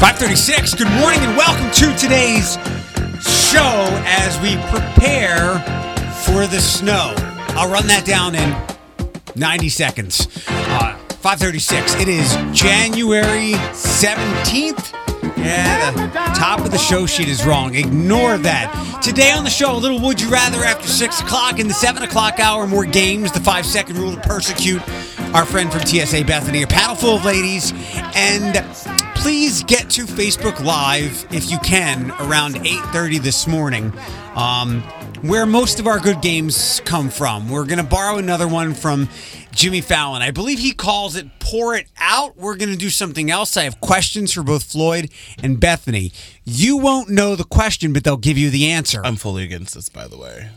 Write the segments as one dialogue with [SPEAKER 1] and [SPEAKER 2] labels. [SPEAKER 1] 536. Good morning and welcome to today's show as we prepare for the snow. I'll run that down in 90 seconds. Uh, 536. It is January 17th. Yeah, the top of the show sheet is wrong. Ignore that. Today on the show, a little Would You Rather after 6 o'clock. In the 7 o'clock hour, more games, the 5 second rule to persecute our friend from TSA Bethany, a paddle full of ladies. And please get to Facebook Live if you can around 8.30 this morning. Um, where most of our good games come from. We're going to borrow another one from Jimmy Fallon. I believe he calls it Pour It Out. We're going to do something else. I have questions for both Floyd and Bethany. You won't know the question, but they'll give you the answer.
[SPEAKER 2] I'm fully against this, by the way.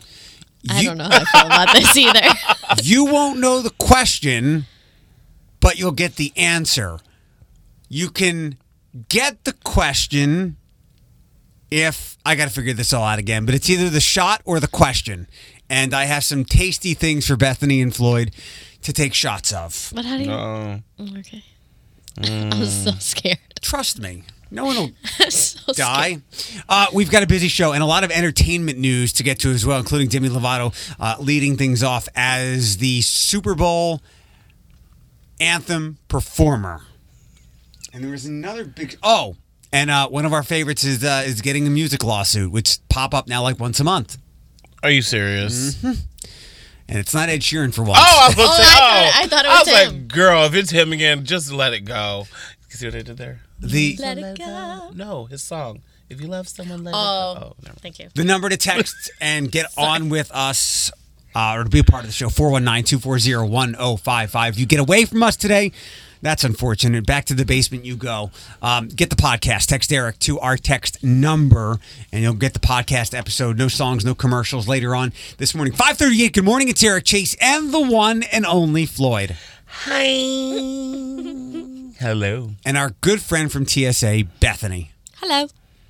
[SPEAKER 1] You-
[SPEAKER 3] I don't know how I feel about this either.
[SPEAKER 1] you won't know the question, but you'll get the answer. You can get the question if I got to figure this all out again, but it's either the shot or the question. And I have some tasty things for Bethany and Floyd to take shots of.
[SPEAKER 3] But how do you? Mm,
[SPEAKER 2] Oh,
[SPEAKER 3] Okay. I'm so scared.
[SPEAKER 1] Trust me, no one will
[SPEAKER 3] I'm so scared.
[SPEAKER 1] die. Uh, we've got a busy show and a lot of entertainment news to get to as well, including Demi Lovato uh, leading things off as the Super Bowl anthem performer. And there was another big oh, and uh, one of our favorites is uh, is getting a music lawsuit, which pop up now like once a month,
[SPEAKER 2] are you serious?
[SPEAKER 1] and it's not Ed Sheeran for once.
[SPEAKER 2] Oh, I was about to
[SPEAKER 3] Mm-hmm. Oh,
[SPEAKER 2] say.
[SPEAKER 3] I
[SPEAKER 2] Oh,
[SPEAKER 3] thought- I thought it was
[SPEAKER 2] I was
[SPEAKER 3] him.
[SPEAKER 2] like, girl, if it's him again, just let it go. You see what I did there?
[SPEAKER 1] the
[SPEAKER 3] Let it go.
[SPEAKER 2] No, his song. If you love someone, let it go.
[SPEAKER 3] Oh,
[SPEAKER 2] Oh, never mind.
[SPEAKER 3] thank you.
[SPEAKER 1] The number to text and get on with us uh, or to be a part of the show 419 240 1055. You get away from us today. That's unfortunate. Back to the basement you go. Um, get the podcast. Text Eric to our text number, and you'll get the podcast episode. No songs, no commercials later on this morning. 538. Good morning. It's Eric Chase and the one and only Floyd.
[SPEAKER 2] Hi. Hello.
[SPEAKER 1] And our good friend from TSA, Bethany.
[SPEAKER 3] Hello.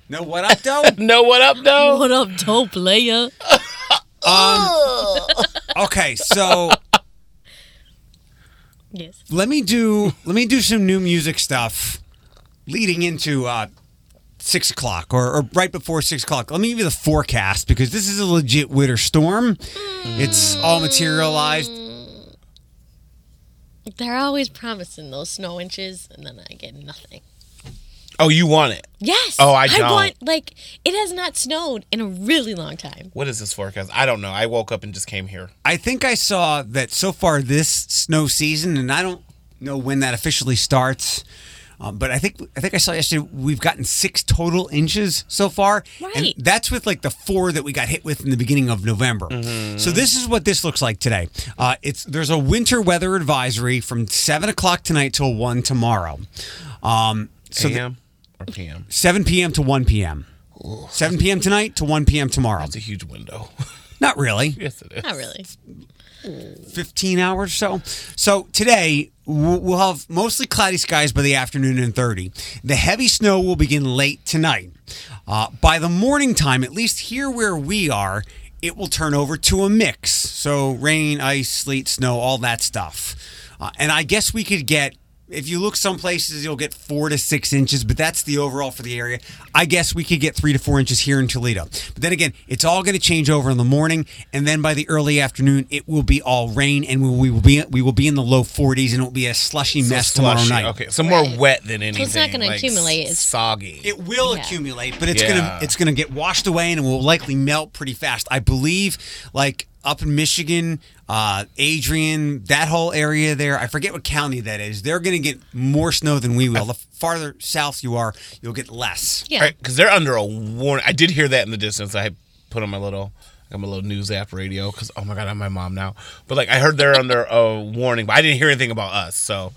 [SPEAKER 1] Know what up, though?
[SPEAKER 2] No, what up, though?
[SPEAKER 3] What up, dope player?
[SPEAKER 1] okay, so
[SPEAKER 3] Yes.
[SPEAKER 1] let me do let me do some new music stuff leading into uh six o'clock or, or right before six o'clock let me give you the forecast because this is a legit winter storm it's all materialized
[SPEAKER 3] They're always promising those snow inches, and then I get nothing.
[SPEAKER 2] Oh, you want it.
[SPEAKER 3] Yes.
[SPEAKER 2] Oh, I don't.
[SPEAKER 3] want like it has not snowed in a really long time.
[SPEAKER 2] What is this forecast? I don't know. I woke up and just came here.
[SPEAKER 1] i think i saw that so far this snow season and i don't know when that officially starts um, but I think I think I saw yesterday we've gotten six total inches so far, and
[SPEAKER 3] Right.
[SPEAKER 1] that's with like the four that we got hit with in the beginning of November. So this is what this looks like today. Uh, it's there's a winter weather advisory from seven o'clock tonight till one tomorrow. Um, so the-
[SPEAKER 2] AM or PM?
[SPEAKER 1] seven p.m. to one p.m. Seven p.m. tonight to one p.m. tomorrow.
[SPEAKER 2] It's a huge window.
[SPEAKER 1] Not really.
[SPEAKER 2] yes, it is.
[SPEAKER 3] Not really.
[SPEAKER 1] 15 hours or so. So today w- we'll have mostly cloudy skies by the afternoon and 30. The heavy snow will begin late tonight. Uh, by the morning time, at least here where we are, it will turn over to a mix. So rain, ice, sleet, snow, all that stuff. Uh, and I guess we could get. If you look some places, you'll get four to six inches, but that's the overall for the area. I guess we could get three to four inches here in Toledo. But then again, it's all going to change over in the morning, and then by the early afternoon, it will be all rain, and we we will be we will be in the low 40s, and it will be a slushy
[SPEAKER 2] So
[SPEAKER 1] mess tomorrow
[SPEAKER 2] slushy.
[SPEAKER 1] night.
[SPEAKER 2] Okay, so more
[SPEAKER 3] Right.
[SPEAKER 2] wet than anything.
[SPEAKER 3] it's not gonna
[SPEAKER 2] like,
[SPEAKER 3] accumulate. It's-
[SPEAKER 2] soggy.
[SPEAKER 1] It will
[SPEAKER 3] Yeah.
[SPEAKER 1] accumulate, but it's
[SPEAKER 2] Yeah.
[SPEAKER 1] gonna it's gonna get washed away and it will likely melt pretty fast. I believe, like up in Michigan, uh, Adrian, that whole area there. I forget what county that is. They're gonna get more snow than we will. The farther south you are, you'll get less.
[SPEAKER 3] Yeah.
[SPEAKER 2] Right, because they're under a warning. I did hear that in the distance. I put on my little, I got my little news app radio because oh my god, I'm my mom now. But like I heard they're under a warning, but I didn't hear anything about us. So,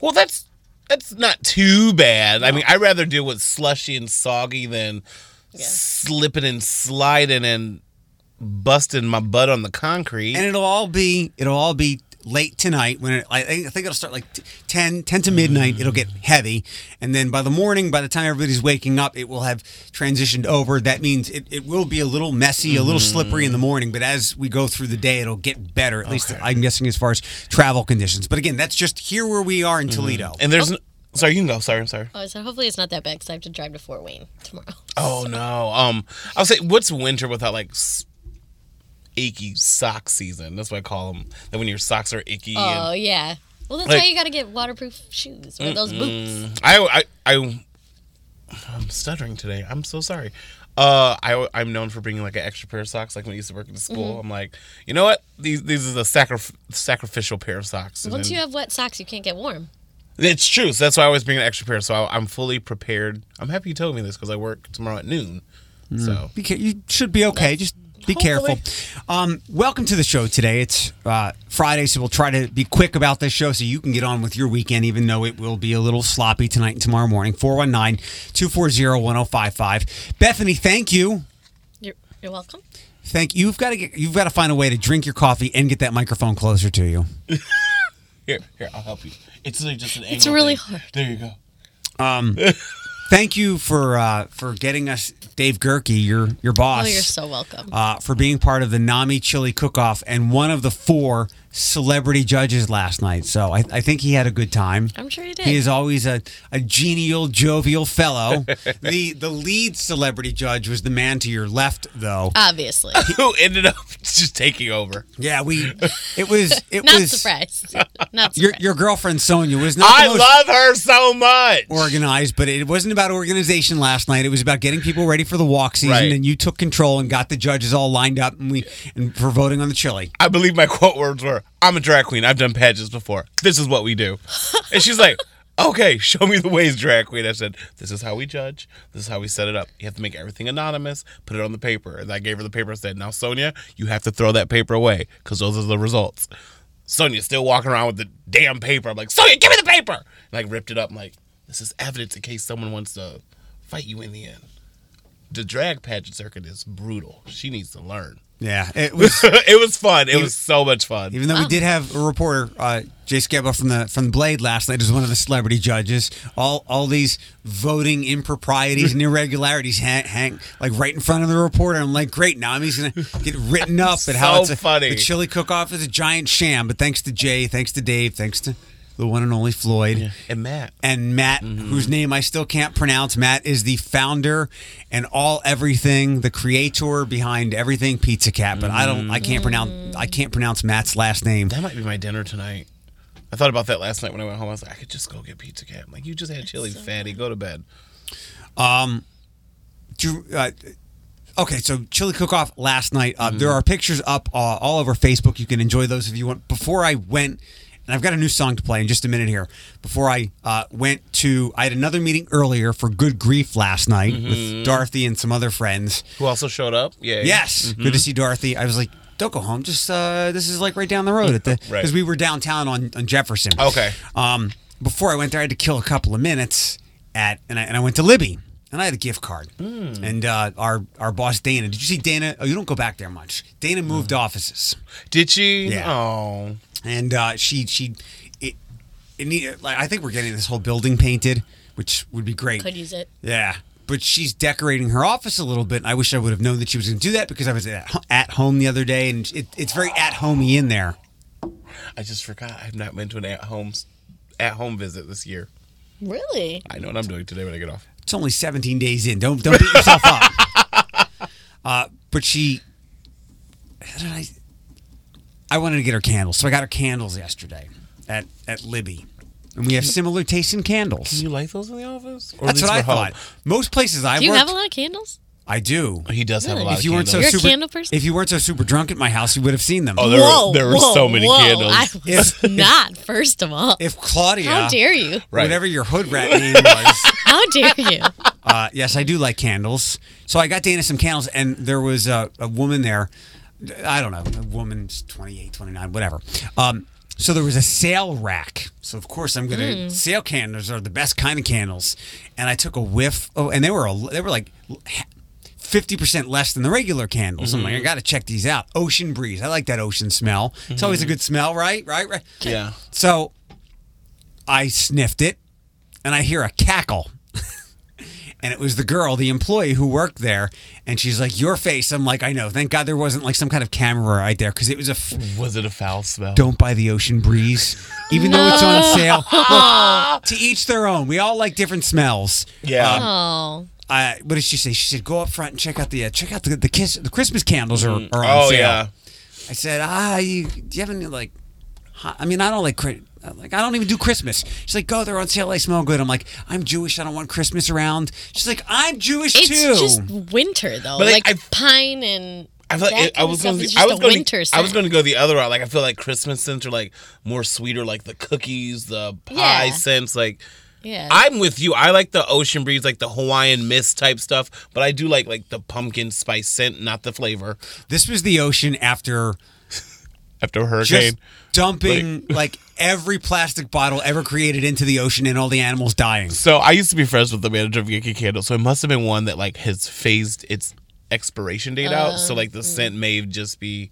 [SPEAKER 2] well, that's that's not too bad. I mean, I'd rather deal with slushy and soggy than
[SPEAKER 3] Yeah.
[SPEAKER 2] slipping and sliding and busting my butt on the concrete.
[SPEAKER 1] and it'll all be it'll all be late tonight when it, I, think- I think it'll start like t- 10 10 to midnight it'll get heavy and then by the morning by the time everybody's waking up it will have transitioned over that means it, it will be a little messy a little slippery in the morning but as we go through the day it'll get better at least i'm guessing as far as travel conditions but again that's just here where we are in toledo
[SPEAKER 2] And there's n Sorry, you can go. Sorry, I'm sorry.
[SPEAKER 3] Oh, I said hopefully it's not that bad because I have to drive to Fort Wayne tomorrow.
[SPEAKER 2] Oh no. Um, I was say, what's winter without like s- achy sock season? That's what I call them. That when your socks are icky.
[SPEAKER 3] Oh yeah. Well, that's
[SPEAKER 2] Like-
[SPEAKER 3] why you gotta get waterproof shoes or those boots.
[SPEAKER 2] and I, I, I, I'm stuttering today. I'm so sorry. Uh, I, I'm known for bringing like an extra pair of socks. Like when I used to work in school,
[SPEAKER 3] Mm-hmm.
[SPEAKER 2] I'm like, you know what? These, these is a sacrif- sacrificial pair of socks. And
[SPEAKER 3] Once
[SPEAKER 2] then-
[SPEAKER 3] you have wet socks, you can't get warm.
[SPEAKER 2] It's true. So that's why I always bring an extra pair. So I, I'm fully prepared. I'm happy you told me this because I work tomorrow at noon. So
[SPEAKER 1] Be ca- you should be okay. Just be careful. Um, welcome to the show today. It's uh, Friday, so we'll try to be quick about this show so you can get on with your weekend, even though it will be a little sloppy tonight and tomorrow morning. 419 240 1055. Bethany, thank you.
[SPEAKER 3] You're, you're welcome.
[SPEAKER 1] Thank you. You've got to get, you've got to find a way to drink your coffee and get that microphone closer to you.
[SPEAKER 2] here, here, I'll help you. It's literally just an angle.
[SPEAKER 3] really
[SPEAKER 2] thing.
[SPEAKER 3] hard.
[SPEAKER 2] There you go.
[SPEAKER 1] Thank you for uh, for getting us Dave Gerke, your your boss.
[SPEAKER 3] Oh, you're so welcome.
[SPEAKER 1] uh, for being part of the Nami Chili Cook-Off and one of the four celebrity judges last night. So I, I think he had a good time.
[SPEAKER 3] I'm sure he did.
[SPEAKER 1] He is always a, a genial, jovial fellow. the The lead celebrity judge was the man to your left, though.
[SPEAKER 3] Uh. Obviously,
[SPEAKER 2] Who ended up just taking over?
[SPEAKER 1] yeah, we. It was. It
[SPEAKER 3] not
[SPEAKER 1] was
[SPEAKER 3] surprised. Not
[SPEAKER 1] your
[SPEAKER 3] surprised.
[SPEAKER 1] your girlfriend Sonia was not. the
[SPEAKER 2] I
[SPEAKER 1] most
[SPEAKER 2] love her so much.
[SPEAKER 1] Organized, but it wasn't about organization last night. It was about getting people ready for the walk season,
[SPEAKER 2] Right.
[SPEAKER 1] and you took control and got the judges all lined up, and we and for voting on the chili.
[SPEAKER 2] I believe my quote words were, "I'm a drag queen. I've done pageants before. This is what we do." And she's like, "Okay, show me the ways, drag queen." I said, "This is how we judge. This is how we set it up. You have to make everything anonymous. Put it on the paper." And I gave her the paper. I said, "Now, Sonia, you have to throw that paper away because those are the results." Sonia's still walking around with the damn paper. I'm like, "Sonia, give me the paper!" And I ripped it up. I'm like, "This is evidence in case someone wants to fight you in the end." The drag pageant circuit is brutal. She needs to learn.
[SPEAKER 1] Yeah, it was.
[SPEAKER 2] it was fun. It was so much fun.
[SPEAKER 1] Even though we did have a reporter, uh, Jay Scabba from the from Blade last night, is one of the celebrity judges. All all these voting improprieties and irregularities hang, hang like right in front of the reporter. I'm like, great, now he's gonna get written up at how
[SPEAKER 2] So
[SPEAKER 1] it's a,
[SPEAKER 2] funny.
[SPEAKER 1] the chili cook off is a giant sham. But thanks to Jay, thanks to Dave, thanks to the one and only Floyd
[SPEAKER 2] and Matt.
[SPEAKER 1] and Matt, whose name I still can't pronounce. Matt is the founder and all everything, the creator behind everything Pizza Cat. But I don't, I can't pronounce, I can't pronounce Matt's last name.
[SPEAKER 2] That might be my dinner tonight. I thought about that last night when I went home. I was like, I could just go get pizza cat. I'm like, you just had chili, fatty. Go to bed.
[SPEAKER 1] Do, uh, okay, so chili cook off last night. Uh, There are pictures up uh, all over Facebook. You can enjoy those if you want. Before I went. And I've got a new song to play in just a minute here. Before I uh, went to, I had another meeting earlier for Good Grief last night with Dorothy and some other friends.
[SPEAKER 2] Who also showed up? Yeah.
[SPEAKER 1] Yes, good
[SPEAKER 2] Mm-hmm.
[SPEAKER 1] to see Dorothy. I was like, don't go home. Just uh, this is like right down the road at the because
[SPEAKER 2] Right.
[SPEAKER 1] we were downtown on, on Jefferson.
[SPEAKER 2] Okay.
[SPEAKER 1] Um, before I went there, I had to kill a couple of minutes at and I, and I went to Libby and I had a gift card
[SPEAKER 2] Hmm.
[SPEAKER 1] and uh, our our boss Dana. Did you see Dana? Oh, you don't go back there much. Dana moved offices
[SPEAKER 2] Did she?
[SPEAKER 1] Yeah.
[SPEAKER 2] Oh.
[SPEAKER 1] and uh, she she it, it need, like I think we're getting this whole building painted, which would be great.
[SPEAKER 3] Could use it.
[SPEAKER 1] Yeah. But she's decorating her office a little bit. and I wish I would have known that she was going to do that because I was at, at home the other day, and it, it's very at homey in there.
[SPEAKER 2] I just forgot. I've not been to an at home at home visit this year.
[SPEAKER 3] Really?
[SPEAKER 2] I know what I'm doing today when I get off.
[SPEAKER 1] It's only 17 days in. Don't don't beat yourself up. Uh, but she, how did I? I wanted to get her candles, so I got her candles yesterday at at Libby, and we have similar taste in
[SPEAKER 2] Do
[SPEAKER 1] candles.
[SPEAKER 2] you like those in the office? Or at
[SPEAKER 1] That's
[SPEAKER 2] least
[SPEAKER 1] what I
[SPEAKER 2] for home?
[SPEAKER 1] thought. Most places I
[SPEAKER 3] Do you
[SPEAKER 1] work,
[SPEAKER 3] have a lot of candles?
[SPEAKER 1] I do.
[SPEAKER 2] He does have a
[SPEAKER 3] Really?
[SPEAKER 2] lot
[SPEAKER 3] If
[SPEAKER 2] of
[SPEAKER 1] you weren't
[SPEAKER 2] candles.
[SPEAKER 1] so
[SPEAKER 3] You're a
[SPEAKER 1] super,
[SPEAKER 3] candle person?
[SPEAKER 1] if you weren't so super drunk at my house, you would have seen them.
[SPEAKER 2] Oh, there, were, there were so many
[SPEAKER 3] whoa.
[SPEAKER 2] candles.
[SPEAKER 3] I was not. First of all,
[SPEAKER 1] if Claudia,
[SPEAKER 3] how dare you?
[SPEAKER 2] Right.
[SPEAKER 1] whatever your hood rat name was,
[SPEAKER 3] How dare you?
[SPEAKER 1] uh, yes, I do like candles. So I got Dana some candles, and there was a, a woman there. I don't know, a woman's 28, 29, whatever. Um, so there was a sale rack. So of course I'm gonna sale candles are the best kind of candles, and I took a whiff. Oh, and they were a, they were like. Fifty percent less than the regular candles. I'm like, I gotta check these out. Ocean breeze. I like that ocean smell. It's always a good smell, right? Right? Right?
[SPEAKER 2] yeah.
[SPEAKER 1] So I sniffed it and I hear a cackle. and it was the girl, the employee who worked there, and she's like, "Your face." I'm like, "I know." Thank God there wasn't like some kind of camera right there because it was a f-
[SPEAKER 2] Was it a foul smell?
[SPEAKER 1] don't buy the ocean breeze, even though it's on sale. Look, to each their own. We all like different smells.
[SPEAKER 2] Yeah. Um,
[SPEAKER 3] Oh,
[SPEAKER 1] Uh, what did she say? She said, "Go up front and check out the uh, check out the the, kiss, the Christmas candles are, are on
[SPEAKER 2] oh
[SPEAKER 1] sale."
[SPEAKER 2] yeah.
[SPEAKER 1] I said, "Ah, you, do you have any like? hot- I mean, I don't like Chri- like I don't even do Christmas." She's like, "Go, they're on sale. They smell good." I'm like, "I'm Jewish. I don't want Christmas around." She's like, "I'm Jewish
[SPEAKER 3] it's
[SPEAKER 1] too."
[SPEAKER 3] just winter though.
[SPEAKER 2] But, like,
[SPEAKER 3] like
[SPEAKER 2] I've-
[SPEAKER 3] pine and
[SPEAKER 2] I feel like
[SPEAKER 3] that
[SPEAKER 2] it- I
[SPEAKER 3] kind of
[SPEAKER 2] was
[SPEAKER 3] stuff
[SPEAKER 2] going.
[SPEAKER 3] is
[SPEAKER 2] I
[SPEAKER 3] just
[SPEAKER 2] was
[SPEAKER 3] a
[SPEAKER 2] going.
[SPEAKER 3] winter
[SPEAKER 2] I was
[SPEAKER 3] scent.
[SPEAKER 2] going to go the other route. Like I feel like Christmas scents are like more sweeter, like the cookies, the pie
[SPEAKER 3] Yeah.
[SPEAKER 2] scents. Like
[SPEAKER 3] Yeah.
[SPEAKER 2] I'm with you. I like the ocean breeze, like the Hawaiian mist type stuff. But I do like like the pumpkin spice scent, not the flavor.
[SPEAKER 1] this was the ocean after
[SPEAKER 2] After a
[SPEAKER 1] just
[SPEAKER 2] hurricane,
[SPEAKER 1] dumping like every plastic bottle ever created into the ocean and all the animals dying.
[SPEAKER 2] So I used to be friends with the manager of Yankee Candle. So it must have been one that like has phased its expiration date out. So
[SPEAKER 3] Oh.
[SPEAKER 2] like the scent may just be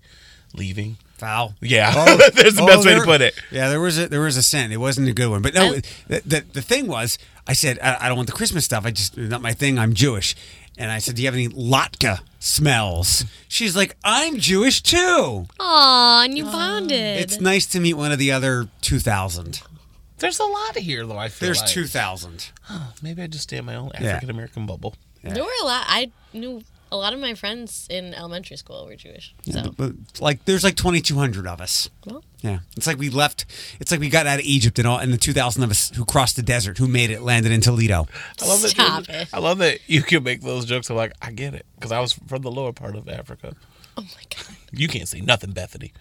[SPEAKER 2] leaving.
[SPEAKER 1] Foul.
[SPEAKER 2] Yeah. That's the best way
[SPEAKER 1] Oh,
[SPEAKER 2] to
[SPEAKER 1] there-
[SPEAKER 2] put it.
[SPEAKER 1] Yeah, there was a there was a scent. It wasn't a good one, but no.
[SPEAKER 3] I-
[SPEAKER 1] the, the the thing was, I said I, I don't want the Christmas stuff. I just not my thing. I'm Jewish, and I said, do you have any latke smells? She's like, I'm Jewish too.
[SPEAKER 3] Aw, and you bonded.
[SPEAKER 1] It's nice to meet one of the other two thousand.
[SPEAKER 2] There's a lot of here though. I feel
[SPEAKER 1] There's
[SPEAKER 2] like.
[SPEAKER 1] two thousand.
[SPEAKER 2] Maybe I just stay in my own African American bubble.
[SPEAKER 3] There were a lot. I knew a lot of my friends in elementary school were Jewish. So
[SPEAKER 1] But like, there's like twenty two hundred of us.
[SPEAKER 3] well,
[SPEAKER 1] Yeah, it's like we left. It's like we got out of Egypt and all, and the two thousand of us who crossed the desert, who made it, landed in Toledo.
[SPEAKER 2] I love that.
[SPEAKER 3] Stop it.
[SPEAKER 2] I love that you can make those jokes. I'm like, I get it because I was from the lower part of Africa.
[SPEAKER 3] oh my god.
[SPEAKER 2] You can't say nothing, Bethany.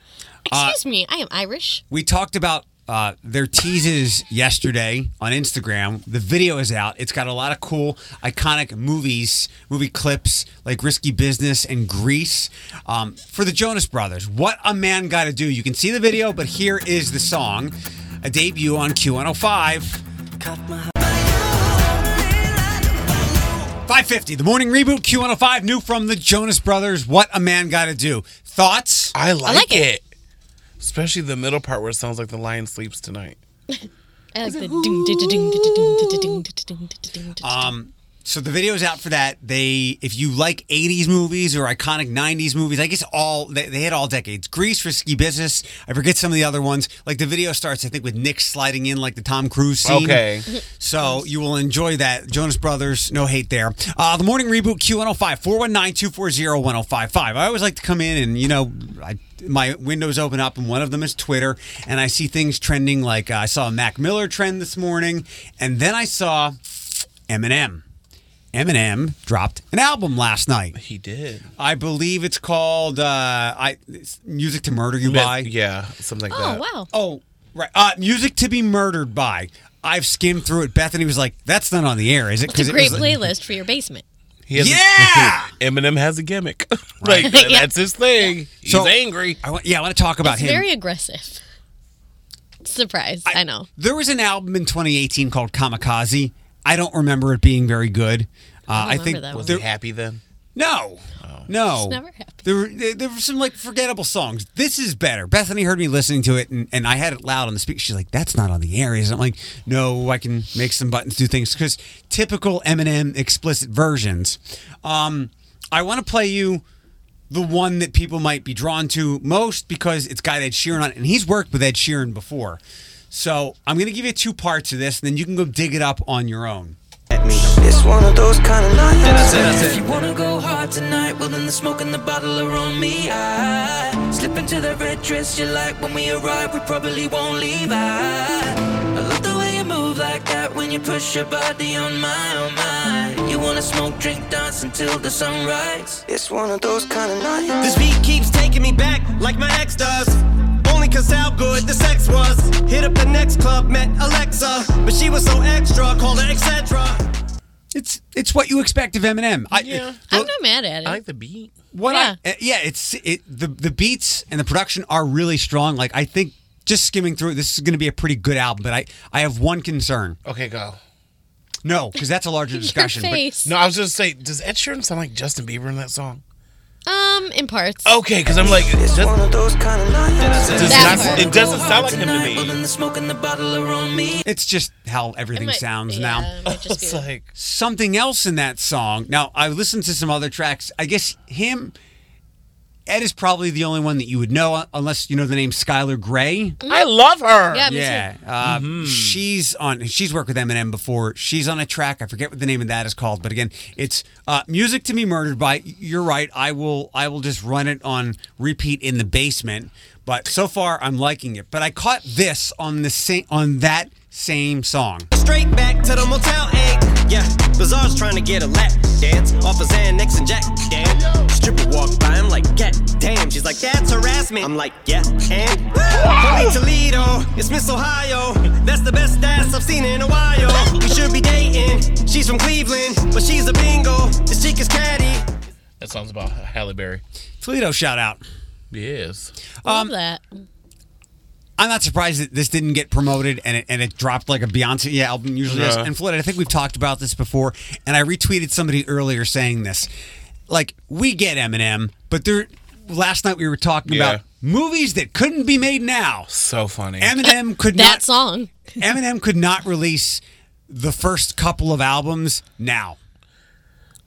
[SPEAKER 1] Uh,
[SPEAKER 3] Excuse me, I am Irish.
[SPEAKER 1] We talked about uh, their teases yesterday on Instagram. The video is out. It's got a lot of cool, iconic movies, movie clips like Risky Business and Grease um, for the Jonas Brothers. What a man got to do. You can see the video, but here is the song, a debut on Q105. 550, the morning reboot, Q105, new from the Jonas Brothers. What a man got to do. Thoughts?
[SPEAKER 2] I like,
[SPEAKER 3] like
[SPEAKER 2] it. especially the middle part where it sounds like the lion sleeps tonight.
[SPEAKER 3] I like the ding ding ding ding ding ding ding ding ding ding.
[SPEAKER 1] Um, so the video's out for that. They, if you like '80s movies or iconic '90s movies, I guess all they, they hit all decades. Grease, Risky Business. I forget some of the other ones. Like the video starts, I think, with Nick sliding in like the Tom Cruise scene.
[SPEAKER 2] Okay.
[SPEAKER 1] So you will enjoy that. Jonas Brothers, no hate there. Uh, the morning reboot Q105 419-240-1055. I always like to come in and you know I, my windows open up and one of them is Twitter and I see things trending like uh, I saw a Mac Miller trend this morning and then I saw Eminem. Eminem dropped an album last night.
[SPEAKER 2] He did.
[SPEAKER 1] I believe it's called uh, I it's Music to Murder You By.
[SPEAKER 2] Yeah, something like
[SPEAKER 3] oh
[SPEAKER 2] that.
[SPEAKER 3] wow.
[SPEAKER 1] Oh, right. Uh, music to be murdered by. I've skimmed through it. Bethany was like, "That's not on the air, is it?"
[SPEAKER 3] It's
[SPEAKER 1] it
[SPEAKER 3] a great
[SPEAKER 1] was-
[SPEAKER 3] playlist for your basement.
[SPEAKER 2] He has a-
[SPEAKER 1] Yeah!
[SPEAKER 2] Eminem has a gimmick. like
[SPEAKER 3] Yeah.
[SPEAKER 2] that's his thing. He's
[SPEAKER 1] So-
[SPEAKER 2] angry.
[SPEAKER 1] I want, yeah, I want to talk about
[SPEAKER 3] It's
[SPEAKER 1] him.
[SPEAKER 3] very aggressive. Surprise, I, know.
[SPEAKER 1] There was an album in 2018 called Kamikaze. I don't remember it being very good. Uh, I,
[SPEAKER 3] don't
[SPEAKER 1] think
[SPEAKER 3] remember that
[SPEAKER 2] Was
[SPEAKER 3] one.
[SPEAKER 1] there,
[SPEAKER 2] he happy then?
[SPEAKER 1] no, no,
[SPEAKER 3] It's never happened.
[SPEAKER 1] There, were- there, there were some like forgettable songs. This is better. Bethany heard me listening to it, and, and I had it loud on the speaker. She's like, "That's not on the air." is it?" I'm like, "No, I can make some buttons do things." Because typical Eminem explicit versions. Um, I want to play you the one that people might be drawn to most because it's got Ed Sheeran on it, and he's worked with Ed Sheeran before. So I'm going to give you two parts of this, and then you can go dig it up on your own.
[SPEAKER 4] It's one of those kind of nights.
[SPEAKER 5] If you wanna go hard tonight, well then the smoke and the bottle are on me. I slip into the red dress you like. When we arrive, we probably won't leave. I, I love the way you move like that when you push your body on my on my. You wanna smoke, drink, dance until the sunrise.
[SPEAKER 4] It's one of those kind of nights.
[SPEAKER 6] This beat keeps taking me back like my ex does. Only cause how good the sex was. Hit up the next club, met Alexa. But she was so extra, called her etc.
[SPEAKER 1] It's it's what you expect of Eminem. I,
[SPEAKER 2] Yeah.
[SPEAKER 1] Well,
[SPEAKER 3] I'm not mad at it.
[SPEAKER 2] I like the beat.
[SPEAKER 1] What yeah.
[SPEAKER 3] Yeah.
[SPEAKER 1] I uh, yeah, it's it the the beats and the production are really strong. Like I think just skimming through it, this is going to be a pretty good album. But I I have one concern.
[SPEAKER 2] Okay, go.
[SPEAKER 1] No, because that's a larger discussion.
[SPEAKER 3] Your face.
[SPEAKER 2] No, I was just saying, does Ed Sheeran sound like Justin Bieber in that song?
[SPEAKER 3] Um, in
[SPEAKER 1] Oh,
[SPEAKER 3] parts.
[SPEAKER 2] Okay, because I'm like,
[SPEAKER 4] It's
[SPEAKER 2] just,
[SPEAKER 4] one of those kind of nights.
[SPEAKER 2] does
[SPEAKER 3] That
[SPEAKER 2] not-
[SPEAKER 3] part.
[SPEAKER 2] it doesn't sound like him to
[SPEAKER 5] Well,
[SPEAKER 2] me.
[SPEAKER 5] then the smoke and the bottle are on me.
[SPEAKER 1] It's just how
[SPEAKER 3] It
[SPEAKER 1] everything
[SPEAKER 3] might-
[SPEAKER 1] sounds
[SPEAKER 3] yeah,
[SPEAKER 1] now.
[SPEAKER 3] it might just
[SPEAKER 2] It's
[SPEAKER 3] be-
[SPEAKER 2] like
[SPEAKER 1] Something else in that song. Now, I listened to some other tracks. I guess him, Ed is probably the only one that you would know, uh, unless you know the name Skylar Gray.
[SPEAKER 2] I love her.
[SPEAKER 3] yeah, me
[SPEAKER 1] Yeah,
[SPEAKER 3] too. Mm-hmm.
[SPEAKER 1] uh, she's on. She's worked with Eminem before. She's on a track. I forget what the name of that is called, but again, it's uh, "Music to Be Murdered By." You're right. I will. I will just run it on repeat in the basement. But so far, I'm liking it. But I caught this on the same on that same song.
[SPEAKER 6] Straight back to the Motel 8. Yeah, Bazaar's trying to get a lap dance off of Xanax and Jack. Damn. Stripper walk by, I'm like, God damn. She's like, that's harassment. I'm like, yeah, and? Holy Toledo, it's Miss Ohio. That's the best ass I've seen in a while. We should be dating. She's from Cleveland, but she's a bingo. This chick is catty.
[SPEAKER 2] That sounds about Halle Berry.
[SPEAKER 1] Toledo shout out.
[SPEAKER 2] Yes.
[SPEAKER 1] um,
[SPEAKER 3] Love that.
[SPEAKER 1] I'm not surprised that this didn't get promoted and it, and it dropped like a Beyonce yeah, album usually does.
[SPEAKER 2] Yeah.
[SPEAKER 1] And Floyd, I think we've talked about this before, and I retweeted somebody earlier saying this. Like, we get Eminem, but there. Last night we were talking
[SPEAKER 2] Yeah.
[SPEAKER 1] about movies that couldn't be made now.
[SPEAKER 2] So funny.
[SPEAKER 1] Eminem could
[SPEAKER 3] That
[SPEAKER 1] not.
[SPEAKER 3] song.
[SPEAKER 1] Eminem could not release the first couple of albums now,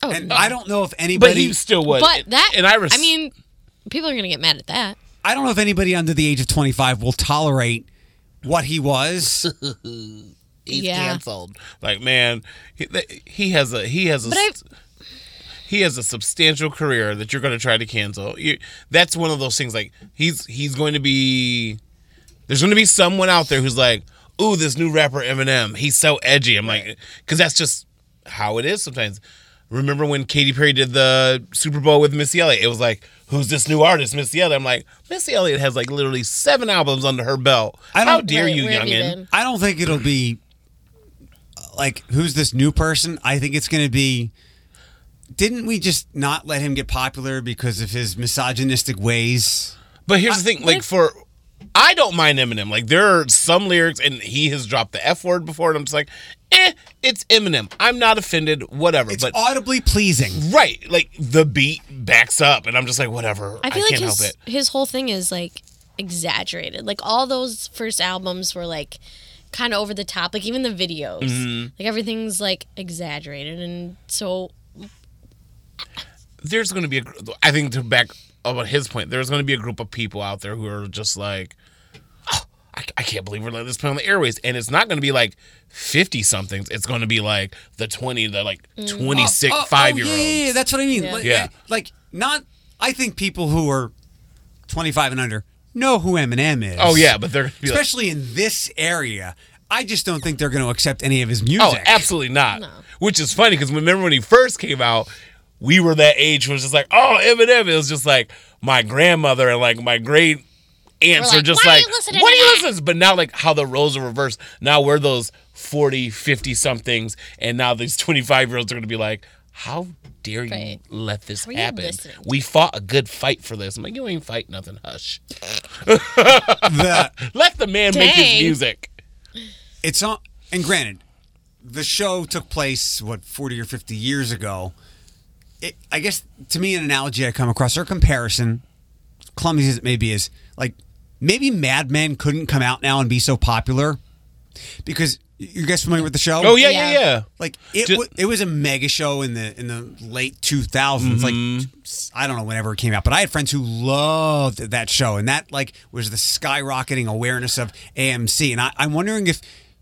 [SPEAKER 3] Oh,
[SPEAKER 1] and I don't know if anybody.
[SPEAKER 2] but he still was.
[SPEAKER 3] but that.
[SPEAKER 2] and I, res-
[SPEAKER 3] I mean, people are gonna get mad at that.
[SPEAKER 1] I don't know if anybody under the age of 25 will tolerate what he was.
[SPEAKER 2] he's
[SPEAKER 3] yeah.
[SPEAKER 2] canceled. Like man, he, th- he has a he has a
[SPEAKER 3] But I-
[SPEAKER 2] s- he has a substantial career that you're going to try to cancel. You, that's one of those things. Like he's he's going to be there's going to be someone out there who's like, "Ooh, this new rapper Eminem, he's so edgy." I'm like, because that's just how it is sometimes. Remember when Katy Perry did the Super Bowl with Missy Elliott? It was like, "Who's this new artist, Missy Elliott?" I'm like, Missy Elliott has like literally seven albums under her belt.
[SPEAKER 1] I don't-
[SPEAKER 2] how dare
[SPEAKER 3] Right,
[SPEAKER 2] you,
[SPEAKER 3] where have you
[SPEAKER 2] youngin?
[SPEAKER 3] been?
[SPEAKER 1] I don't think it'll be like who's this new person. I think it's going to be. Didn't we just not let him get popular because of his misogynistic ways?
[SPEAKER 2] But here's the thing, like for I don't mind Eminem. Like there are some lyrics and he has dropped the F word before and I'm just like, eh, it's Eminem. I'm not offended, whatever.
[SPEAKER 1] It's
[SPEAKER 2] but
[SPEAKER 1] audibly pleasing.
[SPEAKER 2] right, like the beat backs up and I'm just like, whatever. I,
[SPEAKER 3] I feel like
[SPEAKER 2] can't
[SPEAKER 3] his
[SPEAKER 2] help it.
[SPEAKER 3] his whole thing is like exaggerated. Like all those first albums were like kind of over the top. Like even the videos,
[SPEAKER 2] Mm-hmm.
[SPEAKER 3] like everything's like exaggerated, and so
[SPEAKER 2] There's gonna be a gr- I think to back about his point, there's gonna be a group of people out there who are just like oh, I, I can't believe we're letting this play on the airways. And it's not gonna be like fifty somethings. It's gonna be like the twenty, the like
[SPEAKER 3] Mm.
[SPEAKER 2] twenty six,
[SPEAKER 1] Oh, oh,
[SPEAKER 2] five year olds.
[SPEAKER 1] Yeah, yeah, yeah, that's what I mean.
[SPEAKER 3] Yeah.
[SPEAKER 1] Like, eh,
[SPEAKER 2] Yeah.
[SPEAKER 1] like not. I think people who are twenty five and under know who Eminem is.
[SPEAKER 2] Oh yeah, but they're gonna be like,
[SPEAKER 1] especially in this area. I just don't think they're going to accept any of his music.
[SPEAKER 2] Oh, absolutely not. Which is funny because remember when he first came out, we were that age where it was just like, oh, Eminem. It was just like my grandmother and like my great aunts are
[SPEAKER 3] We're like,
[SPEAKER 2] just
[SPEAKER 3] "Why are
[SPEAKER 2] like,
[SPEAKER 3] you listening
[SPEAKER 2] what
[SPEAKER 3] to
[SPEAKER 2] are you
[SPEAKER 3] that?"
[SPEAKER 2] listening to? But now, like, how the roles are reversed. Now we're those 40, 50 somethings, and now these 25 year olds are going to be like, how dare you
[SPEAKER 3] Right.
[SPEAKER 2] let this
[SPEAKER 3] are you
[SPEAKER 2] happen?
[SPEAKER 3] listening to?
[SPEAKER 2] We fought a good fight for this. I'm like, you ain't fight nothing. Hush.
[SPEAKER 1] The-
[SPEAKER 2] Let the man make his
[SPEAKER 3] Dang.
[SPEAKER 2] music.
[SPEAKER 1] it's on and granted the show took place what 40 or 50 years ago it, i guess to me an analogy i come across or comparison clumsy as it may be is like maybe mad men couldn't come out now and be so popular because you guys familiar with the show
[SPEAKER 2] Oh, yeah, yeah,
[SPEAKER 3] Yeah.
[SPEAKER 2] yeah.
[SPEAKER 1] like it,
[SPEAKER 2] Ju-
[SPEAKER 1] wa- it was a mega show in the in the late 2000s like i don't know whenever it came out but i had friends who loved that show and that like was the skyrocketing awareness of amc and I, i'm wondering if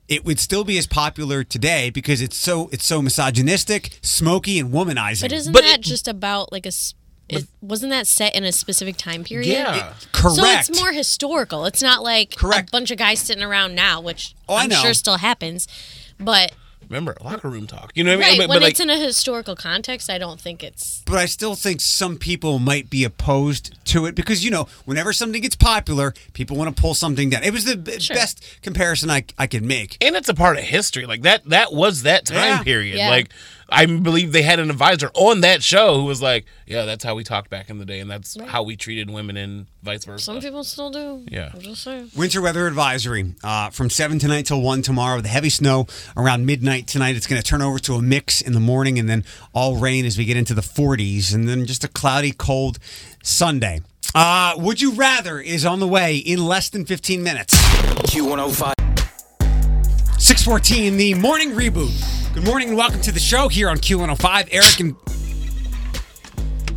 [SPEAKER 1] it would still be as popular today because it's so it's so misogynistic smoky and womanizing
[SPEAKER 3] But isn't
[SPEAKER 2] But
[SPEAKER 3] that
[SPEAKER 2] it-
[SPEAKER 3] just about like a? s- It, wasn't that set in a specific time period?
[SPEAKER 2] Yeah.
[SPEAKER 1] correct
[SPEAKER 3] So it's more historical. It's not like
[SPEAKER 1] Correct.
[SPEAKER 3] a bunch of guys sitting around now, which
[SPEAKER 1] Oh, I
[SPEAKER 3] I'm
[SPEAKER 1] know.
[SPEAKER 3] sure still happens. But
[SPEAKER 2] Remember, locker room talk. You know what I
[SPEAKER 3] right
[SPEAKER 2] mean? But-
[SPEAKER 3] when
[SPEAKER 2] but,
[SPEAKER 3] it's in a historical context, I don't think it's
[SPEAKER 1] but I still think some people might be opposed to it because you know whenever something gets popular, people want to pull something down. It was the b-
[SPEAKER 3] Sure.
[SPEAKER 1] best comparison I I could make.
[SPEAKER 2] and it's a part of history like that that was that time
[SPEAKER 1] Yeah.
[SPEAKER 2] period
[SPEAKER 3] Yeah.
[SPEAKER 2] like I believe they had an advisor on that show who was like, "Yeah, that's how we talked back in the day, and that's how we treated women, and vice versa."
[SPEAKER 3] Some people still do.
[SPEAKER 2] Yeah.
[SPEAKER 3] I'm just saying.
[SPEAKER 1] Winter weather advisory uh, from 7 tonight till 1 tomorrow. The heavy snow around midnight tonight. It's going to turn over to a mix in the morning and then all rain as we get into the 40s and then just a cloudy, cold Sunday. Uh, Would You Rather is on the way in less than 15 minutes.
[SPEAKER 4] Q105.
[SPEAKER 1] 614, the morning reboot. Good morning and welcome to the show here on Q105. Eric and.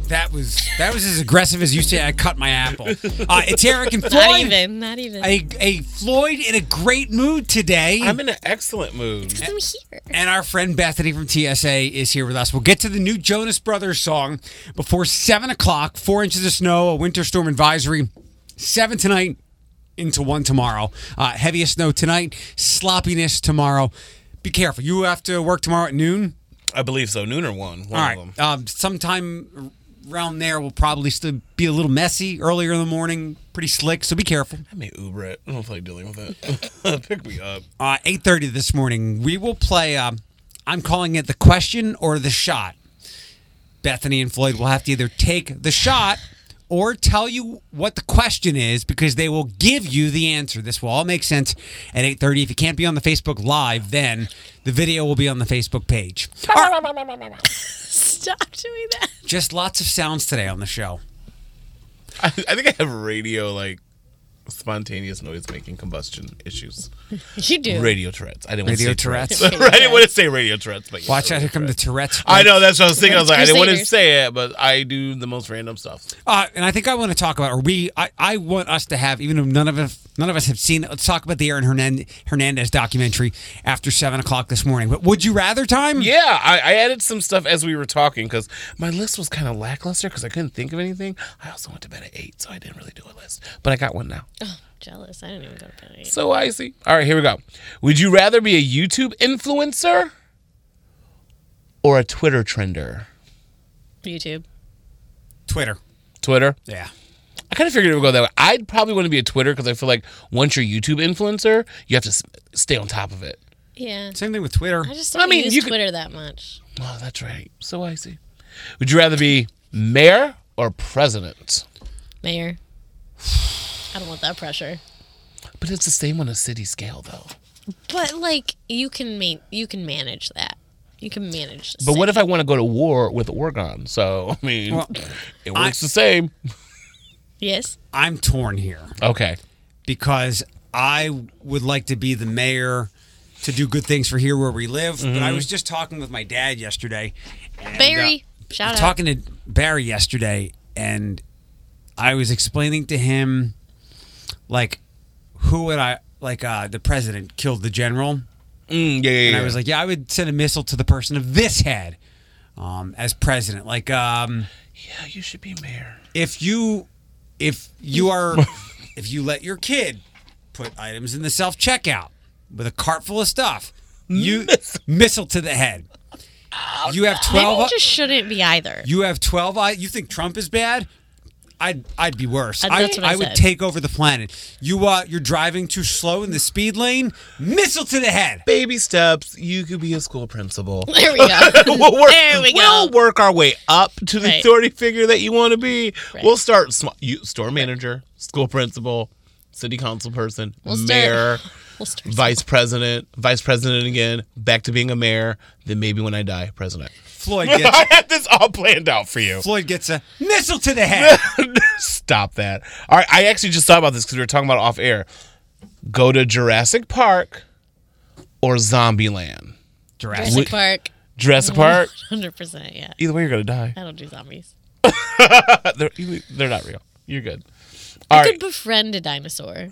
[SPEAKER 1] That was that was as aggressive as you say. I cut my apple. Uh, it's Eric and Floyd
[SPEAKER 3] Not even. Not even.
[SPEAKER 1] a, a Floyd in a great mood today.
[SPEAKER 2] I'm in an excellent mood.
[SPEAKER 3] I'm here.
[SPEAKER 1] and our friend Bethany from TSA is here with us. We'll get to the new Jonas Brothers song before 7 o'clock. Four inches of snow, a winter storm advisory. Seven tonight into one tomorrow. Uh, heaviest snow tonight, sloppiness tomorrow. Be careful. You have to work tomorrow at noon.
[SPEAKER 2] I believe so. Nooner won. One
[SPEAKER 1] All
[SPEAKER 2] of them.
[SPEAKER 1] right. Um, sometime around there, we'll probably still be a little messy earlier in the morning, pretty slick. So be careful.
[SPEAKER 2] I may Uber it. I don't feel like dealing with it. Pick me up.
[SPEAKER 1] uh, 8.30 this morning we will play um, i'm calling it the question or the shot bethany and floyd will have to either take the shot or tell you what the question is because they will give you the answer this will all make sense at 8.30 if you can't be on the facebook live then the video will be on the facebook page All right,
[SPEAKER 3] Stop doing that.
[SPEAKER 1] just lots of sounds today on the show
[SPEAKER 2] I, I think I have radio like spontaneous noise making combustion issues.
[SPEAKER 3] You do.
[SPEAKER 2] Radio Tourette's. I didn't want to
[SPEAKER 1] Radio
[SPEAKER 2] say Tourette's.
[SPEAKER 1] Tourette's.
[SPEAKER 2] I didn't want to say Radio Tourette's, but yeah,
[SPEAKER 1] watch out
[SPEAKER 2] Radio
[SPEAKER 1] here come the
[SPEAKER 2] Tourette's.
[SPEAKER 1] tourette's
[SPEAKER 2] I know that's what I was thinking. I was like, I didn't want to
[SPEAKER 3] Crusaders.
[SPEAKER 2] say it, but I do the most random stuff.
[SPEAKER 1] Uh, and I think I want to talk about, or we, I, I want us to have, even if none of us, none of us have seen. Let's talk about the Aaron Hernandez, Hernandez documentary after seven o'clock this morning. But would you rather time?
[SPEAKER 2] Yeah, I, I added some stuff as we were talking because my list was kind of lackluster because I couldn't think of anything. I also went to bed at eight, so I didn't really do a list, but I got one now.
[SPEAKER 3] Jealous. I didn't even go to bed. at
[SPEAKER 2] So I see. All right, here we go. Would you rather be a YouTube influencer or a Twitter trender?
[SPEAKER 3] eight. YouTube.
[SPEAKER 1] Twitter.
[SPEAKER 2] Twitter.
[SPEAKER 1] Yeah.
[SPEAKER 2] I kind of figured it would go that way. I'd probably want to be a Twitter because I feel like once you're a YouTube influencer, you have to s- stay on top of it.
[SPEAKER 3] Yeah.
[SPEAKER 1] Same thing with Twitter.
[SPEAKER 3] I just
[SPEAKER 2] I
[SPEAKER 3] don't
[SPEAKER 2] mean,
[SPEAKER 3] use
[SPEAKER 2] you could-
[SPEAKER 3] Twitter that much.
[SPEAKER 2] Oh, that's right. So I see. Would you rather be mayor or president?
[SPEAKER 3] Mayor. I don't want that pressure.
[SPEAKER 2] But it's the same on a city scale, though.
[SPEAKER 3] But like you can man- you can manage that. You can manage. the
[SPEAKER 2] But what if
[SPEAKER 3] city.
[SPEAKER 2] I want to go to war with Oregon? So I mean,
[SPEAKER 1] Well,
[SPEAKER 2] it works the same.
[SPEAKER 3] Yes.
[SPEAKER 1] I'm torn here
[SPEAKER 2] Okay.
[SPEAKER 1] because I would like to be the mayor to do good things for here where we live. But
[SPEAKER 3] Mm-hmm.
[SPEAKER 1] I was just talking with my dad yesterday. and, uh,
[SPEAKER 3] Barry. Shout out.
[SPEAKER 1] talking to Barry yesterday, and I was explaining to him, like, who would I like? Uh, the president killed the general,
[SPEAKER 2] Mm, yeah, yeah, yeah.
[SPEAKER 1] and I was like, yeah, I would send a missile to the person of this head, um, as president. Like, um,
[SPEAKER 2] yeah, you should be mayor.
[SPEAKER 1] if you, if you are, if you let your kid put items in the self checkout with a cart full of stuff, you missile to the head. You have
[SPEAKER 3] Maybe
[SPEAKER 1] twelve.
[SPEAKER 3] you just shouldn't be either.
[SPEAKER 1] You have 12 I you think Trump is bad? I'd I'd be worse.
[SPEAKER 3] Uh, that's what I
[SPEAKER 1] would
[SPEAKER 3] said.
[SPEAKER 1] take over the planet. You uh you're driving too slow in the speed lane, missile to the head.
[SPEAKER 2] Baby steps. You could be a school principal.
[SPEAKER 3] There we go.
[SPEAKER 2] we'll work,
[SPEAKER 3] There we go.
[SPEAKER 2] we'll work our way up to the
[SPEAKER 3] Right.
[SPEAKER 2] authority figure that you want to be.
[SPEAKER 3] Right.
[SPEAKER 2] We'll start small. You store manager, school principal, city council person,
[SPEAKER 3] We'll start-
[SPEAKER 2] mayor.
[SPEAKER 3] We'll start
[SPEAKER 2] Vice president, vice president again, back to being a mayor, then maybe when I die, president.
[SPEAKER 1] Floyd gets
[SPEAKER 2] had this all planned out for you.
[SPEAKER 1] Floyd gets a missile to the head.
[SPEAKER 2] Stop that. All right, I actually just thought about this because we were talking about it off air. Go to Jurassic Park or Zombieland.
[SPEAKER 1] Jurassic.
[SPEAKER 3] Jurassic Park.
[SPEAKER 2] Jurassic Park.
[SPEAKER 3] Hundred percent. Mm. Yeah.
[SPEAKER 2] Either way, you're gonna die.
[SPEAKER 3] I don't do zombies.
[SPEAKER 2] Uh, They're, they're not real. You're good. All
[SPEAKER 3] I
[SPEAKER 2] right.
[SPEAKER 3] could befriend a dinosaur.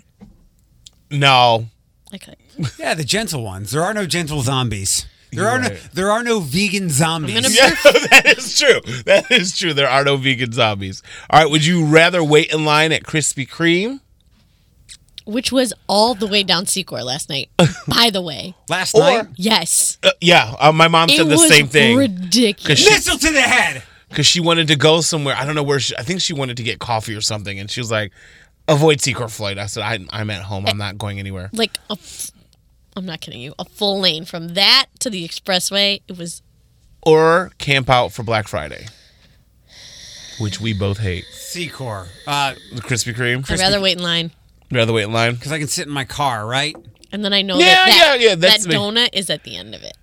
[SPEAKER 2] No.
[SPEAKER 3] I could.
[SPEAKER 1] Yeah, the gentle ones. There are no gentle zombies. There
[SPEAKER 2] You're
[SPEAKER 1] are no
[SPEAKER 2] right.
[SPEAKER 1] there are no vegan zombies.
[SPEAKER 3] gonna-
[SPEAKER 2] Yeah, that is true. That is true. There are no vegan zombies. All right. Would you rather wait in line at Krispy Kreme
[SPEAKER 3] Which was all the way down Secor last night. By the way.
[SPEAKER 1] Last
[SPEAKER 2] or
[SPEAKER 1] night,
[SPEAKER 3] Yes.
[SPEAKER 2] Uh, yeah, uh, my mom
[SPEAKER 3] It
[SPEAKER 2] said the
[SPEAKER 3] was
[SPEAKER 2] same thing
[SPEAKER 3] ridiculous.
[SPEAKER 2] she-
[SPEAKER 1] missile to the head.
[SPEAKER 2] because she wanted to go somewhere. I don't know where. She, I think she wanted to get coffee or something, and she was like, "Avoid secret flight." I said, I, "I'm at home. I'm not going anywhere."
[SPEAKER 3] like a f- I'm not kidding you, a full lane from that to the expressway. It was
[SPEAKER 2] or camp out for Black Friday, which we both hate.
[SPEAKER 1] C-Core. Uh,
[SPEAKER 2] The Krispy Kreme.
[SPEAKER 3] I'd rather wait in line.
[SPEAKER 2] rather wait in line.
[SPEAKER 1] because I can sit in my car, right?
[SPEAKER 3] And then I know
[SPEAKER 2] Yeah,
[SPEAKER 3] that that,
[SPEAKER 2] yeah, yeah,
[SPEAKER 3] that
[SPEAKER 2] that's me.
[SPEAKER 3] donut is at the end of it.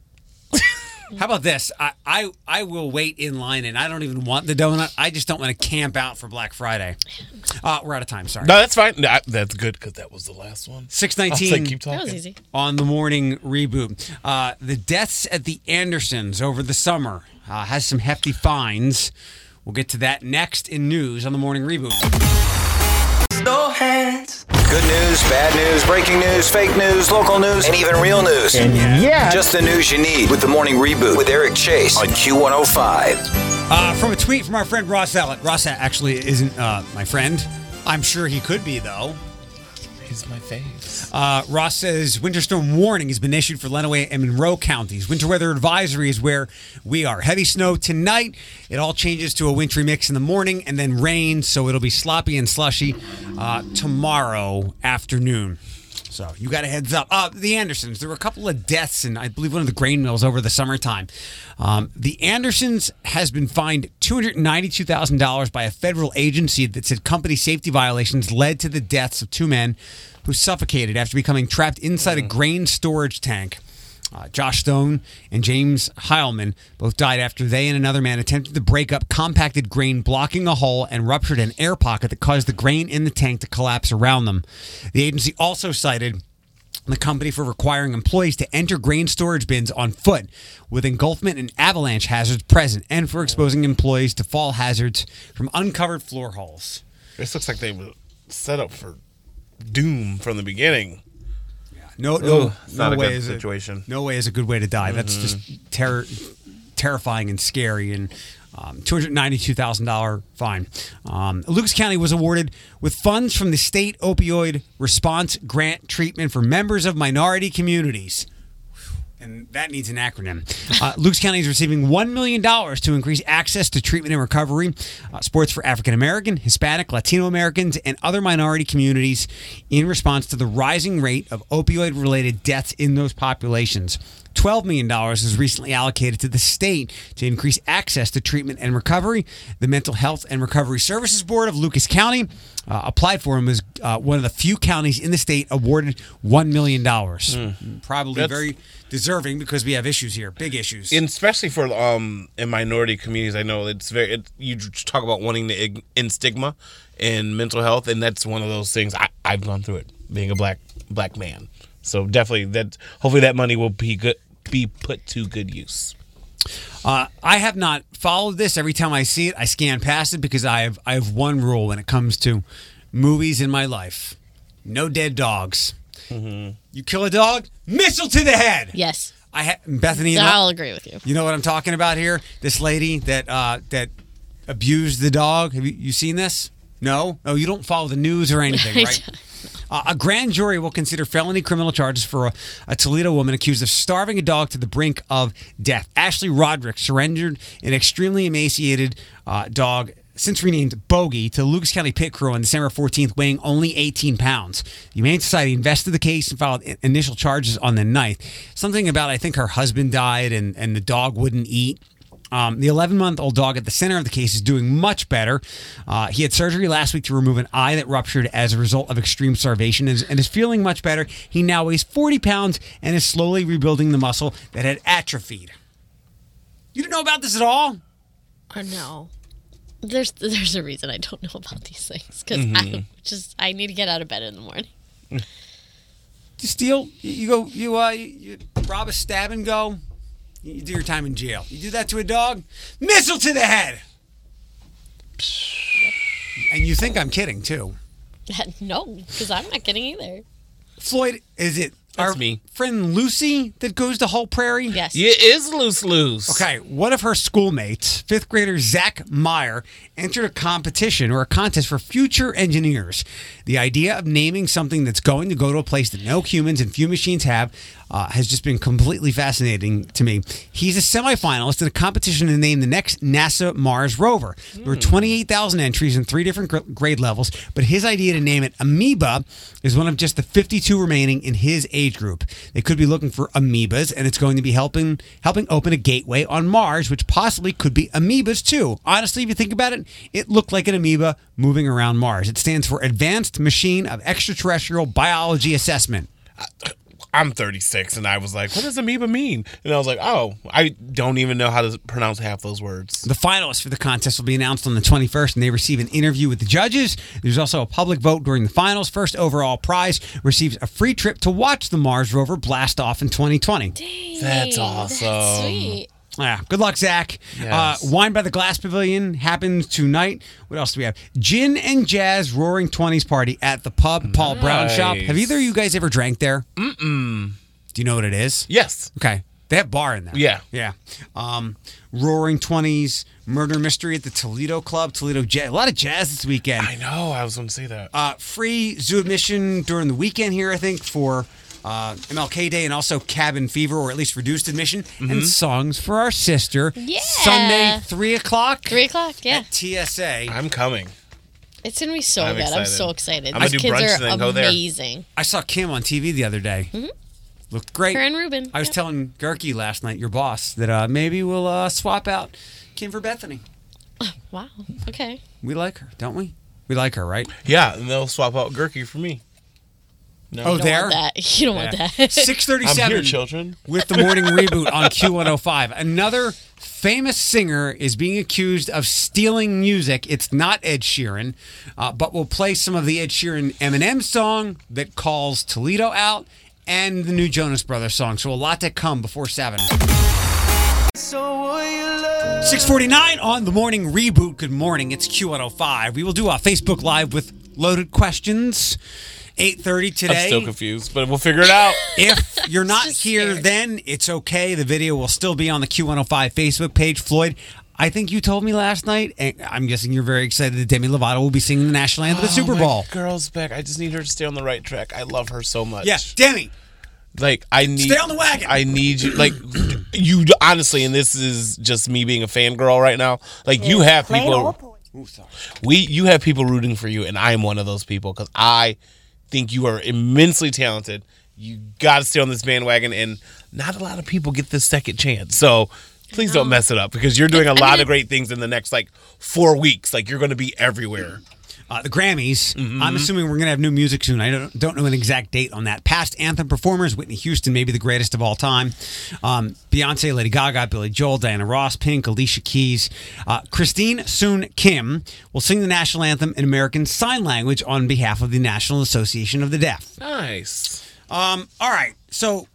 [SPEAKER 1] How about this? I, I I will wait in line, and I don't even want the donut. I just don't want to camp out for Black Friday. Uh, we're out of time. Sorry.
[SPEAKER 2] No, that's fine. No, I- that's good because that was the last one.
[SPEAKER 1] Six
[SPEAKER 2] I was
[SPEAKER 1] nineteen.
[SPEAKER 2] like, keep talking.
[SPEAKER 3] That was easy.
[SPEAKER 1] on the morning reboot. Uh, the deaths at the Andersons over the summer uh, has some hefty fines. We'll get to that next in news on the morning reboot.
[SPEAKER 5] No hands.
[SPEAKER 4] Good news, bad news, breaking news, fake news, local news, and even real news. And yeah. Just the news you need with the morning reboot with Eric Chase on Q105.
[SPEAKER 1] Uh, from a tweet from our friend Ross Allen. Ross actually isn't uh, my friend. I'm sure he could be though.
[SPEAKER 2] He's my face.
[SPEAKER 1] Uh, Ross says winter storm warning has been issued for Lenawee and Monroe counties. Winter weather advisory is where we are. Heavy snow tonight. It all changes to a wintry mix in the morning and then rain, so it'll be sloppy and slushy uh, tomorrow afternoon. So you got a heads up. Uh, the Andersons. There were a couple of deaths in, I believe, one of the grain mills over the summertime. Um, the Andersons has been fined two hundred ninety-two thousand dollars by a federal agency that said company safety violations led to the deaths of two men who suffocated after becoming trapped inside a grain storage tank. Uh, Josh Stone and James Heilman both died after they and another man attempted to break up compacted grain, blocking a hole and ruptured an air pocket that caused the grain in the tank to collapse around them. The agency also cited the company for requiring employees to enter grain storage bins on foot with engulfment and avalanche hazards present and for exposing employees to fall hazards from uncovered floor holes.
[SPEAKER 2] This looks like they were set up for doom from the beginning.
[SPEAKER 1] No, no,
[SPEAKER 2] it's
[SPEAKER 1] no
[SPEAKER 2] not a
[SPEAKER 1] way
[SPEAKER 2] good
[SPEAKER 1] is
[SPEAKER 2] situation. Mm-hmm.
[SPEAKER 1] A, no way is a good way to die. That's just terror, terrifying and scary. And um, two hundred ninety-two thousand dollar fine. Um, Lucas County was awarded with funds from the state opioid response grant treatment for members of minority communities. And that needs an acronym. Uh, Lucas County is receiving $1 million to increase access to treatment and recovery, uh, sports for African American, Hispanic, Latino Americans, and other minority communities in response to the rising rate of opioid related deaths in those populations. $12 million was recently allocated to the state to increase access to treatment and recovery. The Mental Health and Recovery Services Board of Lucas County uh, applied for and was uh, one of the few counties in the state awarded $1 million. Probably
[SPEAKER 2] That's-
[SPEAKER 1] very deserving because we have issues here, big issues.
[SPEAKER 2] and especially for um in minority communities i know it's very it, you talk about wanting to ig- end stigma in mental health and that's one of those things I, i've gone through it being a black black man so definitely that hopefully that money will be good be put to good use
[SPEAKER 1] uh, I have not followed this. Every time I see it, I scan past it because I have I have one rule when it comes to movies in my life: no dead dogs. You kill a dog, missile to the head.
[SPEAKER 3] Yes.
[SPEAKER 1] I ha- Bethany. you know-
[SPEAKER 3] I'll agree with you.
[SPEAKER 1] You know what I'm talking about here? This lady that uh, that abused the dog. Have you, you seen this? No. Oh, you don't follow the news or anything, right? Uh, a grand jury will consider felony criminal charges for a, a Toledo woman accused of starving a dog to the brink of death. Ashley Roderick surrendered an extremely emaciated uh, dog. Since renamed Bogey to Lucas County Pit Crew on December 14th, weighing only 18 pounds. The Humane Society invested the case and filed i- initial charges on the 9th. Something about, I think her husband died and, and the dog wouldn't eat. Um, the 11 month old dog at the center of the case is doing much better. Uh, he had surgery last week to remove an eye that ruptured as a result of extreme starvation and is, and is feeling much better. He now weighs 40 pounds and is slowly rebuilding the muscle that had atrophied. You didn't know about this at all?
[SPEAKER 3] Or no. There's there's a reason I don't know about these things because
[SPEAKER 2] Mm-hmm.
[SPEAKER 3] I just I need to get out of bed in the morning.
[SPEAKER 1] You steal, you- you go, you, uh, you, you rob a stab and go, you do your time in jail. You do that to a dog, missile to the head. And you think I'm kidding, too.
[SPEAKER 3] no, because I'm not getting either.
[SPEAKER 1] Floyd, is it
[SPEAKER 2] That's
[SPEAKER 1] our
[SPEAKER 2] me.
[SPEAKER 1] friend Lucy that goes to Hull Prairie?
[SPEAKER 3] Yes.
[SPEAKER 2] it is loose loose
[SPEAKER 1] Okay, one of her schoolmates, fifth grader Zach Meyer, entered a competition or a contest for future engineers. The idea of naming something that's going to go to a place that no humans and few machines have uh, has just been completely fascinating to me. He's a semifinalist in a competition to name the next NASA Mars rover. There were 28,000 entries in three different gr- grade levels, but his idea to name it Amoeba is one of just the 52 remaining in his age age group. They could be looking for amoebas, and it's going to be helping helping open a gateway on Mars, which possibly could be amoebas too. Honestly, if you think about it, it looked like an amoeba moving around Mars. It stands for Advanced Machine of Extraterrestrial Biology Assessment.
[SPEAKER 2] I'm 36, and I was like, "What does amoeba mean?" And I was like, "Oh, I don't even know how to pronounce half those words."
[SPEAKER 1] The finalists for the contest will be announced on the 21st, and they receive an interview with the judges. There's also a public vote during the finals. First overall prize receives a free trip to watch the Mars rover blast off in 2020.
[SPEAKER 2] That's
[SPEAKER 3] Hey,
[SPEAKER 2] awesome.
[SPEAKER 3] That's
[SPEAKER 1] Yeah,
[SPEAKER 3] sweet.
[SPEAKER 1] Ah, good luck, Zach.
[SPEAKER 2] Yes.
[SPEAKER 1] Uh, Wine by the Glass Pavilion happens tonight. What else do we have? Gin and Jazz Roaring Twenties Party at the pub, Paul Brown Shop.
[SPEAKER 2] Nice.
[SPEAKER 1] Have either of you guys ever drank there? Mm-mm. Do you know what it is?
[SPEAKER 2] Yes.
[SPEAKER 1] Okay. They have bar in there.
[SPEAKER 2] Yeah.
[SPEAKER 1] Yeah. Um, Roaring Twenties Murder Mystery at the Toledo Club. Toledo Jazz. A lot of jazz this weekend.
[SPEAKER 2] I know. I was going to say that.
[SPEAKER 1] Uh, free zoo admission during the weekend here, I think, for uh, MLK Day and also Cabin Fever, or at least reduced admission, and
[SPEAKER 2] Mm-hmm.
[SPEAKER 1] Songs for Our Sister.
[SPEAKER 3] Yeah.
[SPEAKER 1] Sunday, 3 o'clock.
[SPEAKER 3] Three o'clock. Yeah,
[SPEAKER 1] At TSA.
[SPEAKER 2] I'm coming.
[SPEAKER 3] it's gonna be so
[SPEAKER 2] I'm
[SPEAKER 3] good. I'm
[SPEAKER 2] excited.
[SPEAKER 3] so excited.
[SPEAKER 2] I'm gonna
[SPEAKER 3] These
[SPEAKER 2] do
[SPEAKER 3] kids
[SPEAKER 2] brunch
[SPEAKER 3] are
[SPEAKER 2] then, go there.
[SPEAKER 3] amazing.
[SPEAKER 1] I saw Kim on TV the other day. Looked great.
[SPEAKER 3] Mm-hmm. Her and Ruben.
[SPEAKER 1] I was
[SPEAKER 3] Yep.
[SPEAKER 1] telling Gerke last night, your boss, that uh, maybe we'll uh, swap out Kim for Bethany.
[SPEAKER 3] Wow. Okay.
[SPEAKER 1] We like her, don't we? We like her, right?
[SPEAKER 2] Yeah, and they'll swap out Gurky for me.
[SPEAKER 1] Oh,
[SPEAKER 3] You don't
[SPEAKER 1] there.
[SPEAKER 3] want that. You don't want that.
[SPEAKER 1] Six
[SPEAKER 2] I'm
[SPEAKER 1] thirty-seven.
[SPEAKER 2] here, children.
[SPEAKER 1] with the morning reboot on Q105. Another famous singer is being accused of stealing music. It's not Ed Sheeran, uh, but we'll play some of the Ed Sheeran Eminem song that calls Toledo out and the new Jonas Brothers song. So a lot to come before 7. 649 on the morning reboot. Good morning. It's Q105. We will do a Facebook Live with loaded questions. 8.30
[SPEAKER 2] I'm
[SPEAKER 1] today
[SPEAKER 2] still confused, but we'll figure it out.
[SPEAKER 1] if you're not
[SPEAKER 3] just
[SPEAKER 1] here
[SPEAKER 3] scared.
[SPEAKER 1] then it's okay the video will still be on the q105 facebook page floyd i think you told me last night and i'm guessing you're very excited that demi lovato will be singing the national anthem at the super
[SPEAKER 2] Oh, my
[SPEAKER 1] bowl
[SPEAKER 2] girl's back. I just need her to stay on the right track. I love her so much.
[SPEAKER 1] yeah demi
[SPEAKER 2] Like I need
[SPEAKER 1] Stay on the wagon.
[SPEAKER 2] I need you like you honestly, and this is just me being a fangirl right now. Like you have people we you have people rooting for you, and I am one of those people because I think you are immensely talented. You gotta stay on this bandwagon, and not a lot of people get this second chance. So please don't mess it up because you're doing a lot of great things in the next like four weeks. Like you're gonna be everywhere.
[SPEAKER 1] uh, the Grammys. I'm assuming we're going to have new music soon. I don't, don't know an exact date on that. Past anthem performers: Whitney Houston, maybe the greatest of all time. Um, Beyonce, Lady Gaga, Billy Joel, Diana Ross, Pink, Alicia Keys, uh, Christine Soon Kim will sing the national anthem in American Sign Language on behalf of the National Association of the Deaf.
[SPEAKER 2] Nice.
[SPEAKER 1] Um, all right. So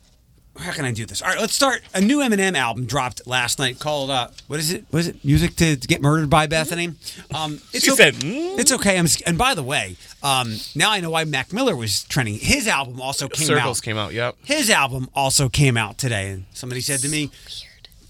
[SPEAKER 1] how can I do this? All right, let's start. A new Eminem album dropped last night called uh, what is it? What is it? Music to, to get murdered by Bethany. Um, it's
[SPEAKER 2] Mm-hmm. She
[SPEAKER 1] o-
[SPEAKER 2] said, "Mm."
[SPEAKER 1] it's okay. I'm, s- and by the way, um, now I know why Mac Miller was trending. His album also came
[SPEAKER 2] Circles
[SPEAKER 1] out.
[SPEAKER 2] came out, yep.
[SPEAKER 1] His album also came out today, and somebody said to me.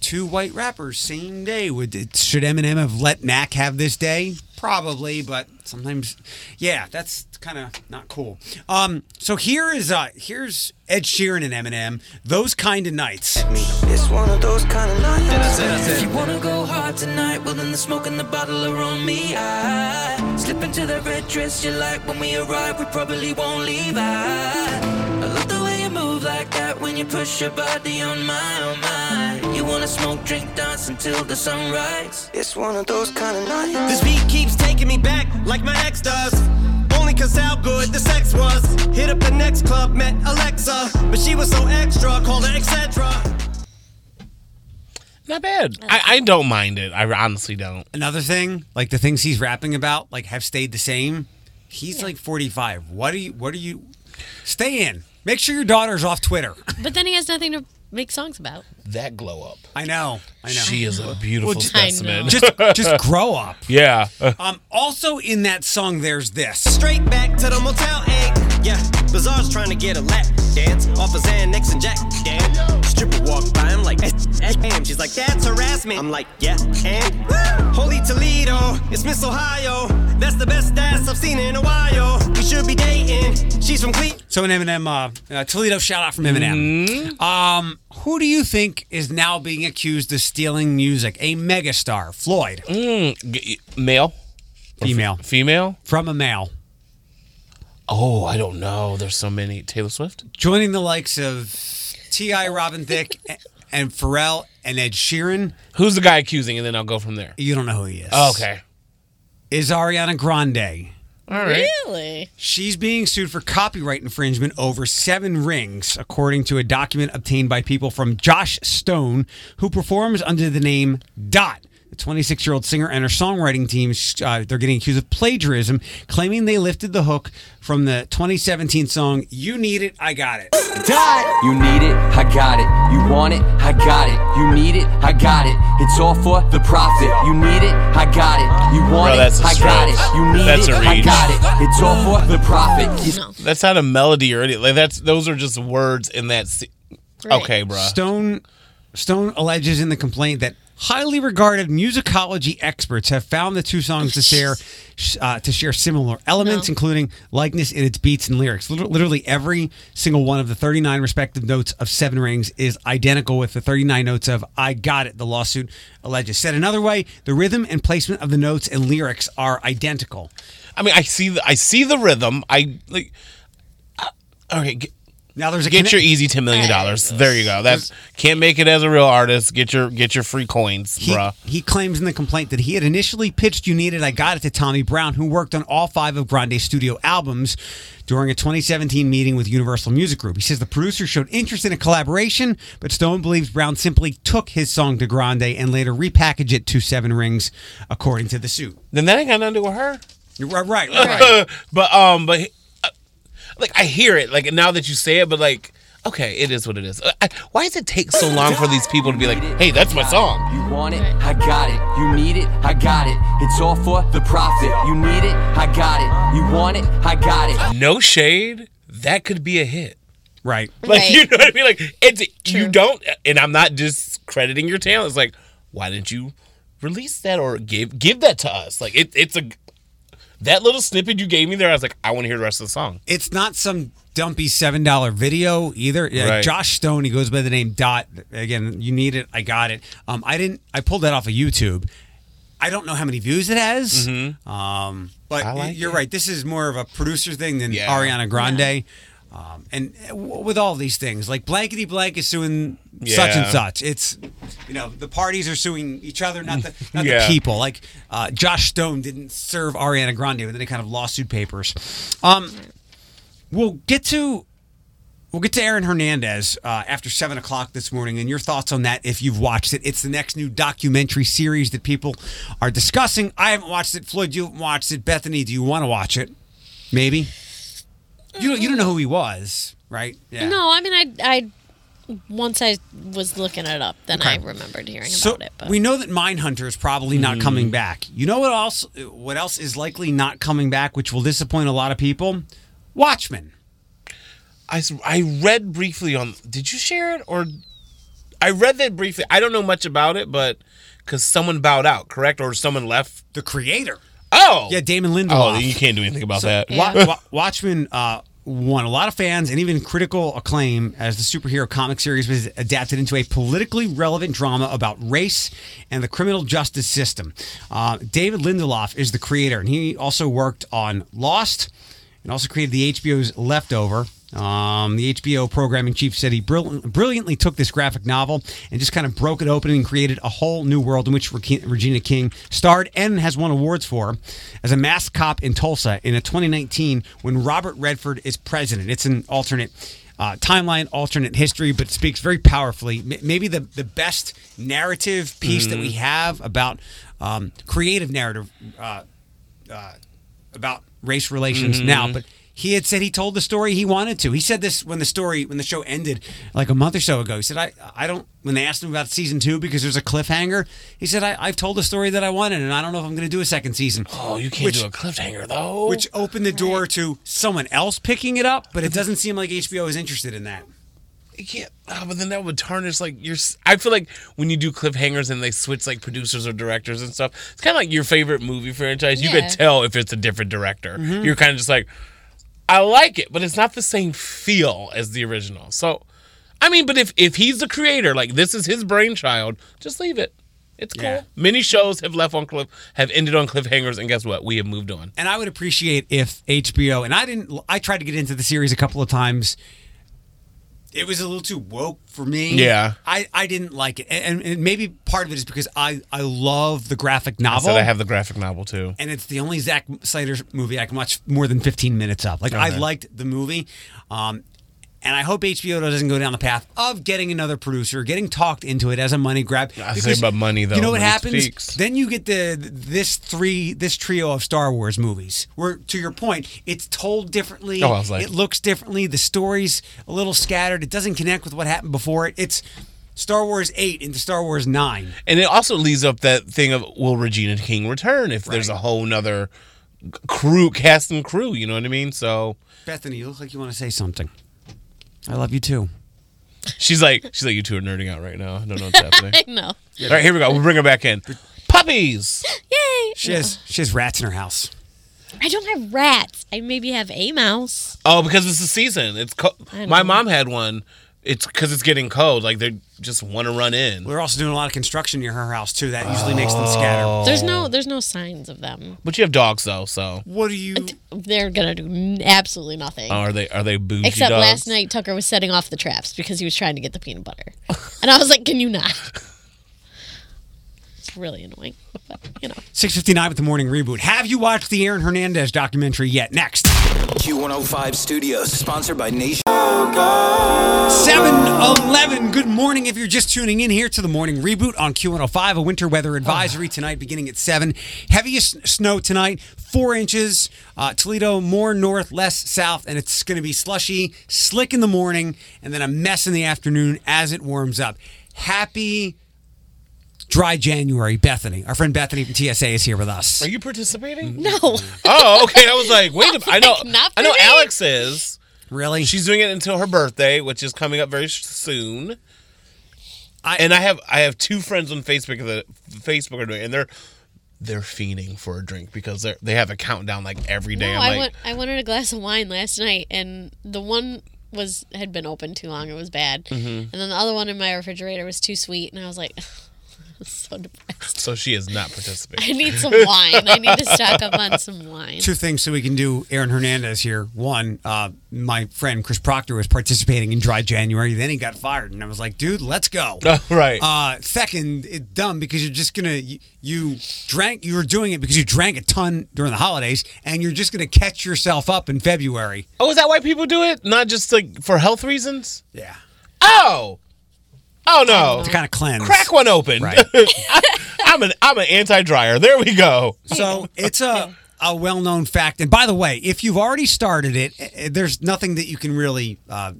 [SPEAKER 1] Two white rappers, same day. Would it, should Eminem have let Mac have this day? Probably, but sometimes, yeah, that's kind of not cool. Um, so here is uh, here's Ed Sheeran and Eminem. Those kind of nights.
[SPEAKER 5] It's one of those kind of nights. If you wanna go hard tonight, well then the smoke and the bottle are on me. I slip into the red dress you like. When we arrive, we probably won't leave. I, I love the way you move like that when you push your body on my on mine. You wanna smoke, drink, dance until the sunrise.
[SPEAKER 7] It's one of those kind of nights.
[SPEAKER 6] This beat keeps taking me back like my ex does. Only cause how good the sex was. Hit up the next club, met Alexa. But she was so extra, called her etc.
[SPEAKER 2] Not bad. I, I don't mind it. I honestly don't.
[SPEAKER 1] Another thing, like the things he's rapping about, like have stayed the same. He's like 45. What do you? What do you? Stay in. Make sure your daughter's off Twitter.
[SPEAKER 3] But then he has nothing to make songs about.
[SPEAKER 2] That glow up.
[SPEAKER 1] I know. I know.
[SPEAKER 2] She is a beautiful
[SPEAKER 1] just-
[SPEAKER 3] I
[SPEAKER 2] specimen.
[SPEAKER 3] know.
[SPEAKER 1] just just grow up.
[SPEAKER 2] yeah.
[SPEAKER 1] Um, also in that song, there's this.
[SPEAKER 6] Straight back to the motel, egg. Yeah, Bazaar's trying to get a lap dance. Off of Xanax and Jack, damn. Stripper walk by, I'm like, eh, eh, damn. She's like, that's harassment. I'm like, yeah, and Holy Toledo, it's Miss Ohio. That's the best ass I've seen in a while. We should be dating. She's from Cleveland.
[SPEAKER 1] So an Eminem, uh, uh, Toledo shout out from Eminem. Um, who do you think is now being accused of stealing music? A megastar, Floyd,
[SPEAKER 2] G- male?
[SPEAKER 1] female,
[SPEAKER 2] Female?
[SPEAKER 1] from a male.
[SPEAKER 2] Oh, I don't know. There's so many. Taylor Swift?
[SPEAKER 1] joining the likes of T.I. Robin Thicke and Pharrell and Ed Sheeran.
[SPEAKER 2] Who's the guy accusing? And then I'll go from there.
[SPEAKER 1] You don't know who he is.
[SPEAKER 2] Oh, Okay.
[SPEAKER 1] Is Ariana Grande.
[SPEAKER 2] All right.
[SPEAKER 3] Really?
[SPEAKER 1] She's being sued for copyright infringement over seven rings, according to a document obtained by people from Josh Stone, who performs under the name Dot. The 26 year old singer and her songwriting team, uh, they're getting accused of plagiarism, claiming they lifted the hook from the 2017 song You Need It, I Got It.
[SPEAKER 8] You need it, I got it. You want it, I got it. You need it, I got it. It's all for the profit. You need it, I got it. You want
[SPEAKER 2] No, that's
[SPEAKER 8] it,
[SPEAKER 2] a
[SPEAKER 8] I got
[SPEAKER 2] stretch.
[SPEAKER 8] it. You need
[SPEAKER 2] That's
[SPEAKER 8] it,
[SPEAKER 2] a
[SPEAKER 8] I
[SPEAKER 2] reach.
[SPEAKER 8] got it. It's all for the profit.
[SPEAKER 3] No.
[SPEAKER 2] That's not a melody or anything. Like that's those are just words in that. Se-
[SPEAKER 3] Right.
[SPEAKER 2] Okay, bruh.
[SPEAKER 1] Stone Stone alleges in the complaint that highly regarded musicology experts have found the two songs to share uh, to share similar elements,
[SPEAKER 3] No.
[SPEAKER 1] including likeness in its beats and lyrics. Liter- Literally every single one of the 39 respective notes of Seven Rings is identical with the 39 notes of "I Got It." The lawsuit alleges. Said another way, the rhythm and placement of the notes and lyrics are identical.
[SPEAKER 2] I mean, I see the I see the rhythm. I like. Uh, okay, get,
[SPEAKER 1] Now there's a
[SPEAKER 2] get
[SPEAKER 1] conne-
[SPEAKER 2] your easy ten million dollars. There you go. That's can't make it as a real artist. Get your get your free coins,
[SPEAKER 1] He,
[SPEAKER 2] bruh.
[SPEAKER 1] he claims in the complaint that he had initially pitched You Need It, I Got It to Tommy Brown, who worked on all five of Grande's studio albums during a 2017 meeting with Universal Music Group. He says the producer showed interest in a collaboration, but Stone believes Brown simply took his song to Grande and later repackaged it to Seven Rings, according to the suit.
[SPEAKER 2] Then that ain't got nothing to do with her.
[SPEAKER 1] You're right, right, right.
[SPEAKER 2] but um, but uh, like I hear it. Like now that you say it, but like okay, it is what it is. Uh, I, why does it take so long for these people to be like, hey, that's my song?
[SPEAKER 8] You want it, I got it. You need it, I got it. It's all for the profit. You need it, I got it. You want it, I got it.
[SPEAKER 2] No shade. That could be a hit.
[SPEAKER 1] right.
[SPEAKER 2] Like
[SPEAKER 3] Right.
[SPEAKER 2] you know what I mean? Like it's you don't and I'm not discrediting your talent. It's like, why didn't you release that or give give that to us? Like it, it's a that little snippet you gave me there, I was like, I want to hear the rest of the song.
[SPEAKER 1] It's not some dumpy seven dollar video either. Yeah,
[SPEAKER 2] Right.
[SPEAKER 1] Josh Stone, he goes by the name Dot. Again, you need it. I got it. Um, I didn't. I pulled that off of YouTube. I don't know how many views it has. Um, but
[SPEAKER 2] Mm-hmm. I like
[SPEAKER 1] you're
[SPEAKER 2] it.
[SPEAKER 1] right. This is more of a producer thing than
[SPEAKER 2] Yeah.
[SPEAKER 1] Ariana Grande. Um, and w- with all these things, like blankety blank is suing such and
[SPEAKER 2] Yeah.
[SPEAKER 1] such. It's you know the parties are suing each other, not the not
[SPEAKER 2] Yeah.
[SPEAKER 1] the people. Like uh, Josh Stone didn't serve Ariana Grande with any kind of lawsuit papers. Um, we'll get to we'll get to Aaron Hernandez uh, after seven o'clock this morning, and your thoughts on that if you've watched it. It's the next new documentary series that people are discussing. I haven't watched it. Floyd, you haven't watched it. Bethany, do you want to watch it? Maybe. You don't, you don't know who he was, right? Yeah.
[SPEAKER 3] No, I mean, I, I once I was looking it up, then I
[SPEAKER 1] Okay.
[SPEAKER 3] remembered hearing
[SPEAKER 1] So
[SPEAKER 3] about it. But
[SPEAKER 1] we know that Mindhunter is probably not coming back. You know what else? What else is likely not coming back, which will disappoint a lot of people? Watchmen.
[SPEAKER 2] I, s- I read briefly on did you share it or I read that briefly. I don't know much about it, but because someone bowed out, correct? Or someone left.
[SPEAKER 1] The creator.
[SPEAKER 2] Oh.
[SPEAKER 1] Yeah, Damon Lindelof.
[SPEAKER 2] Oh, you can't do anything about that.
[SPEAKER 1] Wa- Wa- Watchmen uh, won a lot of fans and even critical acclaim as the superhero comic series was adapted into a politically relevant drama about race and the criminal justice system. Uh, David Lindelof is the creator, and he also worked on Lost and also created the HBO's Leftover. Um, the HBO programming chief said he brill- brilliantly took this graphic novel and just kind of broke it open and created a whole new world in which Reg- Regina King starred and has won awards for as a masked cop in Tulsa in a 2019 when Robert Redford is president. It's an alternate uh, timeline, alternate history, but speaks very powerfully. M- maybe the, the best narrative piece that we have about um, creative narrative uh, about race relations now, but he had said he told the story he wanted to. He said this when the story when the show ended like a month or so ago. He said I I don't when they asked him about season 2 because there's a cliffhanger, he said I I've told the story that I wanted and I don't know if I'm going to do a second season.
[SPEAKER 2] Oh, you can't do a cliffhanger though.
[SPEAKER 1] Which opened the door to someone else picking it up, but it doesn't seem like HBO is interested in that.
[SPEAKER 2] You can't. Oh, but then that would tarnish like your. s- I feel like when you do cliffhangers and they switch like producers or directors and stuff, it's kind of like your favorite movie franchise. You
[SPEAKER 3] Yeah.
[SPEAKER 2] could tell if it's a different director. You're kind of just like, I like it, but it's not the same feel as the original. So, I mean, but if if he's the creator, like this is his brainchild, just leave it. It's cool.
[SPEAKER 1] Yeah.
[SPEAKER 2] Many shows have left on cliff have ended on cliffhangers, and guess what? We have moved on.
[SPEAKER 1] and I would appreciate if HBO and I didn't. I tried to get into the series a couple of times. It was a little too woke for me.
[SPEAKER 2] Yeah.
[SPEAKER 1] I, I didn't like it, and, and maybe part of it is because I I love the graphic novel.
[SPEAKER 2] Said I have the graphic novel too.
[SPEAKER 1] and it's the only Zack Snyder movie I can watch more than 15 minutes of. Like I
[SPEAKER 2] Okay.
[SPEAKER 1] liked the movie, um, and I hope HBO doesn't go down the path of getting another producer, getting talked into it as a money grab.
[SPEAKER 2] I say
[SPEAKER 1] Because
[SPEAKER 2] about money, though,
[SPEAKER 1] You know what
[SPEAKER 2] money
[SPEAKER 1] happens?
[SPEAKER 2] speaks.
[SPEAKER 1] Then you get the this three this trio of Star Wars movies. Where to your point, it's told differently.
[SPEAKER 2] Oh, I was like-
[SPEAKER 1] it looks differently. The story's a little scattered. It doesn't connect with what happened before it. It's Star Wars eight into Star Wars nine.
[SPEAKER 2] And it also leads up that thing of will Regina King return if there's a whole nother crew cast and crew, you know what I mean? So
[SPEAKER 1] Bethany, you look like you want to say something. I love you too.
[SPEAKER 2] she's like she's like you two are nerding out right now. I don't know what's happening.
[SPEAKER 3] No.
[SPEAKER 2] All right, here we go. We'll bring her back in. Puppies.
[SPEAKER 3] Yay.
[SPEAKER 1] She has she has rats in her house.
[SPEAKER 3] I don't have rats. I maybe have a mouse.
[SPEAKER 2] Oh, because it's the season. It's co- my mom had one. It's because it's getting cold. Like they just want to run in.
[SPEAKER 1] We're also doing a lot of construction near her house too. That usually makes them scatter.
[SPEAKER 3] There's no there's no signs of them.
[SPEAKER 2] But you have dogs though, so
[SPEAKER 3] Mm.
[SPEAKER 1] What do you?
[SPEAKER 3] They're gonna do n- absolutely nothing.
[SPEAKER 2] are they are they bougie
[SPEAKER 3] Except
[SPEAKER 2] dogs?
[SPEAKER 3] last night Tucker was setting off the traps because he was trying to get the peanut butter. And I was like, Can you not? It's really annoying. But, you know.
[SPEAKER 1] Six fifty nine with the morning reboot. Have you watched the Aaron Hernandez documentary yet? Next,
[SPEAKER 4] Q105 Studios, sponsored by Nation.
[SPEAKER 1] seven eleven. Good morning. If you're just tuning in here to the morning reboot on Q one hundred five, a winter weather advisory
[SPEAKER 2] Ah.
[SPEAKER 1] tonight beginning at seven. Heaviest s- snow tonight, four inches. Uh, Toledo more north, less south, and it's going to be slushy, slick in the morning, and then a mess in the afternoon as it warms up. Happy dry January, Bethany. Our friend Bethany from TSA is here with us.
[SPEAKER 2] Are you participating?
[SPEAKER 3] No.
[SPEAKER 2] Oh, okay. I was like, wait. a- I know.
[SPEAKER 3] Not
[SPEAKER 2] I know.
[SPEAKER 3] for me.
[SPEAKER 2] Alex is.
[SPEAKER 1] Really?
[SPEAKER 2] She's doing it until her birthday, which is coming up very sh- soon.
[SPEAKER 1] I-
[SPEAKER 2] and I have I have two friends on Facebook that Facebook are doing, it, and they're they're fiending for a drink because they they have a countdown like every day.
[SPEAKER 3] No,
[SPEAKER 2] I'm
[SPEAKER 3] I
[SPEAKER 2] like,
[SPEAKER 3] went. I wanted a glass of wine last night, and the one was had been open too long. It was bad, and then the other one in my refrigerator was too sweet, and I was like, I'm so depressed.
[SPEAKER 2] so she is not participating.
[SPEAKER 3] I need some wine. I need to stock up on some wine.
[SPEAKER 1] two things so we can do Aaron Hernandez here. One, uh, my friend Chris Proctor was participating in Dry January. Then he got fired, and I was like, dude, let's go.
[SPEAKER 2] right.
[SPEAKER 1] Uh, second, it's dumb because you're just gonna you, you drank you were doing it because you drank a ton during the holidays, and you're just gonna catch yourself up in February.
[SPEAKER 2] oh, is that why people do it? Not just like for health reasons?
[SPEAKER 1] Yeah,
[SPEAKER 2] Oh, oh no.
[SPEAKER 1] to kind of cleanse.
[SPEAKER 2] Crack one open.
[SPEAKER 1] Right.
[SPEAKER 2] I'm an I'm an anti dryer. There we go.
[SPEAKER 1] So it's a a well known fact. And by the way, if you've already started it, eh, eh, there's nothing that you can really. Uh,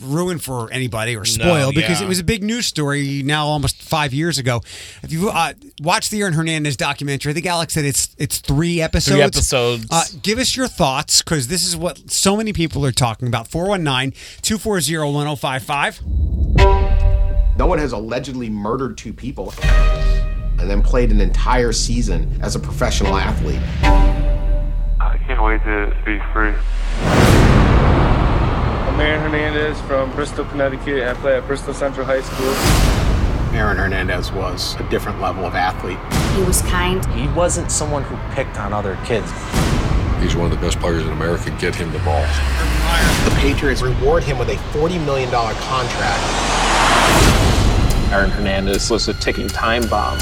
[SPEAKER 1] ruin for anybody or spoil because
[SPEAKER 2] yeah.
[SPEAKER 1] it was a big news story now almost five years ago if you uh, watch the aaron hernandez documentary i think alex said it's it's three episodes
[SPEAKER 2] episodes.
[SPEAKER 1] Uh, give us your thoughts because this is what so many people are talking about 419-240-1055
[SPEAKER 9] No one has allegedly murdered two people and then played an entire season as a professional athlete.
[SPEAKER 10] I can't wait to be free. I'm Aaron Hernandez from Bristol, Connecticut. I play at Bristol Central High School.
[SPEAKER 9] Aaron Hernandez was a different level of athlete.
[SPEAKER 11] He was kind.
[SPEAKER 12] He wasn't someone who picked on other kids.
[SPEAKER 10] He's one of the best players in America. Get him the ball.
[SPEAKER 9] The Patriots reward him with a $40 million contract.
[SPEAKER 12] Aaron Hernandez was a ticking time bomb.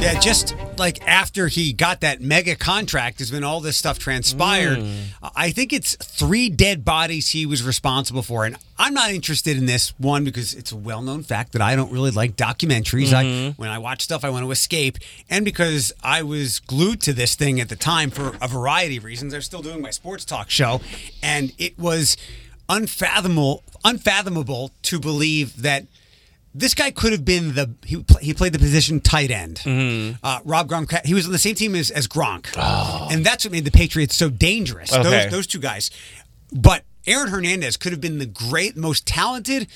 [SPEAKER 1] yeah just like after he got that mega contract is when all this stuff transpired Uh, i think it's three dead bodies he was responsible for and i'm not interested in this one because it's a well-known fact that i don't really like documentaries i when i watch stuff i want to escape and because i was glued to this thing at the time for a variety of reasons i'm still doing my sports talk show and it was unfathomable unfathomable to believe that this guy could have been the he, pl- he played the position tight end. Uh, Rob Gronk he was on the same team as, as Gronk, and that's what made the Patriots so dangerous.
[SPEAKER 2] Okay.
[SPEAKER 1] Those, those two guys, but Aaron Hernandez could have been the great, most talented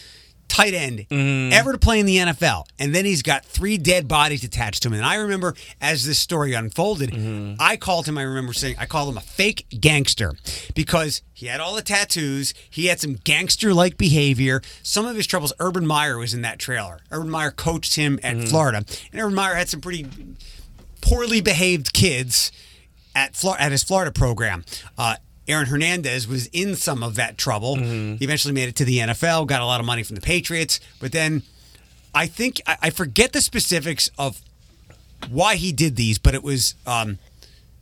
[SPEAKER 1] tight end ever to play in the NFL. And then he's got three dead bodies attached to him. And I remember as this story unfolded, I called him, I remember saying, I called him a fake gangster because he had all the tattoos, he had some gangster like behavior. Some of his troubles, Urban Meyer was in that trailer. Urban Meyer coached him at Florida. And Urban Meyer had some pretty poorly behaved kids at Flor- at his Florida program. Uh, Aaron Hernandez was in some of that trouble. He eventually made it to the NFL, got a lot of money from the Patriots, but then I think I, I forget the specifics of why he did these, but it was um,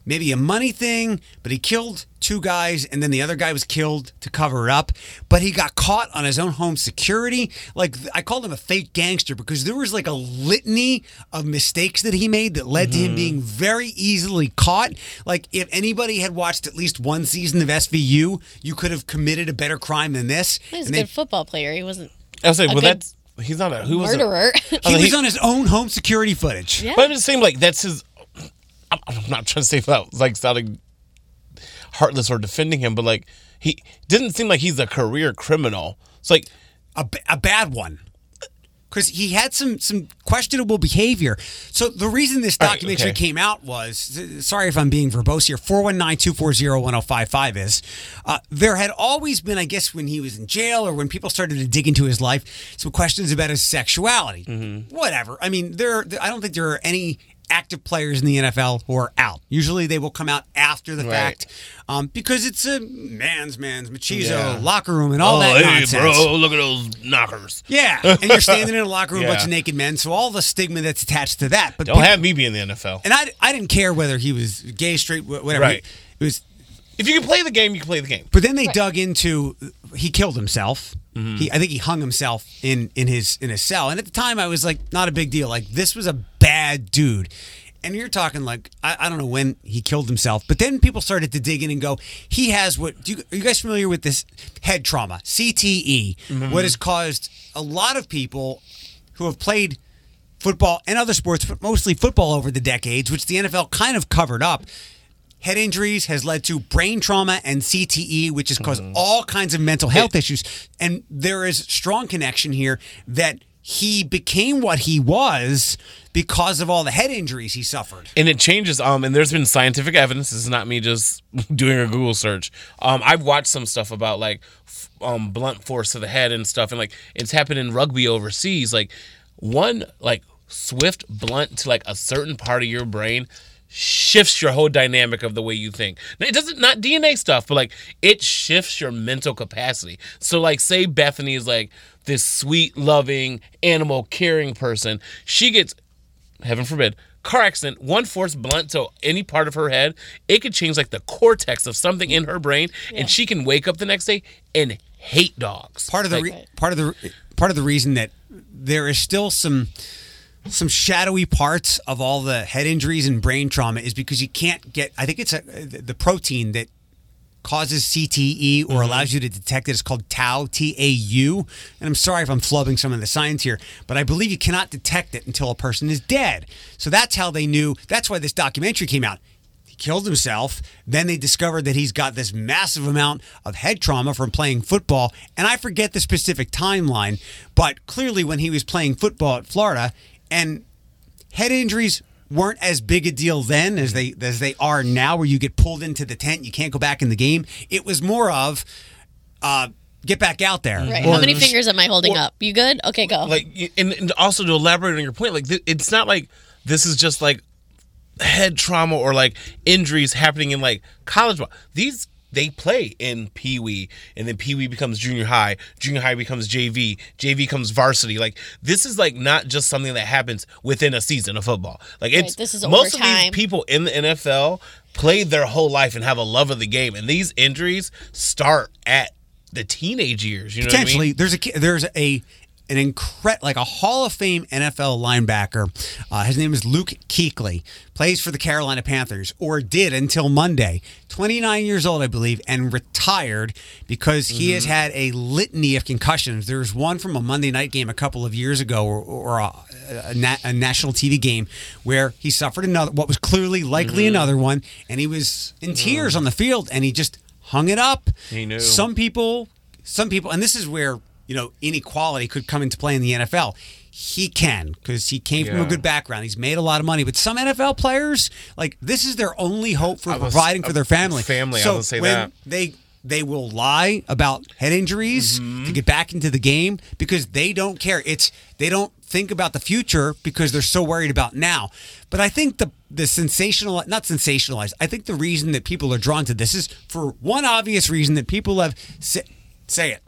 [SPEAKER 1] maybe a money thing. But he killed two guys, and then the other guy was killed to cover it up. But he got caught on his own home security. Like th- I called him a fake gangster because there was like a litany of mistakes that he made that led to him
[SPEAKER 11] Mhm.
[SPEAKER 1] being very easily caught. Like if anybody had watched at least one season of SVU, you could have committed a better crime than this.
[SPEAKER 3] He was a
[SPEAKER 1] And
[SPEAKER 3] good
[SPEAKER 1] they-
[SPEAKER 3] football player. He wasn't.
[SPEAKER 2] I was like,
[SPEAKER 3] a
[SPEAKER 2] well,
[SPEAKER 3] good
[SPEAKER 2] that's he's not a who was it?
[SPEAKER 3] murderer.
[SPEAKER 1] he
[SPEAKER 2] He-
[SPEAKER 1] was on his own home security footage.
[SPEAKER 2] But I'm just saying, like that's his. I'm, I'm not trying to say without like sounding heartless or defending him, but like he didn't seem like he's a career criminal. It's like
[SPEAKER 1] a, a bad one. because he had some some questionable behavior. So the reason this
[SPEAKER 2] All right,
[SPEAKER 1] documentary
[SPEAKER 2] okay.
[SPEAKER 1] came out was sorry if I'm being verbose here. 419-240-1055 is uh, there had always been, I guess, when he was in jail or when people started to dig into his life, some questions about his sexuality.
[SPEAKER 2] Mm-hmm.
[SPEAKER 1] Whatever. I mean, there. I don't think there are any. Active players in the NFL who are out. Usually, they will come out after the
[SPEAKER 2] Right.
[SPEAKER 1] fact um, because it's a man's man's machismo
[SPEAKER 2] Yeah.
[SPEAKER 1] locker room and all
[SPEAKER 2] oh,
[SPEAKER 1] that
[SPEAKER 2] hey,
[SPEAKER 1] nonsense.
[SPEAKER 2] bro, look at those knockers.
[SPEAKER 1] Yeah, and you're standing in a locker room, with a bunch
[SPEAKER 2] Yeah.
[SPEAKER 1] of naked men, so all the stigma that's attached to that. But
[SPEAKER 2] Don't
[SPEAKER 1] people-
[SPEAKER 2] have me be in the NFL.
[SPEAKER 1] And I, I didn't care whether he was gay, straight, wh- whatever.
[SPEAKER 2] Right.
[SPEAKER 1] It was.
[SPEAKER 2] If you can play the game, you can play the game.
[SPEAKER 1] But then they dug into. He killed himself. He, I think he hung himself in in his in his cell. And at the time, I was like, not a big deal. Like this was a bad dude. And you're talking like I, I don't know when he killed himself, but then people started to dig in and go, he has what? Do you, are you guys familiar with this head trauma, CTE?
[SPEAKER 11] Mhm.
[SPEAKER 1] What has caused a lot of people who have played football and other sports, but mostly football over the decades, which the NFL kind of covered up. Head injuries has led to brain trauma and CTE, which has caused all kinds of mental health issues. And there is strong connection here that he became what he was because of all the head injuries he suffered.
[SPEAKER 2] and it changes um and there's been scientific evidence this is not me just doing a google search um i've watched some stuff about like f- um blunt force to the head and stuff and like it's happened in rugby overseas like one like swift blunt to like a certain part of your brain shifts your whole dynamic of the way you think Now, it doesn't not dna stuff but like it shifts your mental capacity so like say bethany is like this sweet loving animal caring person she gets heaven forbid, car accident, one force blunt to any part of her head, it could change like the cortex of something in her brain,
[SPEAKER 1] Yeah.
[SPEAKER 2] and she can wake up the next day and hate dogs.
[SPEAKER 1] Part of the
[SPEAKER 2] Like,
[SPEAKER 1] re- part of the part of the reason that there is still some some shadowy parts of all the head injuries and brain trauma is because you can't get. I think it's a, the protein that causes CTE or allows you to detect it is called tau T A U. And I'm sorry if I'm flubbing some of the science here, but I believe you cannot detect it until a person is dead. So that's how they knew. That's why this documentary came out. He killed himself. Then they discovered that he's got this massive amount of head trauma from playing football. And I forget the specific timeline, but clearly when he was playing football at Florida and head injuries weren't as big a deal then as they as they are now, where you get pulled into the tent, you can't go back in the game. It was more of uh, get back out there.
[SPEAKER 3] Right.
[SPEAKER 1] Or-
[SPEAKER 3] How many fingers am I holding up? You good? Okay, go.
[SPEAKER 2] like y- and, and also to elaborate on your point, like th- it's not like this is just like head trauma or like injuries happening in like college. ball. These they play in pee wee, and then pee wee becomes junior high, junior high becomes JV, JV becomes varsity. Like this is like not just something that happens within a season of football. Like
[SPEAKER 3] Right,
[SPEAKER 2] it's
[SPEAKER 3] this is over
[SPEAKER 2] most of these
[SPEAKER 3] time.
[SPEAKER 2] people in the NFL play their whole life and have a love of the game, and these injuries start at the teenage years. You know what I mean?
[SPEAKER 1] potentially there's a ki- there's a an incredible like a Hall of Fame NFL linebacker. Uh, his name is Luke Kuechly. Plays for the Carolina Panthers or did until Monday. 29 years old, I believe, and retired because he
[SPEAKER 2] Mm-hmm.
[SPEAKER 1] has had a litany of concussions. There was one from a Monday night game a couple of years ago, or, or a, a, na- a national TV game, where he suffered another what was clearly likely
[SPEAKER 2] Mhm.
[SPEAKER 1] another one, and he was in tears on the field, and he just hung it up.
[SPEAKER 2] Mm. He knew.
[SPEAKER 1] Some people, some people, and this is where you know inequality could come into play in the NFL. He can because he came from
[SPEAKER 2] Yeah.
[SPEAKER 1] a good background. He's made a lot of money, but some NFL players like this is their only hope for providing for their family.
[SPEAKER 2] family, I
[SPEAKER 1] So
[SPEAKER 2] was gonna say
[SPEAKER 1] when
[SPEAKER 2] that.
[SPEAKER 1] they they will lie about head injuries
[SPEAKER 2] Mm-hmm.
[SPEAKER 1] to get back into the game because they don't care. It's they don't think about the future because they're so worried about now. But I think the the sensational not sensationalized. I think the reason that people are drawn to this is for one obvious reason that people have say, say it.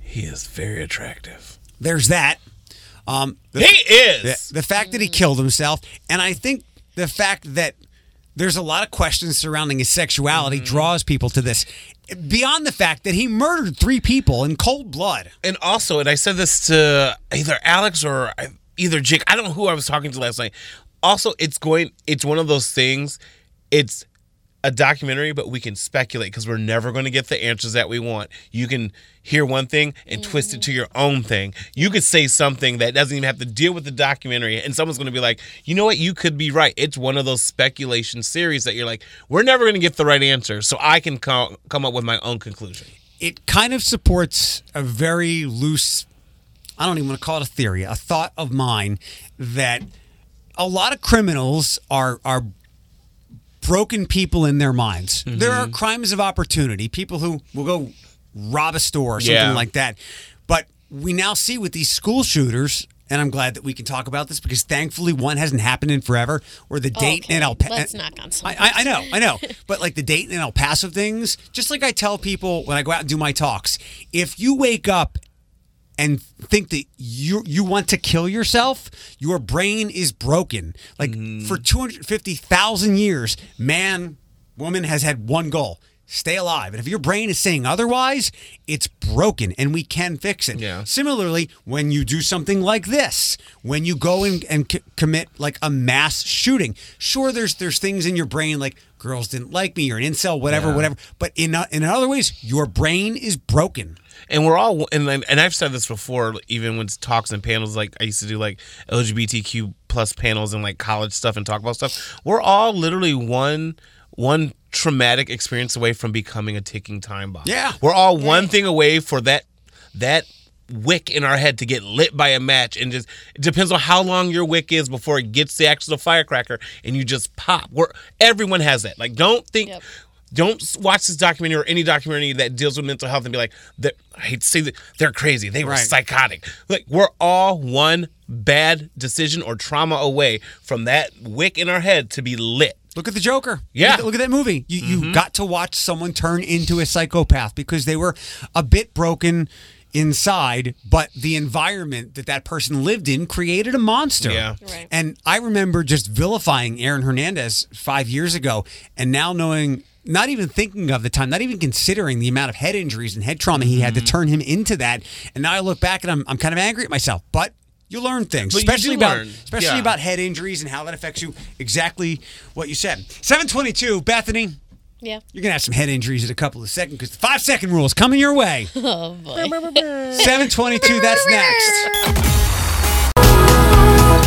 [SPEAKER 2] He is very attractive.
[SPEAKER 1] There's that. Um, the,
[SPEAKER 2] He is.
[SPEAKER 1] the, the fact that he killed himself, and I think the fact that there's a lot of questions surrounding his sexuality draws people to this. Beyond the fact that he murdered three people in cold blood.
[SPEAKER 2] And also, and I said this to either Alex or I- either Jake. I don't know who I was talking to last night. Also, it's going. It's one of those things. It's a documentary, but we can speculate because we're never going to get the answers that we want. You can hear one thing and twist it to your own thing. You could say something that doesn't even have to deal with the documentary, and someone's going to be like, you know what? You could be right. It's one of those speculation series that you're like, we're never going to get the right answer, so I can come come up with my own conclusion.
[SPEAKER 1] It kind of supports a very loose, I don't even want to call it a theory, a thought of mine that a lot of criminals are are broken people in their minds. There are crimes of opportunity, people who will go rob a store or something
[SPEAKER 2] Yeah.
[SPEAKER 1] like that. But we now see with these school shooters, and I'm glad that we can talk about this because thankfully one hasn't happened in forever, or the date in El Paso.
[SPEAKER 3] Let's knock on something.
[SPEAKER 1] I, I know, I know. But like the Dayton and El Paso things, just like I tell people when I go out and do my talks, if you wake up and think that you you want to kill yourself, your brain is broken. Like
[SPEAKER 2] Mm.
[SPEAKER 1] for 250,000 years, man, woman has had one goal. Stay alive. And if your brain is saying otherwise, it's broken and we can fix it.
[SPEAKER 2] Yeah.
[SPEAKER 1] Similarly, when you do something like this, when you go and, and c- commit like a mass shooting, sure, there's there's things in your brain like girls didn't like me or an incel, whatever,
[SPEAKER 2] Yeah.
[SPEAKER 1] whatever. But in o- in other ways, your brain is broken.
[SPEAKER 2] and we're all and I- and I've said this before, even when talks and panels, like I used to do like LGBTQ plus panels and like college stuff and talk about stuff. We're all literally one one traumatic experience away from becoming a ticking time bomb.
[SPEAKER 1] Yeah.
[SPEAKER 2] we're all one thing away for that that wick in our head to get lit by a match and just it depends on how long your wick is before it gets the actual firecracker and you just pop where everyone has that like don't think don't s- watch this documentary or any documentary that deals with mental health and be like "They're- i hate to say that they're crazy they were
[SPEAKER 1] Right.
[SPEAKER 2] psychotic like we're all one bad decision or trauma away from that wick in our head to be lit
[SPEAKER 1] Look at the Joker.
[SPEAKER 2] Yeah. Mm-hmm.
[SPEAKER 1] Look at, look at that movie. You you got to watch someone turn into a psychopath because they were a bit broken inside, but the environment that that person lived in created a monster.
[SPEAKER 2] Yeah.
[SPEAKER 3] Right.
[SPEAKER 1] And I remember just vilifying Aaron Hernandez 5 years ago and now knowing not even thinking of the time, not even considering the amount of head injuries and head trauma he
[SPEAKER 2] Mm-hmm.
[SPEAKER 1] had to turn him into that. And now I look back and I'm I'm kind of angry at myself, but you learn things,
[SPEAKER 2] But you do
[SPEAKER 1] especially about
[SPEAKER 2] learn.
[SPEAKER 1] especially
[SPEAKER 2] Yeah.
[SPEAKER 1] about head injuries and how that affects you. Exactly what you said. 722, Bethany,
[SPEAKER 3] Yeah.
[SPEAKER 1] you're going to have some head injuries in a couple of seconds because the five second rule is coming your way.
[SPEAKER 3] Oh boy.
[SPEAKER 1] 722, that's next.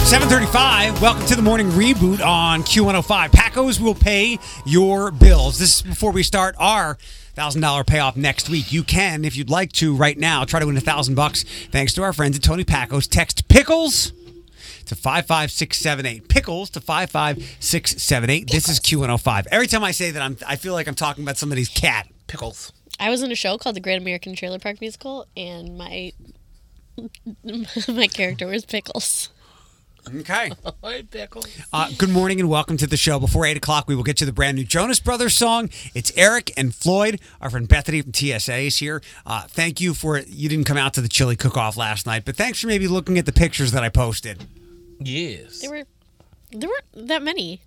[SPEAKER 1] 735, welcome to the morning reboot on Q105. Pacos will pay your bills. This is before we start our $1,000 payoff next week. You can, if you'd like to, right now, try to win a 1000 bucks thanks to our friends at Tony Pacos. Text PICKLES to 55678. Pickles to 55678. This is Q105. Every time I say that, I'm, I feel like I'm talking about somebody's cat.
[SPEAKER 2] pickles
[SPEAKER 3] I was in a show called The Great American Trailer Park Musical, and my my character was Pickles.
[SPEAKER 1] Okay.
[SPEAKER 2] pickles
[SPEAKER 1] Uh, good morning and welcome to the show. Before 8 o'clock, we will get to the brand new Jonas Brothers song. It's Eric and Floyd. Our friend Bethany from TSA is here. Uh, thank you for You didn't come out to the chili cook off last night, but thanks for maybe looking at the pictures that I posted.
[SPEAKER 2] yes
[SPEAKER 3] There were there weren't that many.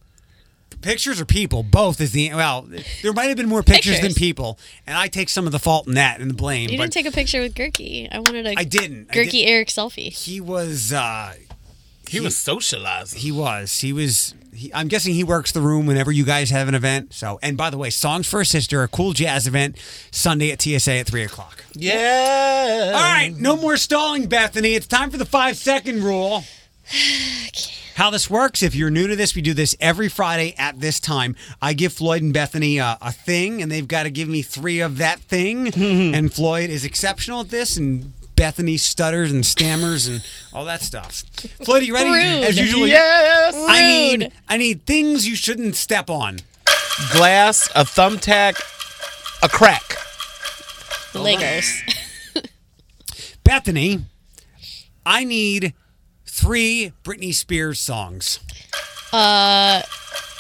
[SPEAKER 1] Pictures or people? Both is the. Well, there might have been more pictures, than
[SPEAKER 3] Pictures.
[SPEAKER 1] people, and I take some of the fault in that and the blame.
[SPEAKER 3] You
[SPEAKER 1] but
[SPEAKER 3] didn't take a picture with Gurky. I wanted a
[SPEAKER 1] I didn't. I
[SPEAKER 3] Gurky
[SPEAKER 1] didn't.
[SPEAKER 3] Eric selfie.
[SPEAKER 1] He was. Uh,
[SPEAKER 2] he was socializing
[SPEAKER 1] He was. He was. He, I'm guessing he works the room whenever you guys have an event. So, and by the way, Songs for a Sister, a cool jazz event, Sunday at TSA at three o'clock.
[SPEAKER 2] yeah
[SPEAKER 1] All right, no more stalling, Bethany. It's time for the five second rule. How this works, if you're new to this, we do this every Friday at this time. I give Floyd and Bethany uh, a thing, and they've got to give me three of that thing. and Floyd is exceptional at this, and Bethany stutters and stammers and all that stuff. Floyd, you ready?
[SPEAKER 2] Rude.
[SPEAKER 1] As usual.
[SPEAKER 2] Yes.
[SPEAKER 1] I need
[SPEAKER 2] Rude.
[SPEAKER 1] I need things you shouldn't step on.
[SPEAKER 2] Glass, a thumbtack, a crack.
[SPEAKER 3] Legos.
[SPEAKER 1] Bethany, I need three Britney Spears songs.
[SPEAKER 3] Uh,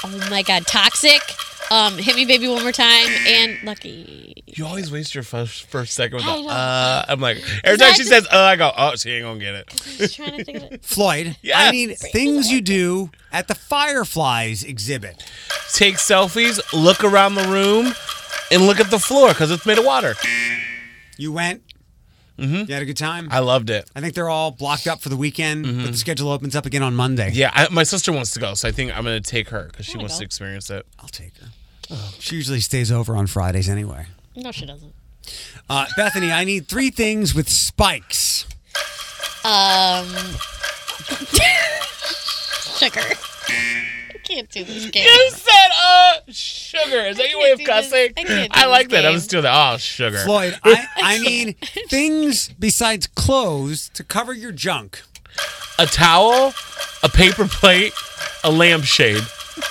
[SPEAKER 3] oh my God, toxic. Um, hit me, baby, one more time, and lucky.
[SPEAKER 2] You always waste your first, first second with
[SPEAKER 3] I
[SPEAKER 2] the,
[SPEAKER 3] don't-
[SPEAKER 2] uh. I'm like, every time she says, uh, I go, oh, she ain't gonna get it.
[SPEAKER 3] Trying to think of it.
[SPEAKER 1] Floyd, I
[SPEAKER 2] Yes.
[SPEAKER 1] need things you do at the Fireflies exhibit.
[SPEAKER 2] Take selfies, look around the room, and look at the floor because it's made of water.
[SPEAKER 1] You went.
[SPEAKER 2] Mm-hmm.
[SPEAKER 1] You had a good time.
[SPEAKER 2] I loved it.
[SPEAKER 1] I think they're all blocked up for the weekend, but the schedule opens up again on Monday.
[SPEAKER 2] Mm-hmm. Yeah, I, my sister wants to go, so I think I'm gonna take her because she
[SPEAKER 3] wanna
[SPEAKER 2] wants
[SPEAKER 3] go.
[SPEAKER 2] to experience it. I'll
[SPEAKER 1] take her. She usually stays over on Fridays anyway.
[SPEAKER 3] No, she doesn't.
[SPEAKER 1] Uh, Bethany, I need three things with spikes.
[SPEAKER 3] Um, sugar. I can't do this game.
[SPEAKER 2] You said, uh, sugar. Is that your way of
[SPEAKER 3] can't do this-
[SPEAKER 2] cussing?
[SPEAKER 3] I can't do
[SPEAKER 2] I like
[SPEAKER 3] this
[SPEAKER 2] that. I
[SPEAKER 3] game.
[SPEAKER 2] was doing that. Oh, sugar.
[SPEAKER 1] Floyd, I, I need things besides clothes to cover your junk.
[SPEAKER 2] a towel, a paper plate, a lampshade.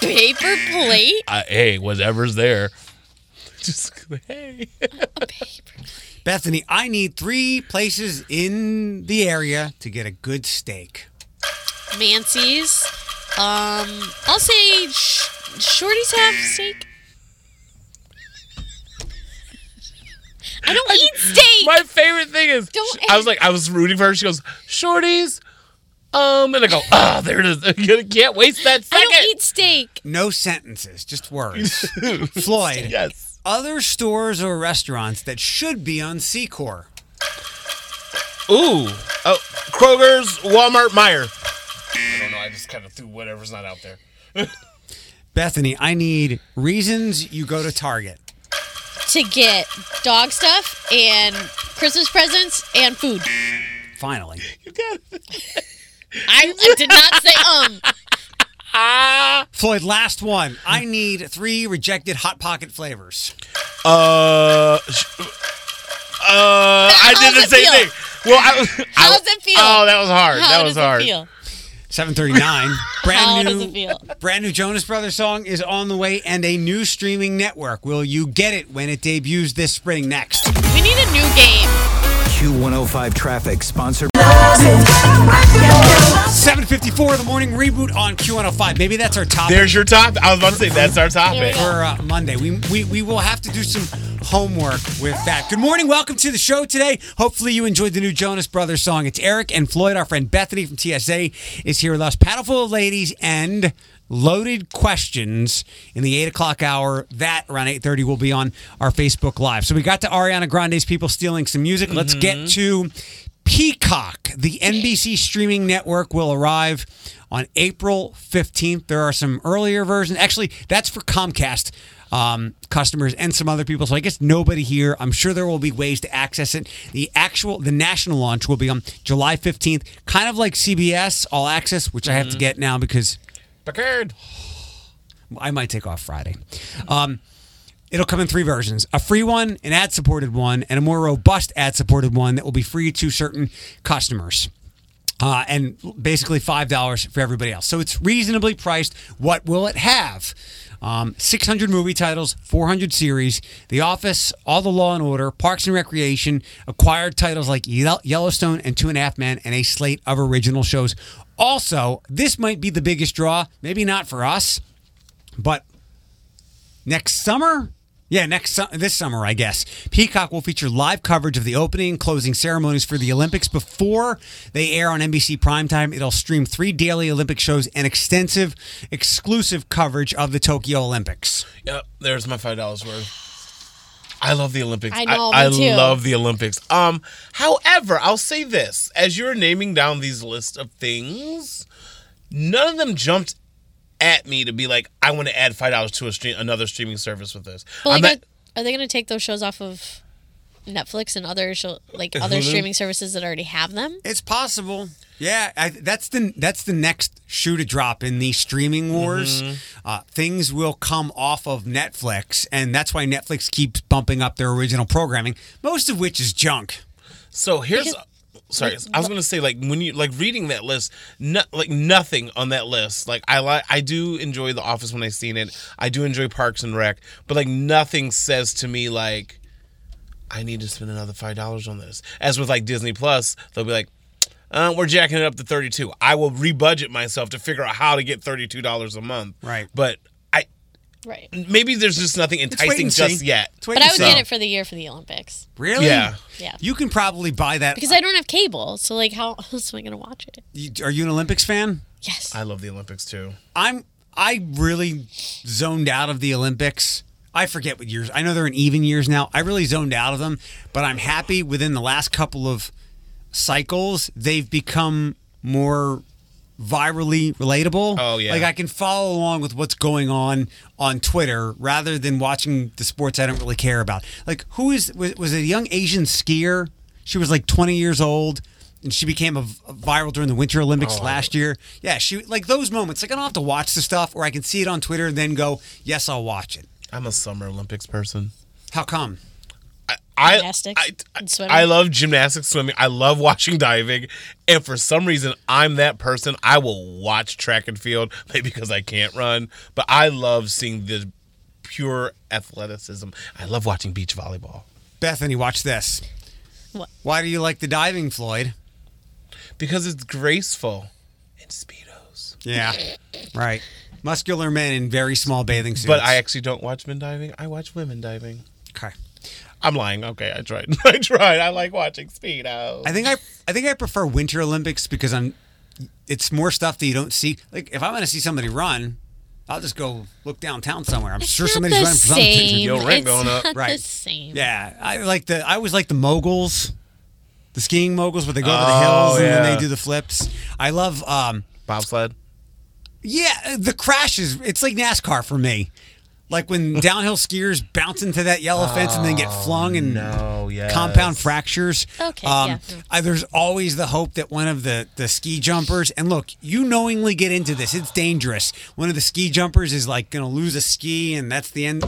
[SPEAKER 3] Paper plate.
[SPEAKER 2] Uh, hey, whatever's there. Just hey.
[SPEAKER 1] Bethany, I need three places in the area to get a good steak.
[SPEAKER 3] Mancy's. Um, I'll say sh- Shorty's have steak. I don't eat steak.
[SPEAKER 2] My favorite thing is I was like, I was rooting for her. She goes, Shorties. Um, and I go, ah, there it is. You can't waste that
[SPEAKER 3] I
[SPEAKER 2] second.
[SPEAKER 3] don't eat steak.
[SPEAKER 1] No sentences, just words. Floyd,
[SPEAKER 2] yes.
[SPEAKER 1] other stores or restaurants that should be on Secor.
[SPEAKER 2] Ooh. Oh, Kroger's, Walmart, Meyer. I don't know. I just kind of threw whatever's not out there.
[SPEAKER 1] Bethany, I need reasons you go to Target.
[SPEAKER 3] To get dog stuff and Christmas presents and food.
[SPEAKER 1] Finally.
[SPEAKER 3] I, I did not say um.
[SPEAKER 1] Floyd, last one. I need three rejected Hot Pocket flavors.
[SPEAKER 2] Uh, sh- uh, I did the
[SPEAKER 1] How's it
[SPEAKER 2] same
[SPEAKER 1] feel?
[SPEAKER 2] thing. Well, I, I-
[SPEAKER 1] How's it feel?
[SPEAKER 2] Oh, that was hard.
[SPEAKER 1] How
[SPEAKER 2] that
[SPEAKER 1] does
[SPEAKER 2] was
[SPEAKER 1] it
[SPEAKER 2] hard.
[SPEAKER 1] feel? 739. Brand
[SPEAKER 3] How
[SPEAKER 1] new,
[SPEAKER 3] does it feel?
[SPEAKER 1] Brand new Jonas Brothers song is on the way and a new streaming network. Will you get it when it debuts this spring next?
[SPEAKER 3] We need a new game.
[SPEAKER 4] Q105 traffic sponsored.
[SPEAKER 1] 754 in the morning reboot on Q105. Maybe that's our topic.
[SPEAKER 2] There's your top. I was about to say that's our topic.
[SPEAKER 1] for uh, Monday. We, we we will have to do some homework with that. Good morning. Welcome to the show today. Hopefully you enjoyed the new Jonas Brothers song. It's Eric and Floyd. Our friend Bethany from TSA is here with us. Paddleful of ladies and loaded questions in the eight o'clock hour. That around eight thirty will be on our Facebook Live. So we got to Ariana Grande's "People Stealing Some Music." Let's get to. Peacock, the NBC streaming network, will arrive on April 15th. There are some earlier versions. Actually, that's for Comcast um, customers and some other people. So I guess nobody here. I'm sure there will be ways to access it. The actual, the national launch will be on July 15th, kind of like CBS All Access, which I have to
[SPEAKER 2] Mhm.
[SPEAKER 1] get now because
[SPEAKER 2] Picard.
[SPEAKER 1] I might take off Friday. Um, it'll come in three versions a free one, an ad supported one, and a more robust ad supported one that will be free to certain customers. Uh, and basically $5 for everybody else. So it's reasonably priced. What will it have? Um, 600 movie titles, 400 series, The Office, All the Law and Order, Parks and Recreation, acquired titles like Yel- Yellowstone and Two and a Half Men, and a slate of original shows. Also, this might be the biggest draw, maybe not for us, but next summer yeah next su- this summer i guess peacock will feature live coverage of the opening and closing ceremonies for the olympics before they air on nbc primetime it'll stream three daily olympic shows and extensive exclusive coverage of the tokyo olympics
[SPEAKER 2] Yep, there's my five dollars worth. I love the Olympics.
[SPEAKER 3] I know,
[SPEAKER 2] I,
[SPEAKER 3] me too.
[SPEAKER 2] love the Olympics. Um, however, I'll say this: as you're naming down these lists of things, none of them jumped at me to be like, I want to add five dollars to a stream, another streaming service with this.
[SPEAKER 3] But
[SPEAKER 2] I'm
[SPEAKER 3] like,
[SPEAKER 2] not-
[SPEAKER 3] are, are they going to take those shows off of Netflix and other show, like other
[SPEAKER 1] Hulu?
[SPEAKER 3] streaming services that already have them?
[SPEAKER 1] It's possible. Yeah, I, that's the that's the next shoe to drop in these streaming wars.
[SPEAKER 3] Mhm.
[SPEAKER 1] Uh, things will come off of Netflix, and that's why Netflix keeps bumping up their original programming, most of which is junk.
[SPEAKER 2] So here's sorry. I was gonna say like when you like reading that list, no, like nothing on that list. Like I like I do enjoy The Office when I've seen it. I do enjoy Parks and Rec, but like nothing says to me like I need to spend another five dollars on this. As with like Disney Plus, they'll be like. Uh, we're jacking it up to 32. I will rebudget myself to figure out how to get $32 a month. Right. But I
[SPEAKER 3] Right.
[SPEAKER 2] maybe there's just nothing enticing just yet.
[SPEAKER 3] But I would get it for the year for the Olympics.
[SPEAKER 1] Really?
[SPEAKER 2] Yeah.
[SPEAKER 3] Yeah.
[SPEAKER 1] You can probably buy that.
[SPEAKER 3] Because I don't have cable, so like how else am I gonna watch it?
[SPEAKER 1] You- Are you an Olympics fan?
[SPEAKER 3] Yes.
[SPEAKER 2] I love the Olympics too.
[SPEAKER 1] I'm. I really zoned out of the Olympics. I forget what years. I know they're in even years now. I really zoned out of them, but I'm happy within the last couple of cycles they've become more virally relatable.
[SPEAKER 2] Oh, yeah.
[SPEAKER 1] Like I can follow along with what's going on on Twitter rather than watching the sports I don't really care about. Like who is was, was a young Asian skier? She was like 20 years old and she became a, v- viral during the Winter Olympics
[SPEAKER 2] Oh, I
[SPEAKER 1] last year. Yeah, she like those moments. Like I don't have to watch the stuff or I can see it on Twitter and then go, "Yes, I'll watch it."
[SPEAKER 2] I'm a summer Olympics person.
[SPEAKER 1] How come?
[SPEAKER 2] I,
[SPEAKER 3] Gymnastics
[SPEAKER 2] I,
[SPEAKER 3] and swimming.
[SPEAKER 2] I love gymnastics, swimming. I love watching diving. And for some reason, I'm that person. I will watch track and field, maybe because I can't run, but I love seeing the pure athleticism. I love watching beach volleyball
[SPEAKER 1] Bethany, watch this.
[SPEAKER 3] What?
[SPEAKER 1] Why do you like the diving, Floyd?
[SPEAKER 2] because it's graceful. And Speedos.
[SPEAKER 1] Yeah. right. Muscular men in very small bathing suits.
[SPEAKER 2] But I actually don't watch men diving. I watch women diving.
[SPEAKER 1] Okay.
[SPEAKER 2] I'm lying. Okay, I tried. I tried. I like watching Speedos.
[SPEAKER 1] I think I I think I prefer Winter Olympics because I'm it's more stuff that you don't see. Like if I want to see somebody run, I'll just go look downtown somewhere. I'm sure
[SPEAKER 3] not
[SPEAKER 1] somebody's
[SPEAKER 3] the
[SPEAKER 1] running for something.
[SPEAKER 3] same.
[SPEAKER 2] Yo, rent
[SPEAKER 3] It's
[SPEAKER 2] going up.
[SPEAKER 3] not the
[SPEAKER 1] Right.
[SPEAKER 3] same.
[SPEAKER 1] Yeah, I like the I always like the moguls, the skiing moguls where they go over the
[SPEAKER 2] Oh,
[SPEAKER 1] hills and then
[SPEAKER 2] yeah.
[SPEAKER 1] they do the flips. I love um
[SPEAKER 2] Bobsled.
[SPEAKER 1] yeah, uh, the crashes. It's like NASCAR for me. Like when downhill skiers bounce into that yellow fence and then get flung and
[SPEAKER 2] Oh, no, yes.
[SPEAKER 1] compound fractures. Um,
[SPEAKER 3] Okay, yeah.
[SPEAKER 1] I- there's always the hope that one of the, the ski jumpers, and look, you knowingly get into this. It's dangerous. One of the ski jumpers is like going to lose a ski, and that's the end.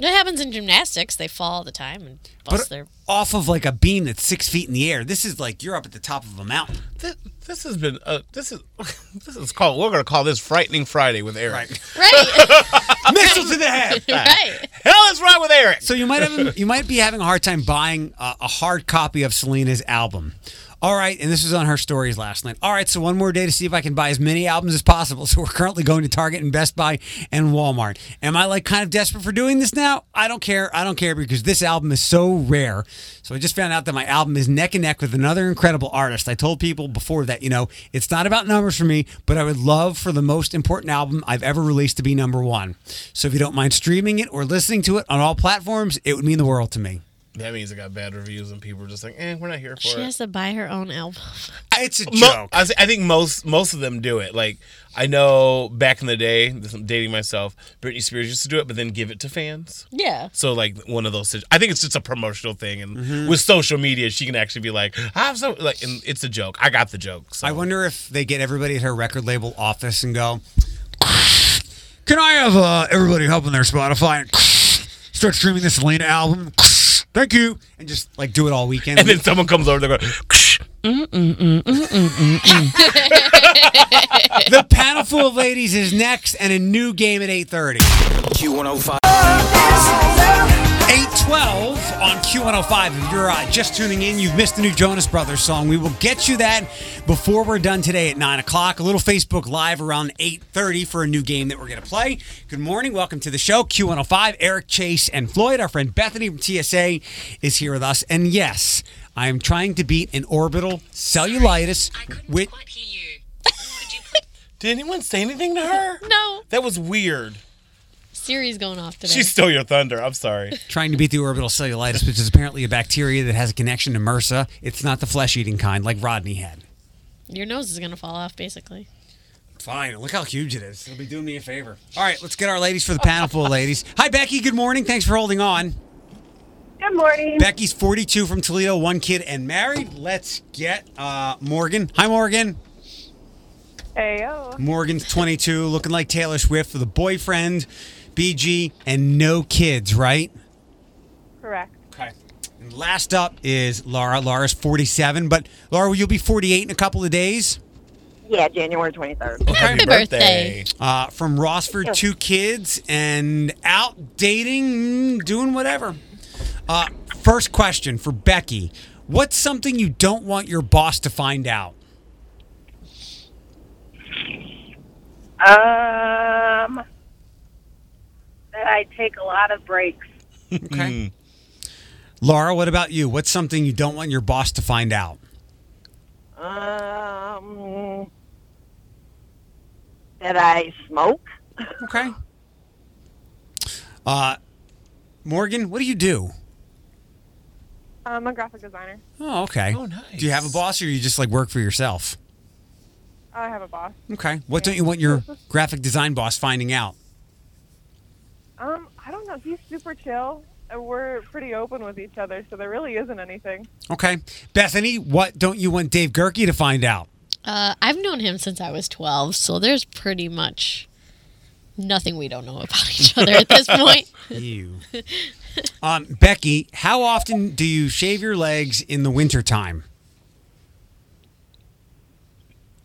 [SPEAKER 3] That happens in gymnastics. They fall all the time and bust
[SPEAKER 1] But
[SPEAKER 3] their
[SPEAKER 1] off of like a beam that's six feet in the air. This is like you're up at the top of a mountain.
[SPEAKER 2] This, this has been uh, this is this is called we're gonna call this frightening Friday with Eric.
[SPEAKER 1] Right.
[SPEAKER 3] Right.
[SPEAKER 1] Missile to the head.
[SPEAKER 3] right.
[SPEAKER 2] Hell is wrong with Eric.
[SPEAKER 1] So you might have you might be having a hard time buying a, a hard copy of Selena's album. All right, and this was on her stories last night. All right, so one more day to see if I can buy as many albums as possible. So we're currently going to Target and Best Buy and Walmart. Am I like kind of desperate for doing this now? I don't care. I don't care because this album is so rare. So I just found out that my album is neck and neck with another incredible artist. I told people before that, you know, it's not about numbers for me, but I would love for the most important album I've ever released to be number one. So if you don't mind streaming it or listening to it on all platforms, it would mean the world to me.
[SPEAKER 2] That means it got bad reviews and people were just like, eh, we're not here for
[SPEAKER 3] She
[SPEAKER 2] it.
[SPEAKER 3] has to buy her own album.
[SPEAKER 1] It's a
[SPEAKER 2] Mo-
[SPEAKER 1] joke.
[SPEAKER 2] I, was- I think most most of them do it. Like I know back in the day, this, I'm dating myself. Britney Spears used to do it, but then give it to fans.
[SPEAKER 3] Yeah.
[SPEAKER 2] So like one of those. situ- I think it's just a promotional thing, and with social media, she can actually be like, I have so like, and it's a joke. I got the joke. So.
[SPEAKER 1] I wonder if they get everybody at her record label office and go, Can I have uh, everybody helping their Spotify and start streaming this Selena album? Thank you. And just like do it all weekend.
[SPEAKER 2] and then someone comes over, they're going,
[SPEAKER 1] the panel full of ladies is next and a new game at 8.30.
[SPEAKER 4] Q105.
[SPEAKER 1] 812 on Q105. If you're uh, just tuning in, you've missed the new Jonas Brothers song. We will get you that before we're done today at 9 o'clock. A little Facebook Live around 8.30 for a new game that we're going to play. Good morning. Welcome to the show. Q105, Eric, Chase, and Floyd. Our friend Bethany from TSA is here with us. And yes, I am trying to beat an orbital cellulitis. With,
[SPEAKER 2] "Did anyone say anything to her?
[SPEAKER 3] No.
[SPEAKER 2] That was weird."
[SPEAKER 3] Siri's going off today.
[SPEAKER 2] She stole your thunder. I'm sorry.
[SPEAKER 1] trying to beat the orbital cellulitis, which is apparently a bacteria that has a connection to MRSA. It's not the flesh-eating kind like Rodney had.
[SPEAKER 3] Your nose is gonna fall off, basically.
[SPEAKER 1] Fine. Look how huge it is. It'll be doing me a favor. All right, let's get our ladies for the panel full of ladies. Hi, Becky. Good morning. Thanks for holding on.
[SPEAKER 11] Good morning.
[SPEAKER 1] Becky's 42 from Toledo, one kid and married. Let's get uh, Morgan. Hi, Morgan.
[SPEAKER 11] Ayo.
[SPEAKER 1] Morgan's 22, looking like Taylor Swift with a boyfriend, BG, and no kids, right?
[SPEAKER 11] Correct.
[SPEAKER 1] Okay. Last up is Laura. Laura's 47, but Laura, you'll be 48 in a couple of days.
[SPEAKER 11] Yeah, January 23rd.
[SPEAKER 1] Happy Uh, from Rossford,
[SPEAKER 11] Thank you.
[SPEAKER 1] two kids, and out dating, mm, doing whatever. Uh, first question for Becky What's something you don't want your boss to find out?
[SPEAKER 11] Um, that I take a lot of breaks.
[SPEAKER 1] Okay. Laura, what about you? What's something you don't want your boss to find out?
[SPEAKER 11] Um, that I smoke.
[SPEAKER 1] Okay. Uh, Morgan, what do you do?
[SPEAKER 13] I'm a graphic designer.
[SPEAKER 1] Oh, okay. Do you have a boss or you just like work for yourself?
[SPEAKER 13] I have a boss.
[SPEAKER 1] Okay. What don't you want your graphic design boss finding out?
[SPEAKER 13] Um, I don't know. He's super chill. and We're pretty open with each other, so there really isn't anything.
[SPEAKER 1] Okay. Bethany, what don't you want Dave Gerke to find out?
[SPEAKER 3] Uh, I've known him since I was 12, so there's pretty much nothing we don't know about each other at this point.
[SPEAKER 1] you. Um, Becky, how often do you shave your legs in the wintertime?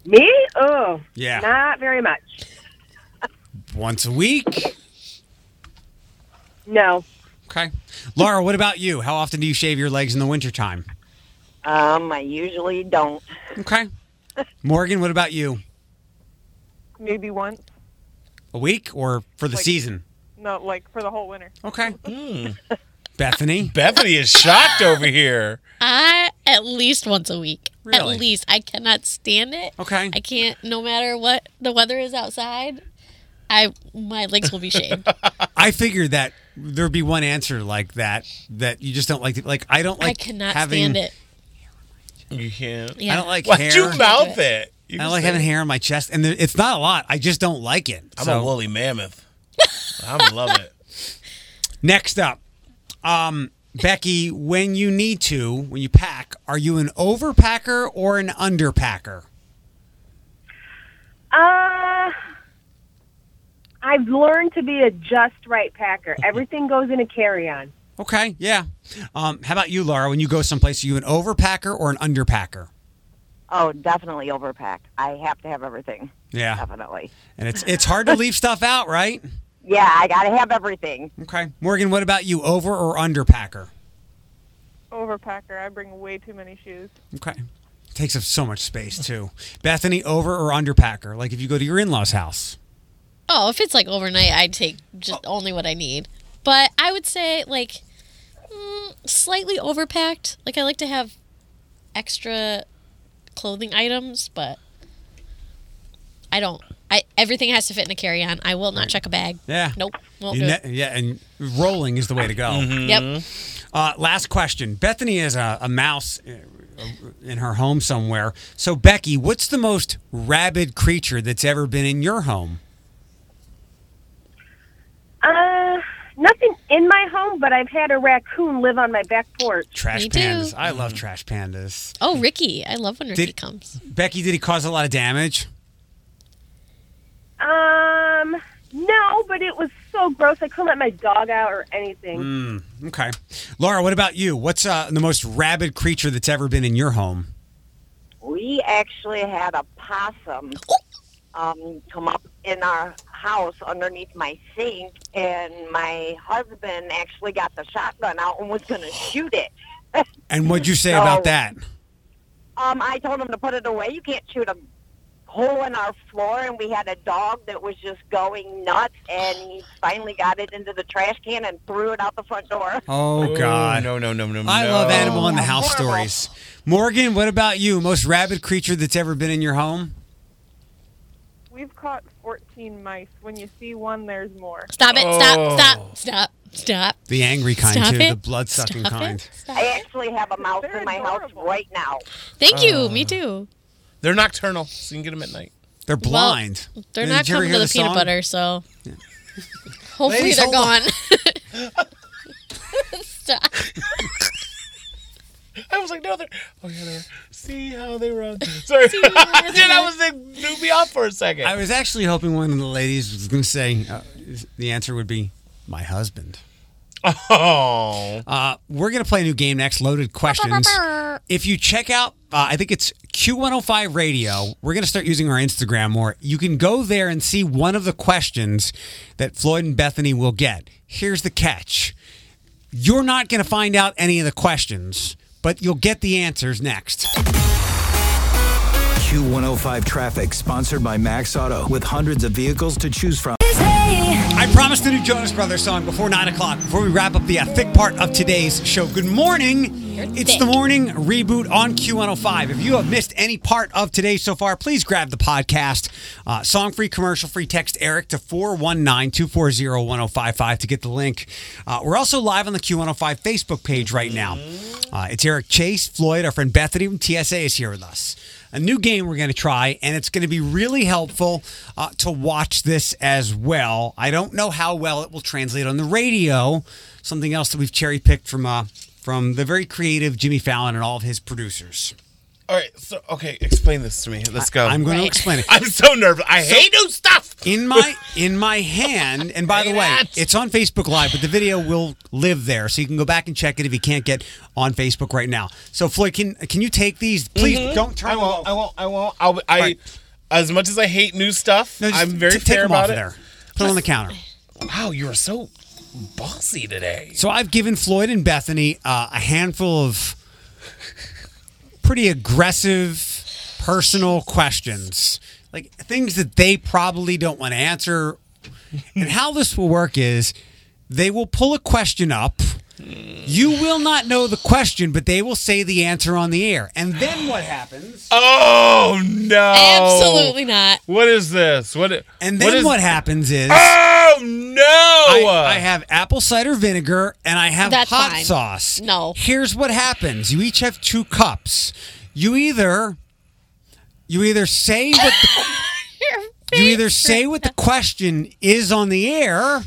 [SPEAKER 11] Me? Oh,
[SPEAKER 1] Yeah.
[SPEAKER 11] Not very much.
[SPEAKER 1] Once a week.
[SPEAKER 11] No.
[SPEAKER 1] Okay. Laura, what about you? How often do you shave your legs in the wintertime?
[SPEAKER 11] Um, I usually don't.
[SPEAKER 1] Okay. Morgan, what about you?
[SPEAKER 13] Maybe once,
[SPEAKER 1] A week or for the
[SPEAKER 13] Like-
[SPEAKER 1] season?
[SPEAKER 13] not like for the whole winter.
[SPEAKER 1] Okay. Bethany?
[SPEAKER 2] Bethany is shocked over here.
[SPEAKER 3] I at least once a week.
[SPEAKER 2] Really?
[SPEAKER 3] At least I cannot stand it.
[SPEAKER 2] Okay.
[SPEAKER 3] I can't. No matter what the weather is outside, I my legs will be shaved.
[SPEAKER 1] I figured that there'd be one answer like that that you just don't like. To, like I don't like
[SPEAKER 3] I cannot
[SPEAKER 1] having.
[SPEAKER 3] stand it.
[SPEAKER 2] You can't.
[SPEAKER 1] I don't like
[SPEAKER 2] Why'd
[SPEAKER 1] hair.
[SPEAKER 2] you mouth it? You
[SPEAKER 1] I
[SPEAKER 2] can
[SPEAKER 1] don't like
[SPEAKER 2] say
[SPEAKER 1] having
[SPEAKER 2] it.
[SPEAKER 1] hair on my chest, and there, it's not a lot. I just don't like it.
[SPEAKER 2] I'm
[SPEAKER 1] So-
[SPEAKER 2] a woolly mammoth. I love it.
[SPEAKER 1] Next up, um, Becky, when you need to, when you pack, are you an overpacker or an underpacker?
[SPEAKER 11] Uh, I've learned to be a just right packer. Everything goes in a carry on.
[SPEAKER 1] Okay, yeah. Um, how about you, Laura? When you go someplace, are you an overpacker or an underpacker?
[SPEAKER 14] Oh, definitely overpack. I have to have everything.
[SPEAKER 1] Yeah,
[SPEAKER 14] definitely.
[SPEAKER 1] And it's it's hard to leave stuff out, right?
[SPEAKER 14] Yeah, I gotta have everything.
[SPEAKER 1] Okay, Morgan, what about you? Over or underpacker?
[SPEAKER 13] Overpacker. I bring way too many shoes.
[SPEAKER 1] Okay. Takes up so much space too. Bethany, over or underpacker? Like if you go to your in-laws' house.
[SPEAKER 3] Oh, if it's like overnight, I take just
[SPEAKER 1] Oh.
[SPEAKER 3] only what I need. But I would say like mm, slightly overpacked. Like I like to have extra clothing items, but I don't. I everything has to fit in a carry-on. I will not check a bag.
[SPEAKER 1] Yeah.
[SPEAKER 3] Nope. Won't
[SPEAKER 1] You
[SPEAKER 3] do
[SPEAKER 1] ne-
[SPEAKER 3] it.
[SPEAKER 1] yeah, and rolling is the way to go.
[SPEAKER 2] Mm-hmm.
[SPEAKER 3] Yep.
[SPEAKER 1] Uh, last question. Bethany is a, a mouse uh, in her home somewhere. So Becky, what's the most rabid creature that's ever been in your home?
[SPEAKER 11] Uh, nothing in my home, but I've had a raccoon live on my back porch.
[SPEAKER 1] Trash pandas. I
[SPEAKER 2] Mm-hmm.
[SPEAKER 1] love trash pandas.
[SPEAKER 3] Oh, Ricky! I love when Ricky comes.
[SPEAKER 1] Becky, did he cause a lot of damage?
[SPEAKER 11] Um, no, but it was so gross. I couldn't let my dog out or anything.
[SPEAKER 1] Mm, okay. Laura, what about you? What's uh, the most rabid creature that's ever been in your home?
[SPEAKER 14] We actually had a possum um, come up in our house underneath my sink, and my husband actually got the shotgun out and was gonna shoot it.
[SPEAKER 1] And what'd you say about that?
[SPEAKER 14] Um, I told him to put it away. You can't shoot a hole in our floor, and we had a dog that was just going nuts, and he finally got it into the trash can and threw it out the front door.
[SPEAKER 1] Oh God!
[SPEAKER 2] No, no, no, no.
[SPEAKER 1] I
[SPEAKER 2] no.
[SPEAKER 1] love animal in the house stories. Morgan, what about you? Most rabid creature that's ever been in your home?
[SPEAKER 13] We've caught 14 mice. When you see one, there's more.
[SPEAKER 3] Stop it!
[SPEAKER 1] Oh.
[SPEAKER 3] Stop! Stop! Stop! Stop!
[SPEAKER 1] The angry kind
[SPEAKER 3] Stop
[SPEAKER 1] too,
[SPEAKER 3] it.
[SPEAKER 1] the blood sucking
[SPEAKER 3] Stop it.
[SPEAKER 1] kind.
[SPEAKER 14] I actually have a mouse in my house right now.
[SPEAKER 3] Thank you.
[SPEAKER 2] Uh,
[SPEAKER 3] Me too.
[SPEAKER 2] They're nocturnal, so you can get them at night.
[SPEAKER 1] They're
[SPEAKER 3] Well,
[SPEAKER 1] blind.
[SPEAKER 3] they're
[SPEAKER 1] Did
[SPEAKER 3] not
[SPEAKER 1] you ever
[SPEAKER 3] coming
[SPEAKER 1] hear
[SPEAKER 3] to the,
[SPEAKER 1] the
[SPEAKER 3] peanut
[SPEAKER 1] song?
[SPEAKER 3] butter, so hopefully
[SPEAKER 1] Ladies,
[SPEAKER 3] they're
[SPEAKER 1] hold on.
[SPEAKER 3] gone. Stop.
[SPEAKER 2] I was like, no, they're. Oh yeah, they're. See how they run. Sorry, dude, I was like, threw me off for a second.
[SPEAKER 1] I was actually hoping one of the ladies was going to say uh, the answer would be my husband.
[SPEAKER 2] Oh.
[SPEAKER 1] Uh, we're going to play a new game next, Loaded Questions. If you check out, uh, I think it's Q105 Radio, we're going to start using our Instagram more. You can go there and see one of the questions that Floyd and Bethany will get. Here's the catch you're not going to find out any of the questions, but you'll get the answers next.
[SPEAKER 4] Q105 traffic sponsored by Max Auto with hundreds of vehicles to choose from.
[SPEAKER 1] I promised a new Jonas Brothers song before 9 o'clock, before we wrap up the uh, thick part of today's show. Good morning. it's the morning reboot on Q105. If you have missed any part of today so far, please grab the podcast. Uh, song free, commercial free, text Eric to 419 240 1055 to get the link. Uh, we're also live on the Q105 Facebook page right now. Uh, it's Eric Chase, Floyd, our friend Bethany from TSA is here with us. A new game we're going to try, and it's going to be really helpful uh, to watch this as well. I don't know how well it will translate on the radio. Something else that we've cherry picked from uh, from the very creative Jimmy Fallon and all of his producers.
[SPEAKER 2] All right. So, okay, explain this to me. Let's go.
[SPEAKER 1] I'm going to explain it.
[SPEAKER 2] I'm so nervous. I
[SPEAKER 1] So-
[SPEAKER 2] hate new stuff.
[SPEAKER 1] in my in my hand. And by the way, it's on Facebook Live, but the video will live there, so you can go back and check it if you can't get on Facebook right now. So Floyd, can can you take these? Please don't turn.
[SPEAKER 2] I won't. I won't. I won't. I'll, I, as much as I hate new stuff,
[SPEAKER 1] No, just
[SPEAKER 2] I'm very
[SPEAKER 1] t- take
[SPEAKER 2] fair
[SPEAKER 1] them
[SPEAKER 2] about
[SPEAKER 1] off
[SPEAKER 2] it.
[SPEAKER 1] of there. Put them on the counter.
[SPEAKER 2] Wow, you are so bossy today.
[SPEAKER 1] So I've given Floyd and Bethany uh, a handful of pretty aggressive personal questions, like things that they probably don't want to answer. And how this will work is they will pull a question up. You will not know the question, but they will say the answer on the air. And then what happens?
[SPEAKER 2] Oh no!
[SPEAKER 1] Absolutely
[SPEAKER 3] not.
[SPEAKER 2] What is this? What?
[SPEAKER 1] And then what,
[SPEAKER 2] is-
[SPEAKER 1] happens is
[SPEAKER 2] Oh no! uh,
[SPEAKER 1] I, I have apple cider vinegar and I have
[SPEAKER 3] That's
[SPEAKER 1] hot
[SPEAKER 3] fine.
[SPEAKER 1] sauce.
[SPEAKER 3] No.
[SPEAKER 1] Here's what happens. You each have two cups. You either you either say what the, you either say what the question is on the air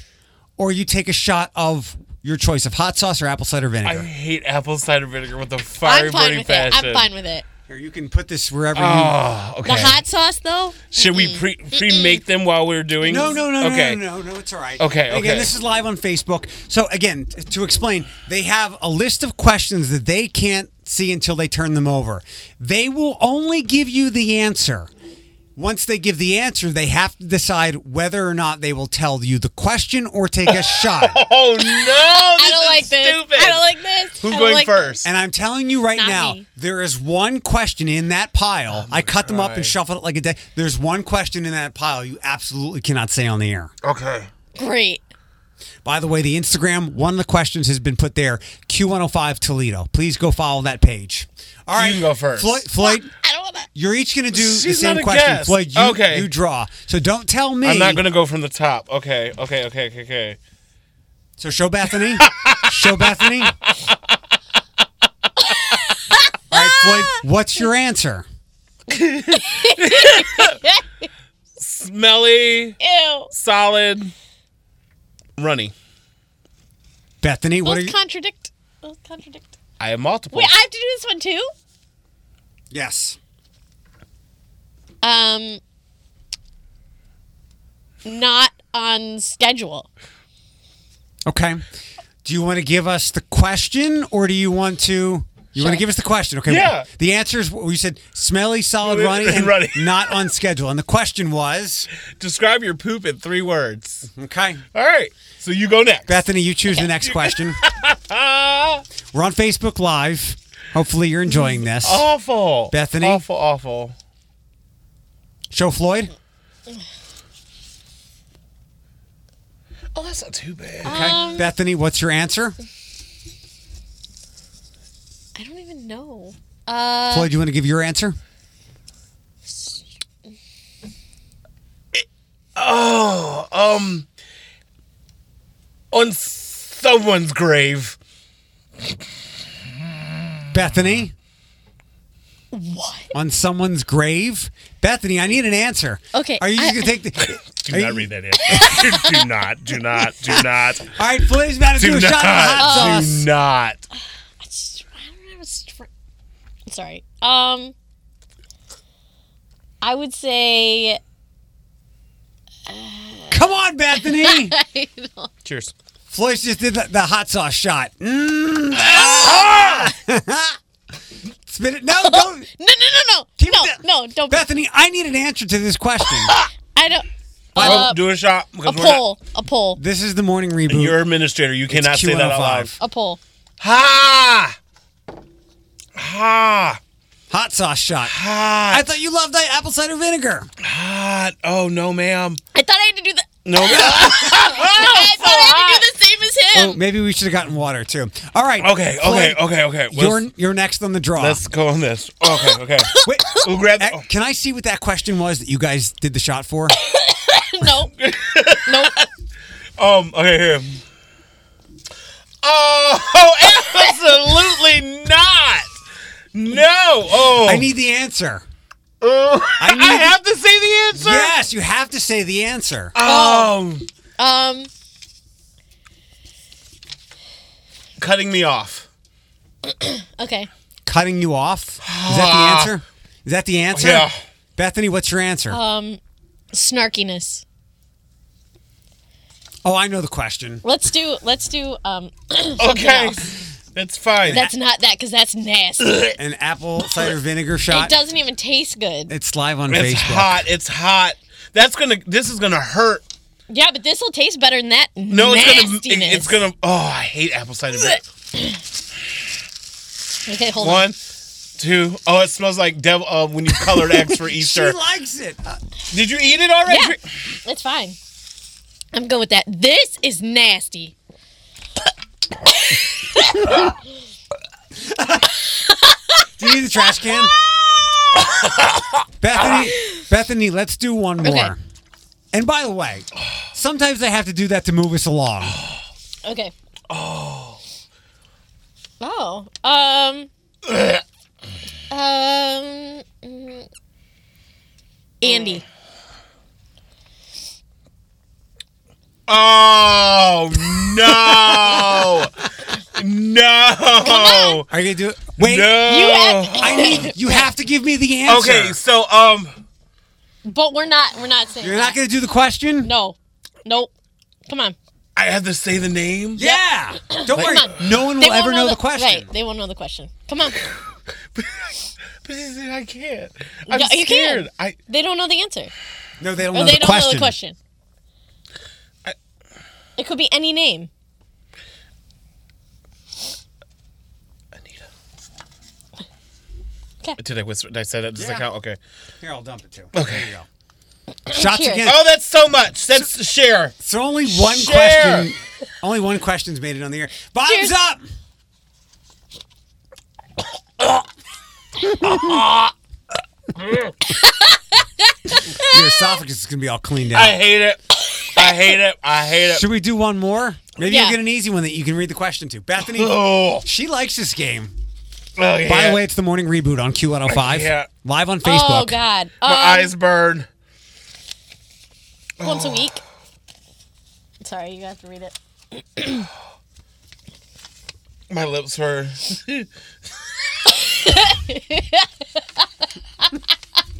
[SPEAKER 1] or you take a shot of your choice of hot sauce or apple cider
[SPEAKER 2] I
[SPEAKER 1] vinegar.
[SPEAKER 2] hate apple cider vinegar with a
[SPEAKER 1] Oh,
[SPEAKER 2] fiery burning
[SPEAKER 3] I'm fine with
[SPEAKER 2] passion.
[SPEAKER 3] it. I'm fine with it.
[SPEAKER 1] Here, you can put this wherever
[SPEAKER 2] Oh,
[SPEAKER 1] you
[SPEAKER 2] okay.
[SPEAKER 3] The hot sauce, though.
[SPEAKER 2] Should we pre pre make them while we're doing?
[SPEAKER 1] No, no, no, no,
[SPEAKER 2] okay.
[SPEAKER 1] no, no, no, it's all right.
[SPEAKER 2] Okay, okay.
[SPEAKER 1] Again, this is live on Facebook. So again, t- to explain, they have a list of questions that they can't see until they turn them over. They will only give you the answer. Once they give the answer, they have to decide whether or not they will tell you the question or take a shot.
[SPEAKER 2] Oh no!
[SPEAKER 3] I don't like this. I don't like this. I don't like this.
[SPEAKER 1] And I'm telling you right
[SPEAKER 3] Not
[SPEAKER 1] now,
[SPEAKER 3] me.
[SPEAKER 1] there is one question in that
[SPEAKER 2] Oh,
[SPEAKER 1] pile. I cut them up and shuffled it like a deck. There's one question in that pile you absolutely cannot say on the air.
[SPEAKER 2] Okay.
[SPEAKER 3] Great.
[SPEAKER 1] By the way, the Instagram, one of the questions has been put there Q105 Toledo. Please go follow that page. All right. You can go
[SPEAKER 2] first.
[SPEAKER 1] Floyd, Floyd you're each going to do the
[SPEAKER 2] She's
[SPEAKER 1] same
[SPEAKER 2] not a
[SPEAKER 1] question.
[SPEAKER 2] guest.
[SPEAKER 1] Floyd, you,
[SPEAKER 2] Okay.
[SPEAKER 1] you draw. So don't tell me.
[SPEAKER 2] I'm not gonna go from the top. Okay, okay, okay, okay, okay.
[SPEAKER 1] So show Bethany. show Bethany. All right, Floyd, what's your answer?
[SPEAKER 2] Smelly,
[SPEAKER 3] Ew.
[SPEAKER 2] solid, runny.
[SPEAKER 1] Bethany, what are
[SPEAKER 3] Both
[SPEAKER 1] you? Oh.
[SPEAKER 3] contradict. Both contradict.
[SPEAKER 2] I have multiple.
[SPEAKER 3] Wait, I have to do this one too.
[SPEAKER 1] Yes.
[SPEAKER 3] Um, not on schedule.
[SPEAKER 1] Okay. Do you want to give us the question or do you want to? You want to give us the question, okay?
[SPEAKER 2] Yeah.
[SPEAKER 1] The answer is you said smelly, solid, runny, and
[SPEAKER 2] Runny.
[SPEAKER 1] not on schedule. And the question was
[SPEAKER 2] Describe your poop in three words.
[SPEAKER 1] Okay.
[SPEAKER 2] All right. So you go next.
[SPEAKER 1] Bethany, you choose the next question. We're on Facebook Live. Hopefully you're enjoying this.
[SPEAKER 2] Oh. Awful.
[SPEAKER 1] Bethany?
[SPEAKER 2] Awful, awful.
[SPEAKER 1] Show Floyd.
[SPEAKER 2] Oh, that's not too bad.
[SPEAKER 1] Okay.
[SPEAKER 3] Um,
[SPEAKER 1] Bethany, what's your answer?
[SPEAKER 3] I don't even know. Uh,
[SPEAKER 1] Floyd, you want to give your answer?
[SPEAKER 2] Oh, um, on someone's grave.
[SPEAKER 1] Bethany?
[SPEAKER 3] What?
[SPEAKER 1] On someone's grave? Bethany, I need an answer.
[SPEAKER 3] Okay,
[SPEAKER 1] Are you
[SPEAKER 3] I-
[SPEAKER 1] just going to take the.
[SPEAKER 2] Do
[SPEAKER 1] Are
[SPEAKER 2] not
[SPEAKER 1] you-
[SPEAKER 2] read that in. do not. Do not. Do not.
[SPEAKER 1] All right, Floyd's about to do, a shot of the hot
[SPEAKER 2] do
[SPEAKER 1] sauce.
[SPEAKER 2] not.
[SPEAKER 3] I just- I don't have a str- Sorry. Um, I would say.
[SPEAKER 1] Come on, Bethany.
[SPEAKER 3] I don't-
[SPEAKER 2] Cheers.
[SPEAKER 1] Floyd just did the, the hot sauce shot. Mm.
[SPEAKER 2] Ah!
[SPEAKER 1] Spit it. No, don't. no,
[SPEAKER 3] no, no, no. no, no, don't.
[SPEAKER 1] Bethany, I need an answer to this question.
[SPEAKER 3] I don't.
[SPEAKER 2] Oh,
[SPEAKER 3] Uh,
[SPEAKER 2] do a shot.
[SPEAKER 3] a
[SPEAKER 2] because we're not-
[SPEAKER 3] poll. A poll.
[SPEAKER 1] This is the morning reboot.
[SPEAKER 2] You're administrator. You cannot say
[SPEAKER 1] oh
[SPEAKER 2] that out loud.
[SPEAKER 3] A poll.
[SPEAKER 2] Ha! Ha!
[SPEAKER 1] Hot sauce shot.
[SPEAKER 2] Hot.
[SPEAKER 1] I thought you loved that apple cider vinegar.
[SPEAKER 2] Hot. Oh no, ma'am.
[SPEAKER 3] I thought I had to do the.
[SPEAKER 2] No, ma'am.
[SPEAKER 3] no, I thought I had to do the same as him.
[SPEAKER 1] Oh, maybe we should have gotten water too. All right.
[SPEAKER 2] Okay, okay, okay, okay. Let's-
[SPEAKER 1] You're you're next on the draw.
[SPEAKER 2] Let's go on this. Okay, okay.
[SPEAKER 1] Wait,
[SPEAKER 2] we'll grab.
[SPEAKER 1] Uh, Can I see what that question was that you guys did the shot for?
[SPEAKER 2] Oh.
[SPEAKER 3] no. nope.
[SPEAKER 2] Um. Okay. Here. Oh, absolutely not. No. Oh.
[SPEAKER 1] I need the answer.
[SPEAKER 2] Oh.
[SPEAKER 1] I
[SPEAKER 2] I,
[SPEAKER 1] need-
[SPEAKER 2] have to say the answer.
[SPEAKER 1] Yes, you have to say the answer.
[SPEAKER 2] Um.
[SPEAKER 3] Um.
[SPEAKER 2] Cutting me off.
[SPEAKER 3] Okay.
[SPEAKER 1] Cutting you off? Is that the answer? Is that the answer?
[SPEAKER 2] uh, Yeah.
[SPEAKER 1] Bethany, what's your answer?
[SPEAKER 3] Um, snarkiness.
[SPEAKER 1] oh, I know the question.
[SPEAKER 3] Let's do. Let's do. Um. something
[SPEAKER 2] Okay.
[SPEAKER 3] else.
[SPEAKER 2] That's fine.
[SPEAKER 3] That's not that because that's nasty. it
[SPEAKER 1] An apple cider vinegar shot.
[SPEAKER 3] doesn't even taste good.
[SPEAKER 1] It's live on
[SPEAKER 2] It's
[SPEAKER 1] Facebook.
[SPEAKER 2] hot. It's hot. That's gonna. This is gonna hurt.
[SPEAKER 3] Yeah, but this will taste better than that.
[SPEAKER 2] No, it's gonna.
[SPEAKER 3] nastiness.
[SPEAKER 2] It's gonna. Oh, I hate apple cider vinegar.
[SPEAKER 3] Okay, hold on.
[SPEAKER 2] One, two. Oh, it smells like devil. Uh, when you colored eggs for Easter.
[SPEAKER 1] She likes it. Uh,
[SPEAKER 2] Did you eat it already?
[SPEAKER 3] Yeah, it's fine. I'm good with that. This is nasty.
[SPEAKER 1] do you need the trash can? Bethany, Bethany, let's do one more.
[SPEAKER 3] Okay.
[SPEAKER 1] And by the way, sometimes I have to do that to move us along.
[SPEAKER 3] Okay. Oh. Oh. Um.
[SPEAKER 1] Oh.
[SPEAKER 3] um. mm, Andy.
[SPEAKER 2] Oh no! no!
[SPEAKER 1] Are you gonna do it? Wait,
[SPEAKER 2] No!
[SPEAKER 1] Oh. I need you have to give me the answer.
[SPEAKER 2] okay, so um,
[SPEAKER 3] But we're not. We're not saying.
[SPEAKER 1] You're not
[SPEAKER 3] that.
[SPEAKER 1] gonna do the question?
[SPEAKER 3] No. Nope. Come on.
[SPEAKER 2] I have to say the name.
[SPEAKER 1] Yeah. Don't
[SPEAKER 3] Come
[SPEAKER 1] worry.
[SPEAKER 3] on.
[SPEAKER 1] No one
[SPEAKER 3] They
[SPEAKER 1] will
[SPEAKER 3] won't
[SPEAKER 1] ever know, the question.
[SPEAKER 3] Right. They won't know the question. Come on.
[SPEAKER 2] But I can't. I'm
[SPEAKER 3] Yeah, you can.
[SPEAKER 2] scared. I
[SPEAKER 3] They don't know the answer.
[SPEAKER 1] No, they don't,
[SPEAKER 3] Or
[SPEAKER 1] know,
[SPEAKER 3] Oh, they
[SPEAKER 1] the
[SPEAKER 3] don't
[SPEAKER 1] question.
[SPEAKER 3] know the question. it could be any name.
[SPEAKER 2] did. I whisper. Did I say that? Does that
[SPEAKER 1] Yeah.
[SPEAKER 2] count? Okay.
[SPEAKER 1] Here, I'll dump it too.
[SPEAKER 2] Okay.
[SPEAKER 1] There you go. Shots
[SPEAKER 3] Cheers.
[SPEAKER 1] again.
[SPEAKER 2] Oh, that's so much. That's the share.
[SPEAKER 1] So only one
[SPEAKER 2] Share.
[SPEAKER 1] question. Only one question's made it on the air. Bottoms
[SPEAKER 3] Cheers.
[SPEAKER 1] up. Your esophagus is gonna be all cleaned
[SPEAKER 2] I
[SPEAKER 1] out.
[SPEAKER 2] hate it. I hate it. I hate it.
[SPEAKER 1] Should we do one more? Maybe
[SPEAKER 3] Yeah.
[SPEAKER 1] you'll get an easy one that you can read the question to. Bethany,
[SPEAKER 2] Oh,
[SPEAKER 1] she likes this game.
[SPEAKER 2] oh, yeah.
[SPEAKER 1] By the way, it's the morning reboot on Q105.
[SPEAKER 2] Yeah.
[SPEAKER 1] Live on
[SPEAKER 3] Oh
[SPEAKER 1] Facebook.
[SPEAKER 3] God. Um,
[SPEAKER 2] my eyes burn.
[SPEAKER 3] Once a week. Sorry, you have to read it.
[SPEAKER 2] My lips hurt.
[SPEAKER 1] I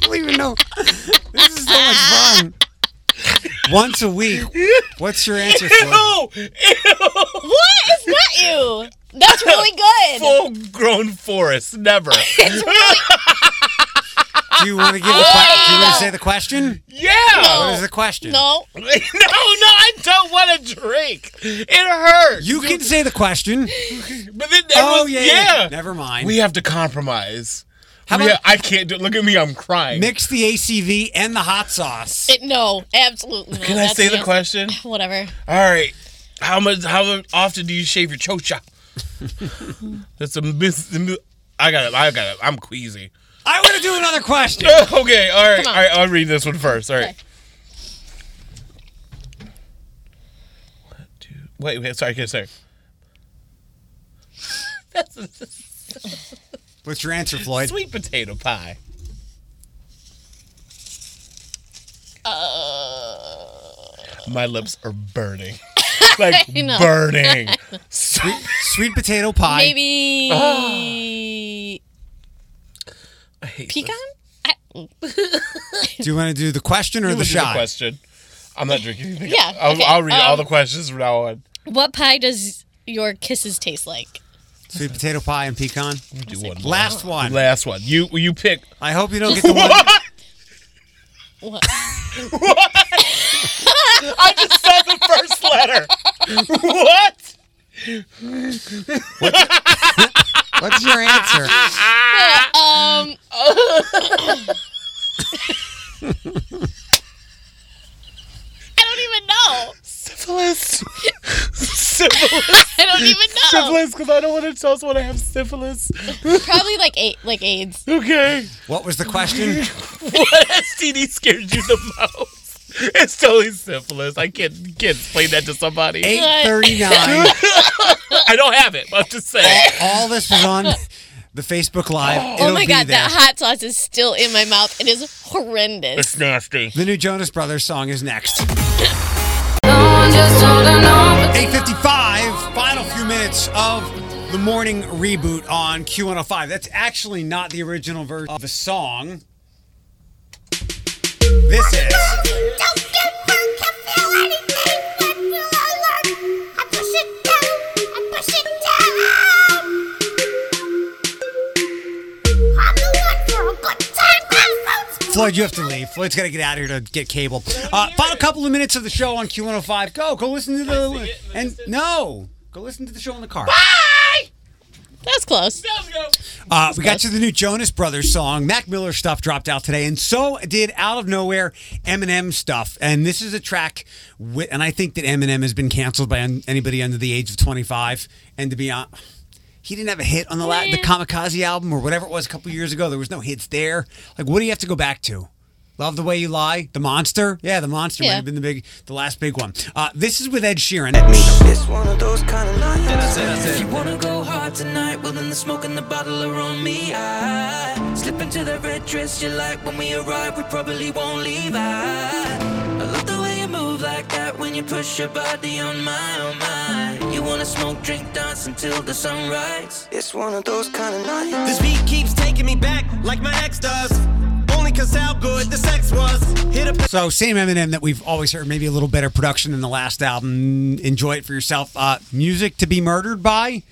[SPEAKER 1] don't even know. this is so much fun. Once a week. What's your answer for?
[SPEAKER 2] Ew! Ew!
[SPEAKER 3] What? It's not you. That's really good.
[SPEAKER 2] Full grown forest. Never.
[SPEAKER 1] Do you want to give the que- Do you want to say the question?
[SPEAKER 2] yeah.
[SPEAKER 3] No.
[SPEAKER 1] What is the question?
[SPEAKER 3] No.
[SPEAKER 2] no, no, I don't want to drink. It hurts.
[SPEAKER 1] You can say the question.
[SPEAKER 2] but then
[SPEAKER 1] Oh
[SPEAKER 2] everyone's-
[SPEAKER 1] yeah, yeah. Never mind.
[SPEAKER 2] We have to compromise.
[SPEAKER 1] How
[SPEAKER 2] We
[SPEAKER 1] about-
[SPEAKER 2] ha- I can't do it. Look at me, I'm crying.
[SPEAKER 3] Oh,
[SPEAKER 1] Mix the ACV and the hot sauce.
[SPEAKER 3] It, no. Absolutely. not.
[SPEAKER 2] can I
[SPEAKER 3] That's
[SPEAKER 2] say the
[SPEAKER 3] answer.
[SPEAKER 2] question?
[SPEAKER 3] Whatever.
[SPEAKER 2] All right. How much? How often do you shave your chocha? That's a miss. the mi- I got it. I got it. I'm queasy.
[SPEAKER 1] I want to do another question.
[SPEAKER 2] okay. All right. All
[SPEAKER 3] Come on.
[SPEAKER 2] right. I'll read this one first. All right.
[SPEAKER 3] Okay.
[SPEAKER 2] One, two- Wait, wait, sorry, okay, sorry.
[SPEAKER 1] What's your answer, Floyd?
[SPEAKER 2] Sweet potato pie.
[SPEAKER 3] Uh.
[SPEAKER 2] My lips are burning. like
[SPEAKER 3] know.
[SPEAKER 2] burning. Sweet.
[SPEAKER 1] Sweet potato pie.
[SPEAKER 3] Maybe.
[SPEAKER 2] I hate this.
[SPEAKER 3] Pecan. I,
[SPEAKER 1] Do you want to do the question or
[SPEAKER 2] You
[SPEAKER 1] the
[SPEAKER 2] listen to
[SPEAKER 1] shot?
[SPEAKER 2] question. I'm not drinking anything.
[SPEAKER 3] Yeah,
[SPEAKER 2] I'll,
[SPEAKER 3] okay,
[SPEAKER 2] I'll read all
[SPEAKER 3] um,
[SPEAKER 2] the questions from now on.
[SPEAKER 3] What pie does your kisses taste like?
[SPEAKER 1] Sweet potato pie and pecan.
[SPEAKER 2] do one more.
[SPEAKER 1] Last one.
[SPEAKER 2] Last one. You you pick.
[SPEAKER 1] I hope you don't get the one.
[SPEAKER 3] What?
[SPEAKER 2] I just saw the first letter. What?
[SPEAKER 1] What's your answer?
[SPEAKER 3] um. I don't even know.
[SPEAKER 2] Syphilis. syphilis.
[SPEAKER 3] I don't even know.
[SPEAKER 2] Syphilis, because I don't want to tell someone I have syphilis.
[SPEAKER 3] Probably like a- like AIDS.
[SPEAKER 2] Okay.
[SPEAKER 1] What was the question?
[SPEAKER 2] what STD scared you the most? It's totally syphilis. I can't can't explain that to somebody.
[SPEAKER 1] 839.
[SPEAKER 2] I don't have it. but I'm just saying.
[SPEAKER 1] All this was on the Facebook Live.
[SPEAKER 3] Oh
[SPEAKER 1] It'll
[SPEAKER 3] my
[SPEAKER 1] be
[SPEAKER 3] god,
[SPEAKER 1] there.
[SPEAKER 3] that hot sauce is still in my mouth. It is horrendous.
[SPEAKER 2] nasty.
[SPEAKER 1] The new Jonas Brothers song is next.
[SPEAKER 5] just holding on.
[SPEAKER 1] 855, final few minutes of the morning reboot on Q105. That's actually not the original version of the song. This is. Floyd, you have to leave. Floyd's got to get out of here to get cable. Uh, final couple of minutes of the show on Q105. Go, go listen to the. And no, go listen to the show in the car.
[SPEAKER 3] That was close.
[SPEAKER 1] Uh, we got you the new Jonas Brothers song. Mac Miller stuff dropped out today, and so did out of nowhere Eminem stuff. And this is a track, with, and I think that Eminem has been canceled by un- anybody under the age of 25. And to be honest, he didn't have a hit on the la- the Kamikaze album or whatever it was a couple years ago. There was no hits there. Like, what do you have to go back to? Love the way you lie, the monster. Yeah, the monster might
[SPEAKER 3] Yeah.
[SPEAKER 1] have been the big, the last big one. Uh, this is with Ed Sheeran.
[SPEAKER 5] It's one of those kind of liars. If you wanna go hard tonight, well then the smoke and the bottle are on me. I slip into the red dress you like. When we arrive, we probably won't leave. I, I love the way you move like that when you push your body on my on mine. You wanna smoke, drink, dance until the sunrise. It's one of those kind of nights.
[SPEAKER 6] This beat keeps taking me back like my ex does. Only cause how good the sex was. Hit a
[SPEAKER 1] So same Eminem that we've always heard, maybe a little better production than the last album. Enjoy it for yourself. Uh, Music to be murdered by,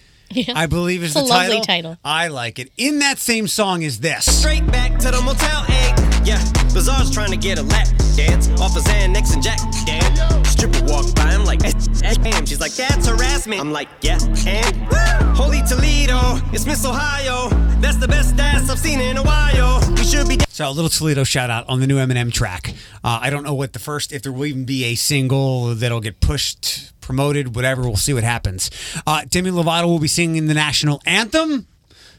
[SPEAKER 1] I believe is
[SPEAKER 6] It's
[SPEAKER 1] the
[SPEAKER 6] a lovely title.
[SPEAKER 1] I like it. In that same song is this.
[SPEAKER 6] Straight back to the motel, egg. Yeah, Bazaar's trying to get a lap dance. Off of Xanax and Jack, damn. Stripper walk by, I'm like, eh, eh, damn. She's like, that's harassment. I'm like, yeah, and holy Toledo, it's Miss Ohio. That's the best ass I've seen in a while. We should be.
[SPEAKER 1] So a little Toledo shout out on the new Eminem track. Uh, I don't know what the first, if there will even be a single that'll get pushed, promoted, whatever. We'll see what happens. Uh, Demi Lovato will be singing the national anthem.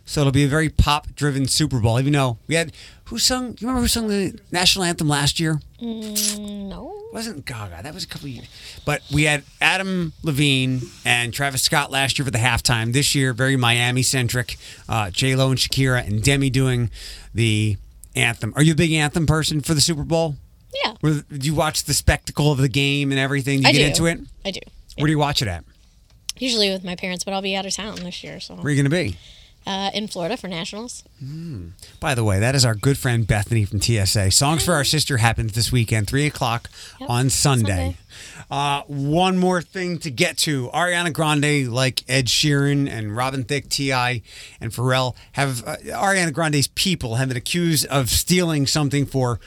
[SPEAKER 1] So it'll be a very pop-driven Super Bowl. Even though we had who sung? You remember who sung the national anthem last year?
[SPEAKER 3] Mm, no.
[SPEAKER 1] Wasn't Gaga? That was a couple years. But we had Adam Levine and Travis Scott last year for the halftime. This year, very Miami centric. Uh, J Lo and Shakira and Demi doing the anthem. Are you a big anthem person for the Super Bowl?
[SPEAKER 3] Yeah.
[SPEAKER 1] Where, do you watch the spectacle of the game and everything? Do you
[SPEAKER 3] I
[SPEAKER 1] get
[SPEAKER 3] do.
[SPEAKER 1] into it?
[SPEAKER 3] I do.
[SPEAKER 1] Where do you watch it at?
[SPEAKER 3] Usually with my parents, but I'll be out of town this year. So
[SPEAKER 1] Where are you going to be?
[SPEAKER 3] uh, in Florida for nationals.
[SPEAKER 1] Hmm. By the way, that is our good friend Bethany from TSA. Songs for Our Sister happens this weekend, 3 o'clock
[SPEAKER 3] Yep,
[SPEAKER 1] on Sunday. Uh, one more thing to get to Ariana Grande, like Ed Sheeran and Robin Thicke, T.I., and Pharrell, have uh, Ariana Grande's people have been accused of stealing something for,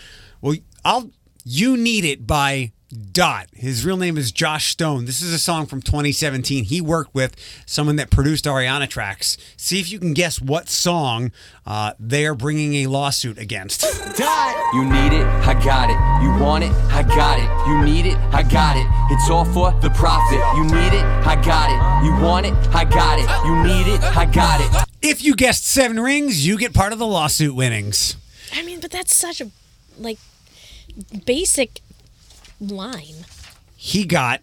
[SPEAKER 1] well, I'll. You Need It by Dot. His real name is Josh Stone. This is a song from 2017. He worked with someone that produced Ariana tracks. See if you can guess what song uh, they are bringing a lawsuit against.
[SPEAKER 8] You need it, I got it. You want it, I got it. You need it, I got it. It's all for the profit. You need it, I got it. You want it, I got it. You need it, I got it.
[SPEAKER 1] If you guessed Seven Rings, you get part of the lawsuit winnings.
[SPEAKER 3] I mean, but that's such a like basic line.
[SPEAKER 1] he got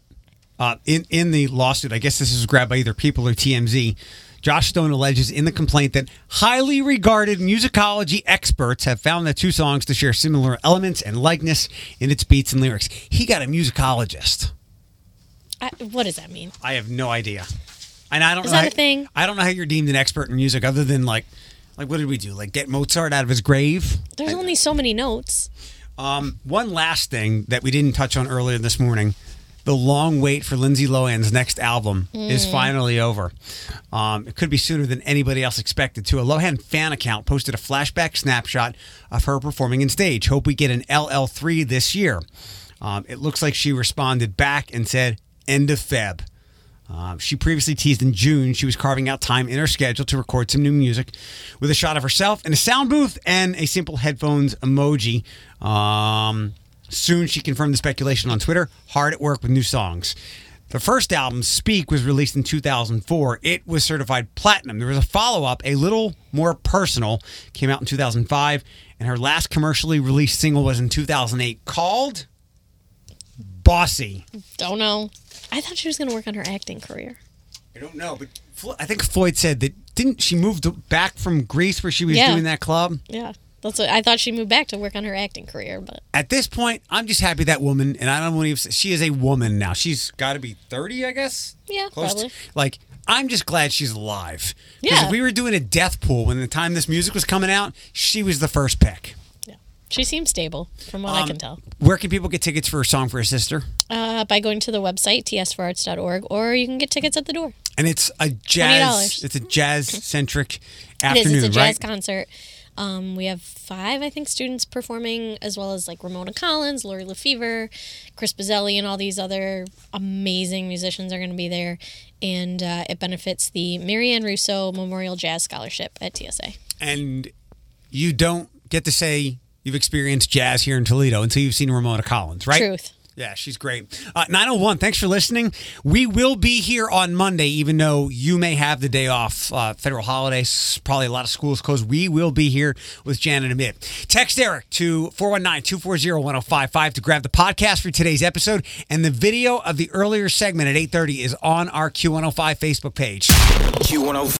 [SPEAKER 1] uh, in in the lawsuit. I guess this is grabbed by either People or TMZ. Josh Stone alleges in the complaint that highly regarded musicology experts have found the two songs to share similar elements and likeness in its beats and lyrics. He got a musicologist.
[SPEAKER 3] I, what does that mean?
[SPEAKER 1] I have no idea, and I don't
[SPEAKER 3] Is
[SPEAKER 1] know
[SPEAKER 3] that
[SPEAKER 1] how-
[SPEAKER 3] a thing?
[SPEAKER 1] I don't know how you're deemed an expert in music other than like, like what did we do? Like get Mozart out of his grave?
[SPEAKER 3] There's only so many notes.
[SPEAKER 1] Um, one last thing that we didn't touch on earlier this morning the long wait for Lindsay Lohan's next album is
[SPEAKER 15] Mm.
[SPEAKER 1] finally over. Um, it could be sooner than anybody else expected, too. A Lohan fan account posted a flashback snapshot of her performing in stage. Hope we get an LL3 this year. Um, it looks like she responded back and said, end of Feb. Um, she previously teased in June she was carving out time in her schedule to record some new music with a shot of herself in a sound booth and a simple headphones emoji. Um, soon she confirmed the speculation on Twitter, hard at work with new songs. The first album, Speak, was released in 2004. It was certified platinum. There was a follow up, a little more personal, came out in 2005. And her last commercially released single was in 2008 called Bossy.
[SPEAKER 3] Don't know. I thought she was going to work on her acting career.
[SPEAKER 1] I don't know, but Flo- I think Floyd said that didn't she move to, back from Greece where she was
[SPEAKER 3] Yeah.
[SPEAKER 1] doing that club?
[SPEAKER 3] Yeah. That's what I thought she moved back to work on her acting career, but
[SPEAKER 1] At this point, I'm just happy that woman, and I don't want to even say she is a woman now. She's got to be 30, I guess.
[SPEAKER 3] yeah,
[SPEAKER 1] Close
[SPEAKER 3] probably.
[SPEAKER 1] to, like, I'm just glad she's alive. 'Cause
[SPEAKER 3] Yeah.
[SPEAKER 1] If we were doing a death pool when the time this music was coming out, she was the first pick.
[SPEAKER 3] She seems stable from what I
[SPEAKER 1] Um,
[SPEAKER 3] can tell.
[SPEAKER 1] Where can people get tickets for a song for a sister?
[SPEAKER 3] Uh, by going to the website tsforarts.org or you can get tickets at the door.
[SPEAKER 1] And it's a jazz.
[SPEAKER 3] $20.
[SPEAKER 1] It's a jazz centric
[SPEAKER 3] It is.
[SPEAKER 1] afternoon,
[SPEAKER 3] It's a jazz
[SPEAKER 1] right?
[SPEAKER 3] concert. Um, we have five, I think, students performing, as well as like Ramona Collins, Lori LaFever, Chris Bozzelli, and all these other amazing musicians are going to be there. And uh, it benefits the Marianne Russo Memorial Jazz Scholarship at TSA.
[SPEAKER 1] and you don't get to say you've experienced jazz here in Toledo until you've seen Ramona Collins, right?
[SPEAKER 3] Truth.
[SPEAKER 1] Yeah, she's great. Uh, 901, thanks for listening. We will be here on Monday, even though you may have the day off, uh, federal holidays, probably a lot of schools closed. We will be here with Jan and Amit. Text Eric to 419 240 1055 to grab the podcast for today's episode. And the video of the earlier segment at 830 is on our Q105 Facebook oh page.
[SPEAKER 4] Q105.